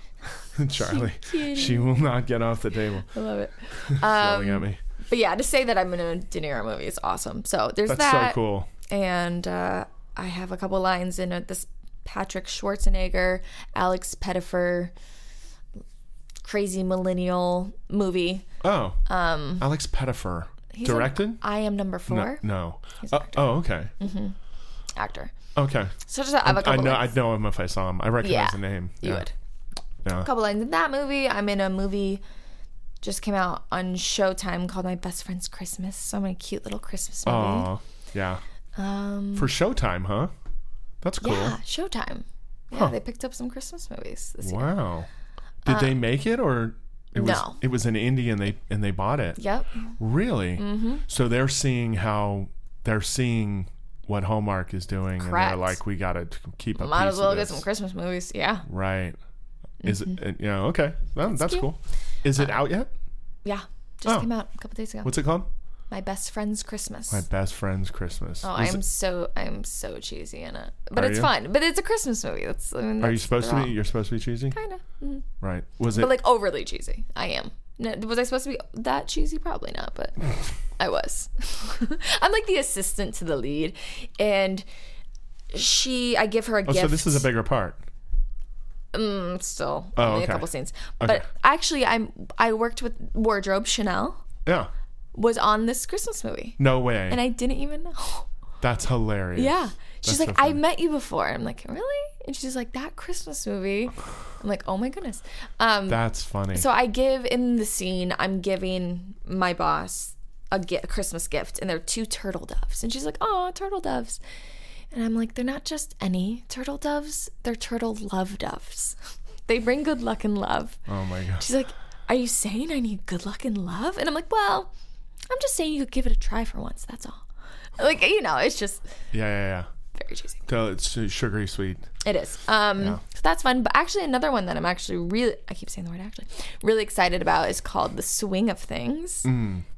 S1: Charlie, she will not get off the table.
S2: i love it
S1: yelling
S2: Um,
S1: at me.
S2: but yeah to say that i'm in a de niro movie is awesome so there's
S1: That's
S2: that
S1: so cool.
S2: and uh, i have a couple lines in it this patrick schwarzenegger alex pettifer crazy millennial movie
S1: Oh, um, Alex Pettifer
S2: in-
S1: directed.
S2: i am number
S1: no,
S2: four
S1: no. Oh, oh, okay,
S2: Mm. actor
S1: okay.
S2: so just i have a
S1: I
S2: couple
S1: know,
S2: lines.
S1: I'd know him if I saw him. I recognize
S2: Yeah,
S1: the name.
S2: you
S1: Yeah.
S2: would
S1: Yeah.
S2: a couple lines in that movie. I'm in a movie just came out on Showtime called My Best Friend's Christmas. So my cute little Christmas movie.
S1: Oh,
S2: Mm-hmm.
S1: yeah. Um, for Showtime, huh? That's cool.
S2: Yeah, Showtime. Yeah,
S1: Huh.
S2: they picked up some Christmas movies this year.
S1: Wow. Did they make it or it was
S2: Uh, no.
S1: it was an indie and they and they bought it?
S2: Yep.
S1: Really? Mm-hmm. So they're seeing how they're seeing what Hallmark is doing and
S2: Correct.
S1: they're like we got to keep a
S2: Might
S1: piece
S2: as well
S1: of
S2: get
S1: this.
S2: some Christmas movies. Yeah.
S1: Right. Is it uh, yeah, okay. Well, that's
S2: cute. Uh,
S1: cool. Is it out yet?
S2: Yeah. Just
S1: Oh.
S2: came out a couple days ago.
S1: What's it called?
S2: My Best Friend's Christmas.
S1: My best friend's Christmas.
S2: Oh,
S1: Is
S2: I'm
S1: it-
S2: so I'm so cheesy in it, but
S1: Are
S2: it's
S1: you?
S2: fun. But it's a Christmas movie. That's I mean,
S1: are you supposed to be you're supposed to be cheesy?
S2: kind of,
S1: Right. Was it
S2: but like overly cheesy. I am. No, was I supposed to be that cheesy? Probably not, but I was. I'm like the assistant to the lead, and she. I give her a
S1: Oh,
S2: gift.
S1: so this is a bigger part.
S2: Mm, still
S1: Oh,
S2: only
S1: okay.
S2: a couple scenes,
S1: Okay.
S2: but actually, I'm. I worked with wardrobe Chanel
S1: Yeah.
S2: was on this Christmas movie,
S1: No way.
S2: and I didn't even know.
S1: That's hilarious.
S2: Yeah. She's
S1: That's
S2: like,
S1: so
S2: I
S1: funny.
S2: met you before. I'm like, really? And she's like, that Christmas movie. I'm like, oh my goodness. Um,
S1: That's funny.
S2: so I give in the scene, I'm giving my boss a, gi- a Christmas gift, and they're two turtle doves. And she's like, oh, turtle doves. And I'm like, they're not just any turtle doves, they're turtle love doves. they bring good luck and love.
S1: oh my gosh.
S2: She's like, are you saying I need good luck and love? And I'm like, well, I'm just saying you could give it a try for once. That's all. Like, you know, it's just
S1: Yeah, yeah, yeah.
S2: very cheesy.
S1: So it's uh, sugary sweet.
S2: It is. Um,
S1: Yeah.
S2: So that's fun. But actually, another one that I'm actually really, I keep saying the word actually, really excited about is called The Swing of Things.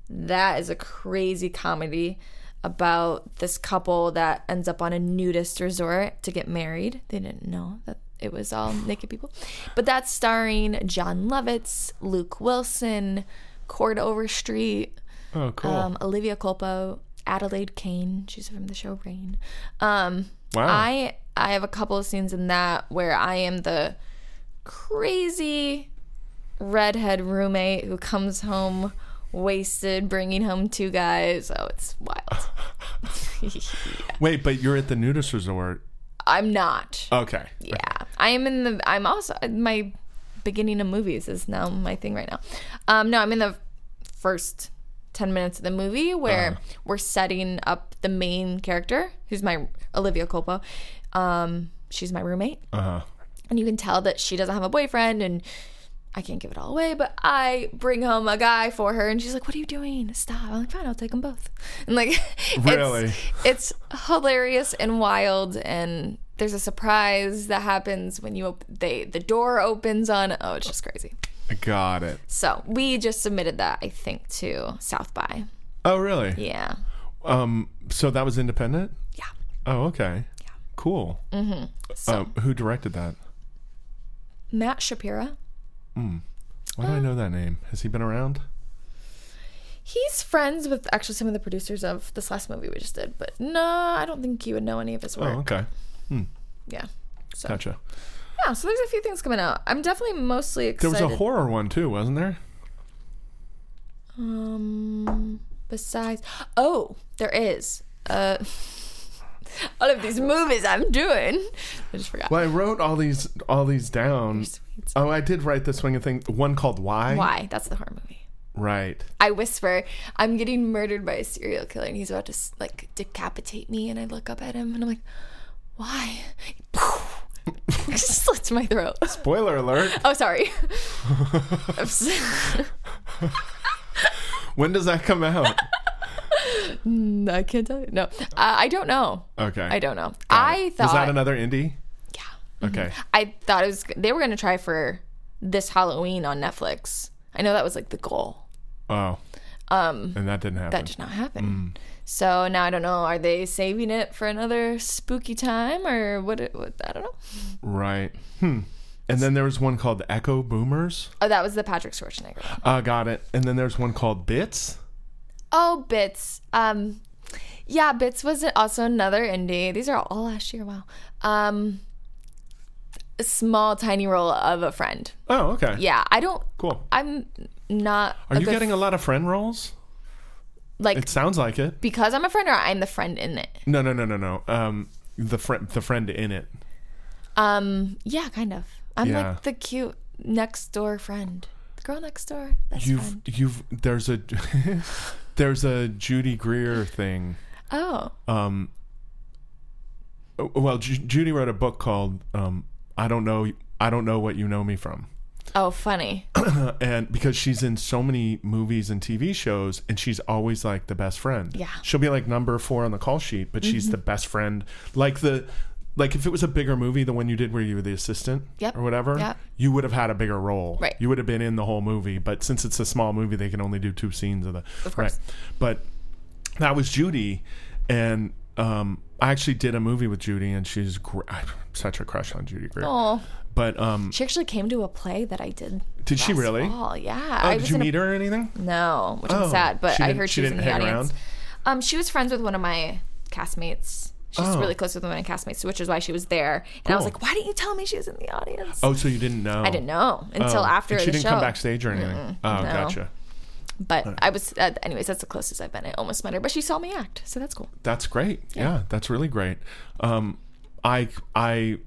S2: That is a crazy comedy about this couple that ends up on a nudist resort to get married. They didn't know that it was all naked people. But that's starring John Lovitz, Luke Wilson, Cord Overstreet,
S1: Oh, cool.
S2: um, Olivia Colpo, Adelaide Kane. She's from the show Rain. Um,
S1: wow.
S2: I I have a couple of scenes in that where I am the crazy redhead roommate who comes home wasted, bringing home two guys. Oh, it's wild.
S1: Wait, but you're at the nudist resort.
S2: I'm not.
S1: Okay.
S2: Yeah, I am in the. I'm also my beginning of movies is now my thing right now. Um, no, I'm in the first ten minutes of the movie where we're setting up the main character, who's my Olivia Colpo. Um, she's my roommate,
S1: Uh huh.
S2: and you can tell that she doesn't have a boyfriend and. I can't give it all away, but I bring home a guy for her, and she's like, "What are you doing? Stop!" I'm like, "Fine, I'll take them both." And like, it's-
S1: Really?
S2: it's hilarious and wild and there's a surprise that happens when you op- they the door opens on oh it's just crazy
S1: Got it.
S2: so we just submitted that i think to south by
S1: Oh, really?
S2: yeah
S1: Um. So that was independent.
S2: yeah
S1: Oh, okay. Yeah. Cool. Mm-hmm. um, who directed that?
S2: matt shapiro Uh,
S1: Why do I know that name? Has he been around?
S2: He's friends with actually some of the producers of this last movie we just did, but no, I don't think you would know any of his work.
S1: Oh, okay.
S2: Yeah. So
S1: Gotcha.
S2: yeah, so there's a few things coming out. I'm definitely mostly
S1: There
S2: excited.
S1: was a horror one too, wasn't there?
S2: Um, besides, oh, there is. Uh, all of these movies I'm doing. I just forgot.
S1: Well, I wrote all these all these down.
S2: Sweet.
S1: Oh, I did write the swinging thing. One called Why.
S2: Why? That's the horror movie.
S1: Right.
S2: I whisper, "I'm getting murdered by a serial killer, and he's about to s- like decapitate me." And I look up at him, and I'm like, "Why?" it just slits my throat.
S1: Spoiler alert.
S2: Oh, sorry. I'm s-
S1: When does that come out?
S2: No, I can't tell you. No, uh, I don't know.
S1: Okay.
S2: I don't know.
S1: Got
S2: I
S1: it.
S2: thought
S1: Is that another indie?
S2: yeah.
S1: Okay.
S2: I thought it was they were gonna try for this Halloween on Netflix. I know that was like the goal.
S1: Oh. Um. And that didn't happen.
S2: Mm-hmm. That did not
S1: Mm.
S2: happen. So now I don't know. Are they saving it for another spooky time or what? It, what I don't know.
S1: right. Hmm. And then there was one called Echo Boomers.
S2: Oh, that was the Patrick Schwarzenegger. one.
S1: Uh, got it. And then there's one called Bits.
S2: Oh, Bits. Um, yeah, Bits was also another indie. These are all last year. Wow. Um, a small tiny role of a friend.
S1: Oh, okay.
S2: Yeah, I don't.
S1: Cool.
S2: I'm not.
S1: Are you
S2: the-
S1: getting a lot of friend roles?
S2: like
S1: It sounds like it.
S2: because I'm a friend or I'm the friend in it?
S1: No, no, no, no, no. Um, the friend, the friend in it.
S2: Um, yeah, kind of. I'm
S1: Yeah.
S2: like the cute next door friend, the girl next door. Best
S1: You've,
S2: friend.
S1: you've. There's a, there's a Judy Greer thing.
S2: Oh,
S1: Um. oh, Well, Ju- Judy wrote a book called um, "I don't know, I don't know what you know me from,"
S2: oh, funny.
S1: and because she's in so many movies and TV shows, and she's always like the best friend.
S2: Yeah. Mm-hmm.
S1: she'll be like number four on the call sheet, but she's the best friend. Like the, like if it was a bigger movie, the one you did where you were the assistant,
S2: Yep.
S1: or whatever,
S2: Yep.
S1: you would have had a bigger role.
S2: Right.
S1: you would have been in the whole movie. But since it's a small movie, they can only do two scenes of the.
S2: Of course.
S1: but that was Judy, and. Um, I actually did a movie with Judy, and she's gr- I'm such a crush on Judy Greer.
S2: Oh,
S1: But um,
S2: she actually came to a play that I did.
S1: did she really?
S2: Oh, yeah.
S1: Oh,
S2: I
S1: did you
S2: in a-
S1: meet her or anything?
S2: No, which I'm
S1: Oh,
S2: sad, but
S1: she
S2: I
S1: didn't-
S2: heard she,
S1: she
S2: was in
S1: didn't
S2: the
S1: hang
S2: audience.
S1: around?
S2: Um, she was friends with one of my castmates. She's
S1: Oh.
S2: really close with one of my castmates, which is why she was there. And I was
S1: Cool.
S2: like, "Why didn't you tell me she was in the audience?"
S1: Oh, so you didn't know? Oh.
S2: I didn't know until after
S1: and she
S2: the
S1: didn't
S2: show.
S1: come backstage or anything. oh,
S2: no.
S1: gotcha.
S2: But I was, uh, anyways, that's the closest I've been. I almost met her, but she saw me act, so that's cool.
S1: That's great. Yeah, that's really great. Um, I I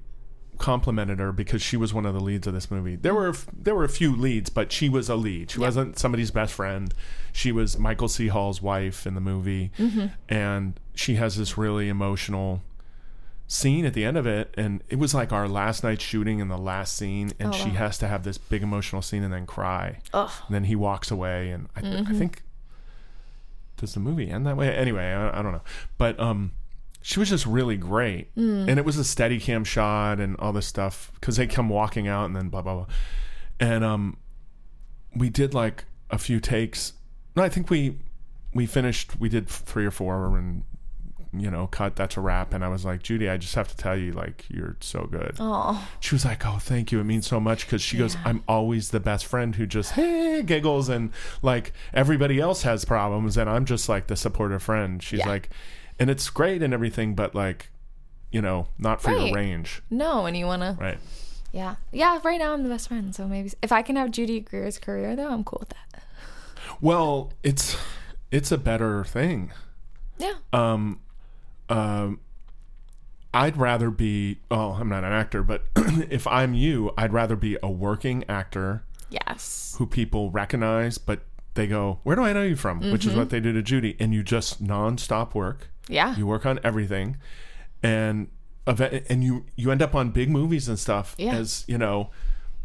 S1: complimented her because she was one of the leads of this movie. There were there were a few leads, but she was a lead. She wasn't somebody's best friend. She was Michael C. Hall's wife in the movie, and she has this really emotional scene at the end of it and it was like our last night shooting and the last scene and she has to have this big emotional scene and then cry
S2: Ugh.
S1: and then he walks away and I, I think does the movie end that way anyway I, I don't know but um she was just really great and it was a steady cam shot and all this stuff because they come walking out and then blah blah blah and um we did like a few takes no i think we we finished we did three or four and you know cut that's a wrap and i was like judy i just have to tell you like you're so good
S2: Oh,
S1: she was like, "Oh, thank you. It means so much." Because she goes, "I'm always the best friend who just hey giggles and like everybody else has problems, and I'm just like the supportive friend." She's
S2: Yeah.
S1: like, and it's great and everything, but like, you know, not for
S2: Right.
S1: your range,
S2: no, and you wanna,
S1: right?
S2: yeah, yeah. Right now, I'm the best friend, so maybe if I can have Judy Greer's career, though, I'm cool with that.
S1: Well, it's it's a better thing.
S2: Yeah,
S1: um, um, I'd rather be. Oh, I'm not an actor, but if I'm you, I'd rather be a working actor
S2: yes,
S1: who people recognize, but they go, "Where do I know you from?" Which is
S2: Mm-hmm.
S1: what they do to Judy, and you just nonstop work.
S2: yeah,
S1: You work on everything, and eve- and you you end up on big movies and stuff
S2: Yeah.
S1: as you know,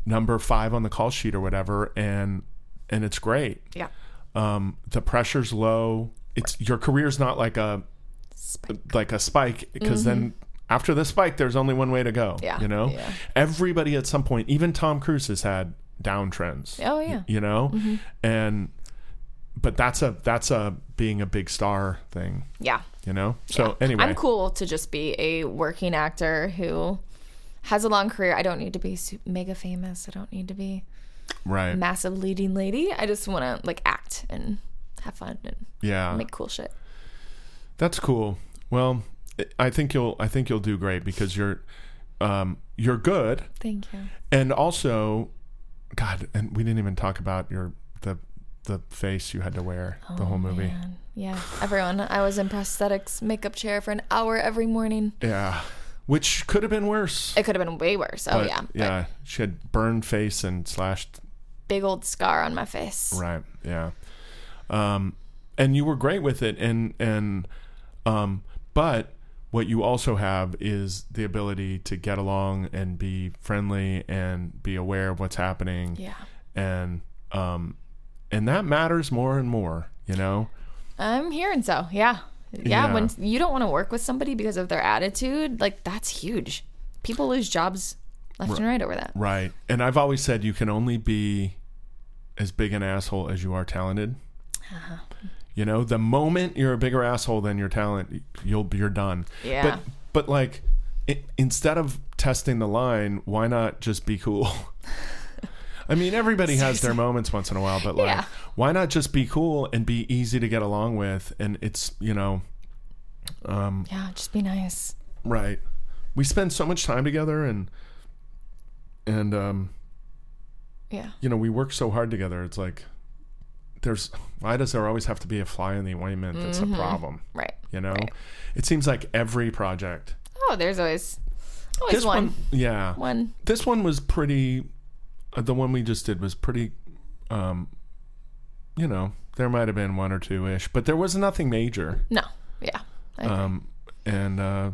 S1: number five on the call sheet or whatever, and and it's great.
S2: yeah.
S1: Um, the pressure's low. It's your career's not like a
S2: Spike. Mm-hmm.
S1: like a spike because then after the spike there's only one way to go
S2: Yeah,
S1: you know
S2: yeah.
S1: everybody at some point even tom cruise has had downtrends
S2: Oh, yeah.
S1: you know and but that's a that's a being a big star thing
S2: Yeah.
S1: you know so anyway
S2: I'm cool to just be a working actor who has a long career. I don't need to be su- mega famous. I don't need to be
S1: right
S2: massive leading lady. I just want to like act and have fun and
S1: Yeah.
S2: make cool shit.
S1: That's cool. Well, I think you'll I think you'll do great because you're um, you're good,
S2: Thank you.
S1: and also, God, and we didn't even talk about your the the face you had to wear the whole movie.
S2: Oh, Man. Yeah, everyone. I was in prosthetics makeup chair for an hour every morning.
S1: Yeah, which could have been worse.
S2: It could have been way worse. Oh
S1: but
S2: yeah, but
S1: yeah. She had burned face and slashed.
S2: big old scar on my face.
S1: Right. Yeah. Um, and you were great with it, and and um, but what you also have is the ability to get along and be friendly and be aware of what's happening.
S2: Yeah,
S1: and um and that matters more and more you know
S2: I'm hearing so. Yeah. yeah,
S1: Yeah.
S2: When you don't want to work with somebody because of their attitude, like that's huge. People lose jobs left and right over that.
S1: right and i've always said you can only be as big an asshole as you are talented you know the moment you're a bigger asshole than your talent you'll you're done
S2: Yeah.
S1: but but like i instead of testing the line why not just be cool I mean, everybody has their moments once in a while, but like,
S2: Yeah.
S1: why not just be cool and be easy to get along with? And it's, you know, um,
S2: Yeah, just be nice.
S1: Right. We spend so much time together and and um
S2: Yeah.
S1: you know, we work so hard together. It's like there's why does there always have to be a fly in the ointment that's a problem,
S2: Mm-hmm. Right.
S1: you know? It seems like every project.
S2: Oh, there's always always one. one.
S1: yeah.
S2: One.
S1: This one was pretty uh, the one we just did was pretty um you know, there might have been one or two ish, but there was nothing major.
S2: No. Yeah. I agree.
S1: Um, and uh,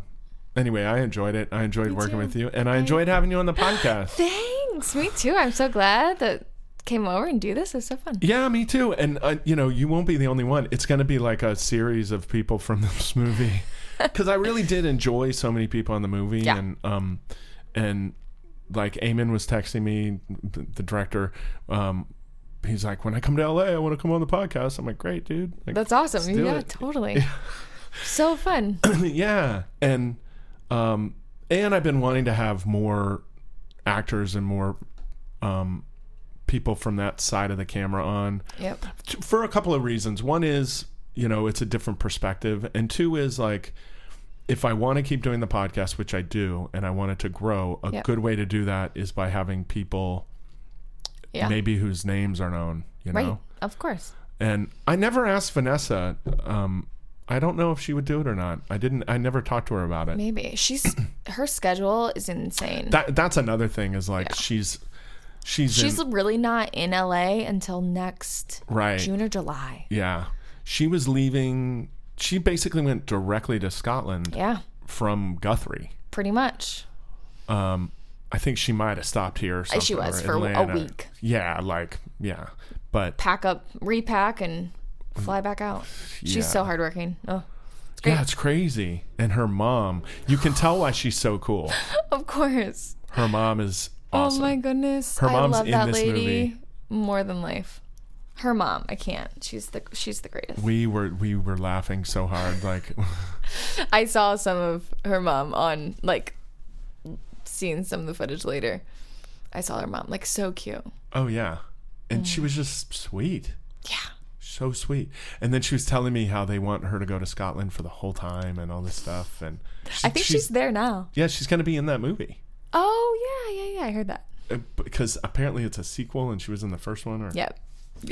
S1: anyway, I enjoyed it. I enjoyed working
S2: too.
S1: with you, and I enjoyed having you on the podcast.
S2: Thanks. Me too. I'm so glad that came over and do this. It's so fun.
S1: yeah, me too. And uh, you know, you won't be the only one. It's going to be like a series of people from this movie, because I really did enjoy so many people on the movie,
S2: Yeah.
S1: and um, and like Eamon was texting me, the, the director, um. He's like, when I come to LA, I want to come on the podcast. I'm like, great, dude. Like,
S2: That's awesome.
S1: do
S2: Yeah,
S1: it.
S2: totally. so fun.
S1: yeah and um and i've been wanting to have more actors and more um people from that side of the camera on
S2: Yep.
S1: t- for a couple of reasons one is you know it's a different perspective and two is like if i want to keep doing the podcast which i do and i want it to grow a
S2: Yep.
S1: good way to do that is by having people
S2: Yeah.
S1: maybe whose names are known you know
S2: Right. Of course.
S1: and I never asked Vanessa. Um, I don't know if she would do it or not. I didn't. I never talked to her about it.
S2: Maybe she's her schedule is insane.
S1: That that's another thing. Is like
S2: Yeah.
S1: she's she's,
S2: she's
S1: in,
S2: really not in LA until next
S1: right.
S2: June or July.
S1: Yeah, she was leaving. She basically went directly to Scotland
S2: Yeah.
S1: from Guthrie.
S2: Pretty much.
S1: Um, I think she might have stopped here. Or something,
S2: Uh, she was
S1: or
S2: for a
S1: Atlanta.
S2: week.
S1: Yeah, like yeah, but
S2: Pack up, repack, and fly back out. She's
S1: Yeah.
S2: so hardworking. Oh,
S1: yeah, it's crazy. And her mom, you can tell why she's so cool.
S2: of course.
S1: Her mom is awesome.
S2: Oh my goodness.
S1: Her
S2: I
S1: mom's
S2: love
S1: in
S2: that
S1: this
S2: lady
S1: movie.
S2: more than life. Her mom, I can't. She's the she's the greatest.
S1: we were we were laughing so hard like
S2: I saw some of her mom on like seeing some of the footage later. I saw her mom. Like so cute.
S1: oh yeah and she was just sweet
S2: Yeah.
S1: so sweet and then she was telling me how they want her to go to scotland for the whole time and all this stuff and she-
S2: I think she's there now.
S1: yeah she's going to be in that movie
S2: Oh yeah, yeah, yeah. I heard that.
S1: Uh, because apparently it's a sequel and she was in the first one or
S2: Yep.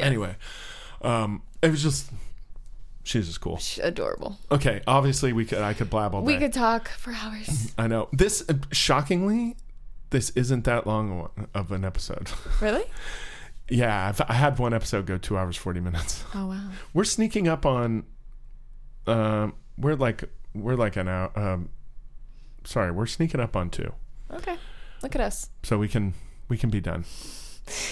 S1: anyway um it was just she's just cool
S2: She's adorable.
S1: okay obviously we could i could blab all day
S2: We could talk for hours.
S1: i know this uh, shockingly this isn't that long of an episode
S2: really?
S1: yeah I've, i had one episode go two hours 40 minutes
S2: Oh wow.
S1: we're sneaking up on um we're like we're like an hour um sorry we're sneaking up on two
S2: Okay. Look at us.
S1: so we can we can be done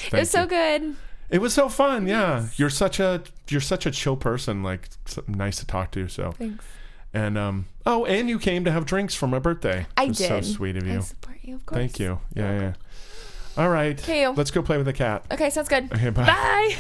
S2: It was
S1: you.
S2: so good.
S1: it was so fun yeah you're such a you're such a chill person like s- nice to talk to so
S2: Thanks.
S1: and um oh and you came to have drinks for my birthday
S2: I
S1: It was
S2: did.
S1: so sweet of
S2: I
S1: you
S2: support you, of course.
S1: thank you yeah yeah all right
S2: Okay.
S1: let's go play with the cat
S2: Okay, sounds good.
S1: okay bye.
S2: Bye.